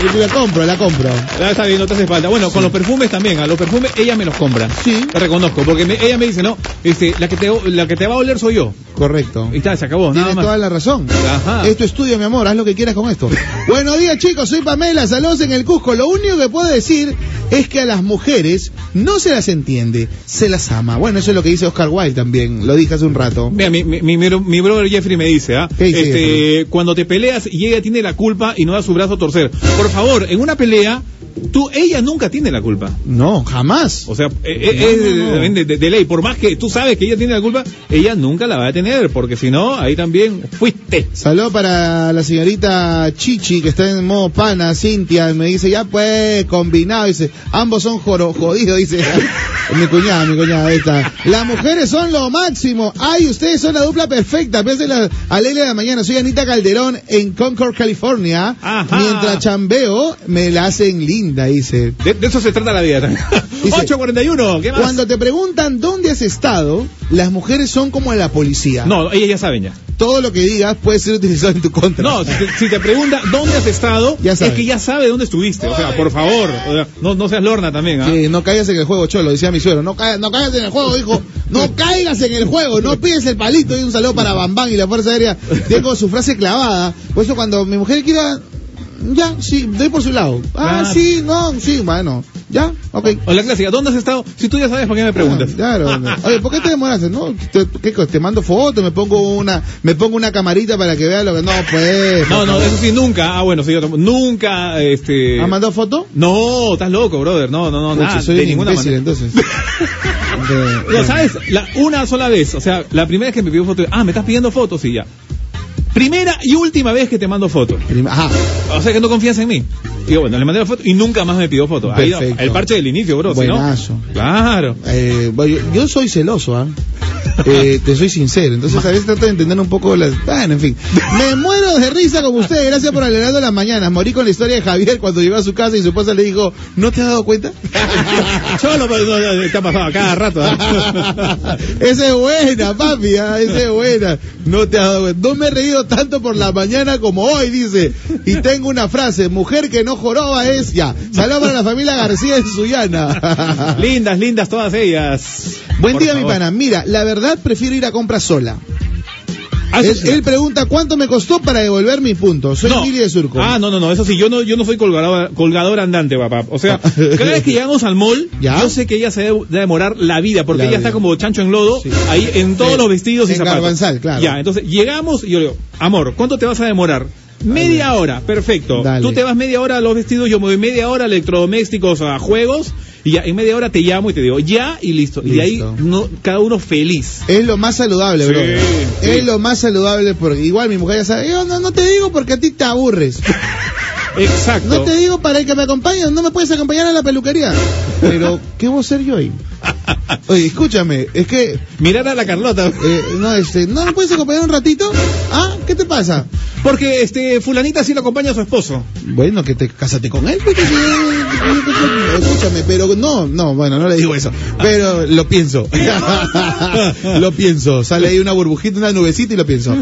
Y La compro, la compro.
Ya está bien, no te hace falta. Bueno, con los perfumes también. A los perfumes ella me los compra.
Sí.
Te reconozco, porque me- ella me dice, no, este, la que te, la que te va a oler soy yo.
Correcto.
Y está, se acabó. Nada
Tienes
más.
toda la razón.
Ajá.
Esto es tuyo, mi amor. Haz lo que quieras
[LAUGHS]
con esto. Buenos días, chicos. Soy Pamela. Saludos en el Cusco. Lo único que puedo decir es que a las mujeres no se las entiende, se las ama. Bueno, eso es lo que dice Oscar Wilde también. Lo dije hace un rato.
Mira, mi, mi, mi, mi- mi brother Jeffrey me dice, ¿ah?
¿Qué dice
Este, cuando te peleas y ella tiene la culpa y no da su brazo a torcer. Por favor, en una pelea, tú, ella nunca tiene la culpa.
No, jamás.
O sea, eh, eh, es de- de, de ley. Por más que tú sabes que ella tiene la culpa, ella nunca la va a tener, porque si no, ahí también fuiste.
Saludos para la señorita Chichi, que está en modo pana, Cintia, me dice, ya pues, combinado, dice, ambos son joro- jodidos, dice, [LAUGHS] mi cuñada, mi cuñada, ahí está. Las mujeres son lo máximo, ay, ustedes son la dupla perfecta, piénsenla a Leila de la mañana, soy Anita Calderón en Concord, California,
Ajá.
mientras chambeo, me la hacen linda, dice.
De, de eso se trata la vida. también.
[LAUGHS] Dice,
841, ¿qué más?
Cuando te preguntan dónde has estado, las mujeres son como la policía.
No, ellas ya saben ya.
Todo lo que digas puede ser utilizado en tu contra.
No, si te, si te pregunta dónde has estado,
Ya
es
sabe.
que ya sabe dónde estuviste. O sea, por favor, o sea, no, no seas lorna también, ¿ah?
Sí, no caigas en el juego, Cholo, decía mi suegro. No, ca- no caigas en el juego, hijo.
[LAUGHS]
No caigas en el juego. No pides el palito. Y un saludo para Bambán y la Fuerza Aérea. Tengo su frase clavada. Por eso cuando mi mujer quiera... Ya, sí, doy por su lado. Ah,
Claro.
sí, no, sí, bueno. Ya, ok.
O la clásica, ¿dónde has estado? Si tú ya sabes, ¿para qué me preguntas? [LAUGHS]
Ah, Claro. Oye, ¿por qué te demoraste? No, te, ¿qué cosa? te mando fotos, me pongo una, me pongo una camarita para que vea lo que no pues.
No, no, eso sí, nunca. Ah, bueno, sí, yo tampoco- nunca, este...
¿Has mandado foto?
No, estás loco, brother. No, no, no,
Ah, Pucha,
nada,
soy
de
un
ninguna
imbécil,
[LAUGHS] manera.
entonces.
No, ¿sabes? La- una sola vez, o sea, la primera vez que me pidió foto, ah, me estás pidiendo fotos y ya. Primera y última vez que te mando foto.
Ajá.
O sea que no confías en mí. Digo, bueno, le mandé la foto y nunca más me pidió foto. Ahí,
Perfecto.
el parche del inicio, bro. si no-
Buenazo.
Claro. [LAUGHS]
Eh, bueno, yo, yo soy celoso, ¿ah? Eh, te soy sincero, entonces a veces trato de entender un poco las... Bueno, en fin. Me muero de risa con ustedes, gracias por alegrarnos las mañanas. Morí con la historia de Javier cuando llegó a su casa y su esposa le dijo, ¿no te has dado cuenta? [LAUGHS]
Solo por no, no, está pasado cada rato.
[LAUGHS]
¿ah?
Esa es buena, papi, ah, esa es buena. No te has dado cuenta. No me he reído tanto por la mañana como hoy, dice. Y tengo una frase, mujer que no joroba es ya. Saludos para la familia García en Suyana.
lindas, lindas todas ellas.
Buen
[LAUGHS] Por
día, mi
favor.
pana. Mira, la verdad prefiero ir a compras sola.
Ah,
él,
sí, sí.
él pregunta cuánto me costó para devolver mis puntos. Soy
No.
Mili de Surco.
Ah, no, no, no, eso sí, yo no, yo no soy colgador, colgador andante, papá. O sea,
[LAUGHS]
cada vez que llegamos al mall,
Ah. Ya.
yo sé que ella se debe debe demorar la vida, porque
La
ella está
vida.
como chancho en lodo, ahí en todos
Sí.
los vestidos y
En
zapatos.
Garbanzal, claro.
Ya, entonces llegamos y yo le digo, amor, ¿cuánto te vas a demorar? Media hora, perfecto.
Dale.
Tú te vas media hora a los vestidos, yo me voy media hora a electrodomésticos, a juegos, y ya, en media hora te llamo y te digo, ya y listo. Y de ahí
Listo.
no, cada uno feliz.
Es lo más saludable,
Sí,
bro.
sí.
Es lo más saludable porque igual mi mujer ya sabe, yo no, no te digo porque a ti te aburres.
[LAUGHS] Exacto.
No te digo para el que me acompañes, no me puedes acompañar a la peluquería. Pero, ¿qué voy a ser
[LAUGHS]
yo ahí? Oye, escúchame, es que,
Mirar a la Carlota. [LAUGHS]
eh, no, este, ¿no me puedes acompañar un ratito? ¿Ah? ¿Qué te pasa?
Porque este fulanita sí lo acompaña a su esposo.
Bueno, que te cásate con él. pues, que- que- que- que- Escúchame, pero no, no, bueno, no le digo eso. Pero lo pienso. [LAUGHS] lo pienso. Sale ahí una burbujita, una nubecita y lo pienso.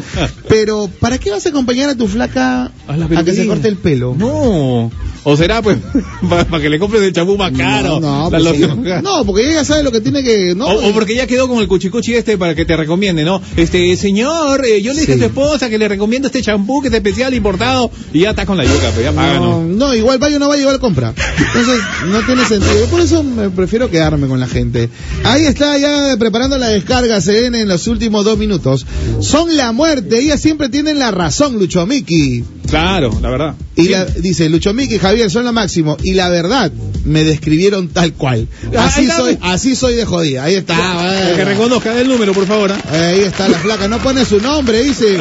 Pero, ¿para qué vas a acompañar a tu flaca
A la
a que se
peluquería.
corte el pelo?
No. O será pues [LAUGHS] para que le compres el champú más caro.
no,
la
pues,
loción.
ella- no, pues. porque ella sabe lo que tiene que. No,
O, o porque ya quedó con el cuchicuchi este para que te recomiende, ¿no? Este, señor, eh, yo le dije
Sí.
a tu esposa que le recomiendo este champú que es especial importado y ya estás con la yuca, pues ya
no,
páganos.
no, igual Bayo no va a llevar compra. Entonces, no tiene sentido. Por eso me prefiero quedarme con la gente. Ahí está ya preparando la descarga CN en los últimos dos minutos. Son la muerte. Ellas siempre tienen la razón, Lucho Miki.
Claro, la verdad.
Y la- dice, Lucho Miki, Javier, son lo máximo. Y la verdad, me describieron tal cual.
Ahí
Así
está.
soy, así soy de jodida. Ahí está. Ah.
El que
bueno.
reconozca el número, por favor. ¿ah?
Eh, Ahí está la flaca, no pone su nombre, dice.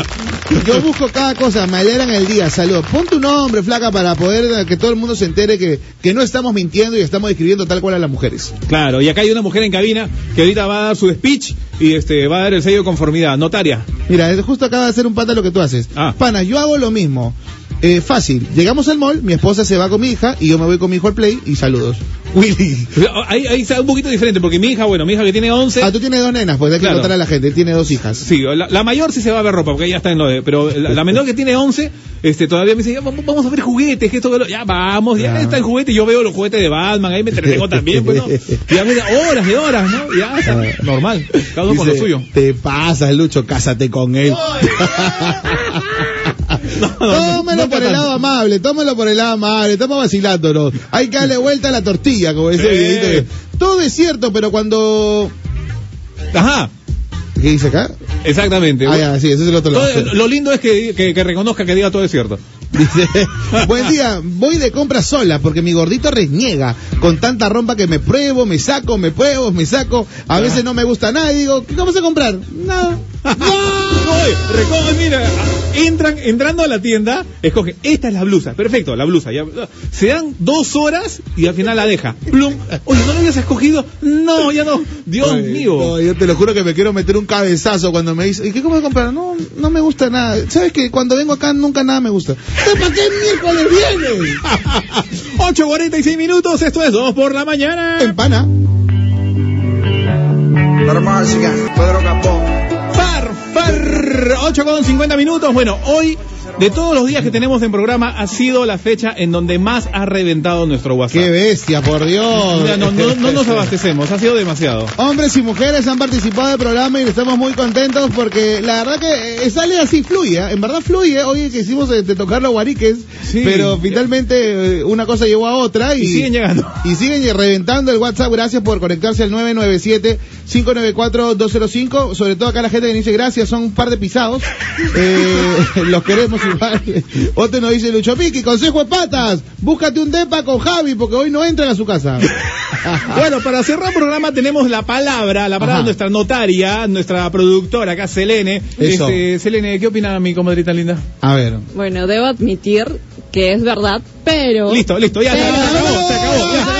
Yo busco cada cosa, me alegran el día, saludos. Pon tu nombre, flaca, para poder eh, que todo el mundo se entere que, que no estamos mintiendo y estamos describiendo tal cual a las mujeres.
Claro, y acá hay una mujer en cabina que ahorita va a dar su speech y este va a dar el sello de conformidad, notaria.
Mira, eh, justo acaba de hacer un pata lo que tú haces.
Ah.
Pana, yo hago lo mismo. Eh, fácil, llegamos al mall, mi esposa se va con mi hija y yo me voy con mi hijo al play y saludos. Willy.
Ahí, ahí está un poquito diferente porque mi hija, bueno, mi hija que tiene 11,
Ah, tú tienes dos nenas, pues hay que
Claro.
contar a la gente, tiene dos hijas.
Sí, la, la mayor sí se va a ver ropa, porque ella está en lo de... Pero la, la menor que tiene 11, este, todavía me dice, "Ya, vamos vamos a ver juguetes, que esto... que lo-". Ya, vamos, ya
Claro.
está el juguete, y yo veo los juguetes de Batman, ahí me entretengo
[LAUGHS]
también, pues, ¿no? Ya me da horas de horas, ¿no? Ya, o sea,
Claro.
[LAUGHS] normal, cada uno con lo
Ah. Dice,
suyo.
Te pasa, Lucho, cásate
[LAUGHS]
con él.
No, no, no,
Tómalo
no
por el
tanto.
lado amable, tómalo por el lado amable, estamos vacilándonos. Hay que darle vuelta a la tortilla, como ese
Sí.
videito que- Todo es cierto, pero cuando.
Ajá,
¿Qué dice acá?
exactamente.
Ah, ya, sí, ese es el otro lado.
Todo- lo lindo es que, que, que reconozca que diga todo es cierto.
[LAUGHS] Dice, buen día, voy de compra sola porque mi gordito reniega con tanta rompa que me pruebo, me saco, me pruebo, me saco.
Ah.
A veces no me gusta nada y digo, ¿qué vamos a comprar? Nada.
Oye, recoge, mira, entran, entrando a la tienda, escoge, esta es la blusa, perfecto, la blusa, ya, se dan dos horas y al final la deja, plum, oye, ¿no lo habías escogido? No, ya no, Dios
Ay,
mío, [LAUGHS]
no, yo te lo juro que me quiero meter un cabezazo cuando me dice, ¿y qué cómo comprar? No, no me gusta nada. ¿Sabes que cuando vengo acá nunca nada me gusta? ¿Entonces ¿Para qué miércoles viene?
8.46 minutos, esto es 2 por la mañana,
Empana.
far, far, 8.50 minutos, bueno, hoy De todos los días que tenemos en programa, ha sido la fecha en donde más ha reventado nuestro WhatsApp.
¡Qué bestia, por Dios!
O sea, no, no- no nos
[LAUGHS]
abastecemos, ha sido demasiado.
Hombres y mujeres han participado del programa y estamos muy contentos porque la verdad que eh, sale así, fluye, ¿eh? en verdad fluye. Hoy que hicimos de, de tocar los guariques,
Sí.
pero finalmente eh, una cosa llevó a otra y,
Y siguen llegando.
Y siguen reventando el WhatsApp. Gracias por conectarse al 997-594-205. Sobre todo acá la gente que dice gracias, son un par de pisados. Eh, [LAUGHS] los queremos igual. Otro nos dice Lucho Piqui, consejo de patas, búscate un depa con Javi porque hoy no entran a su casa.
Bueno, para cerrar el programa tenemos la palabra, la palabra de nuestra notaria, nuestra productora acá, Selene.
Eso.
Este, Selene, ¿qué opina mi comadrita linda?
A ver.
Bueno, debo admitir que es verdad, pero...
Listo, listo, ya, ya, ya, se acabó, se acabó,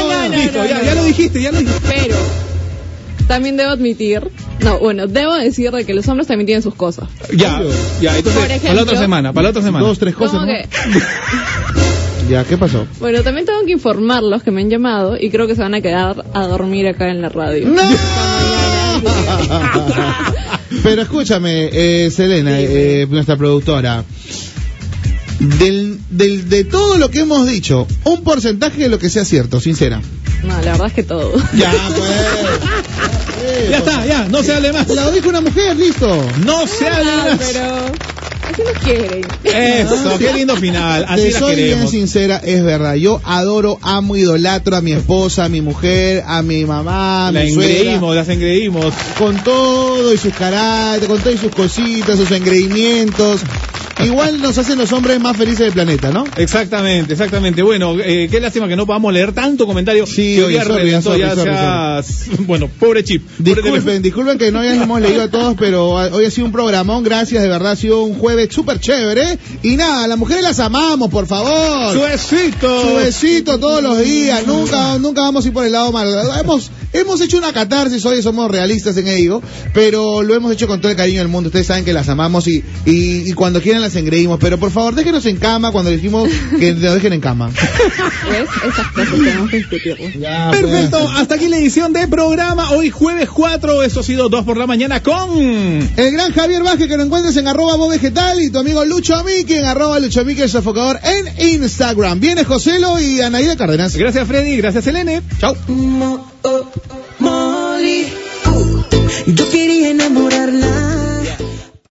ya, listo, ya, ya lo dijiste, ya lo dijiste.
Pero también debo admitir, no, bueno, debo decir de que los hombres también tienen sus cosas.
Ya, ya, entonces,
Por ejemplo,
para la otra semana, para la otra semana.
Dos, tres
Como
cosas. ¿no?
que,
Ya, ¿qué pasó?
bueno, también tengo que informarlos que me han llamado y creo que se van a quedar a dormir acá en la radio.
[LAUGHS] Pero escúchame, eh, Selena, eh, nuestra productora. Del, del- de todo lo que hemos dicho, un porcentaje de lo que sea cierto, sincera.
No, la verdad es que todo.
Ya,
pues.
Ya está,
ya, no se hable más.
Lo dijo una mujer, listo.
No se hable
Ah,
más.
pero así nos quieren.
Eso, qué lindo final, así
Te
la
soy bien
queremos.
sincera, es verdad. Yo adoro, amo, idolatro a mi esposa, a mi mujer, a mi mamá, a
La
mi suegra.
engreímos, las engreímos.
con todo y sus carácter, con todo y sus cositas, sus engreimientos. Igual nos hacen los hombres más felices del planeta, ¿no?
Exactamente, exactamente. Bueno, eh, qué lástima que no podamos leer tanto comentario. Sí,
oye, sorry, sorry, sorry,
[LAUGHS] Bueno, pobre chip. pobre teléfono.
Disculpen, disculpen que no hayamos leído a todos, pero ah, hoy ha sido un programón, gracias, de verdad ha sido un jueves súper chévere. Y nada, las mujeres las amamos, por favor.
Su besito.
Su besito todos los días, nunca, nunca vamos a ir por el lado malo. Hemos, hemos hecho una catarsis hoy, somos realistas en ello, pero lo hemos hecho con todo el cariño del mundo. Ustedes saben que las amamos y, y, y cuando quieran las engreímos, pero por favor déjenos en cama cuando decimos que nos dejen en cama.
¿Ves? Esas cosas tenemos que discutirlas.
Perfecto, hasta aquí la edición de programa. Hoy jueves 4, eso ha sido 2 por la mañana con...
El gran Javier Vázquez que lo encuentres en arroba Bob vegetal y tu amigo Lucho Miki en arroba Lucho Miki el sofocador en Instagram. Viene Joselo y Anaida Cardenas.
Gracias Freddy, gracias Elene. Chao.
No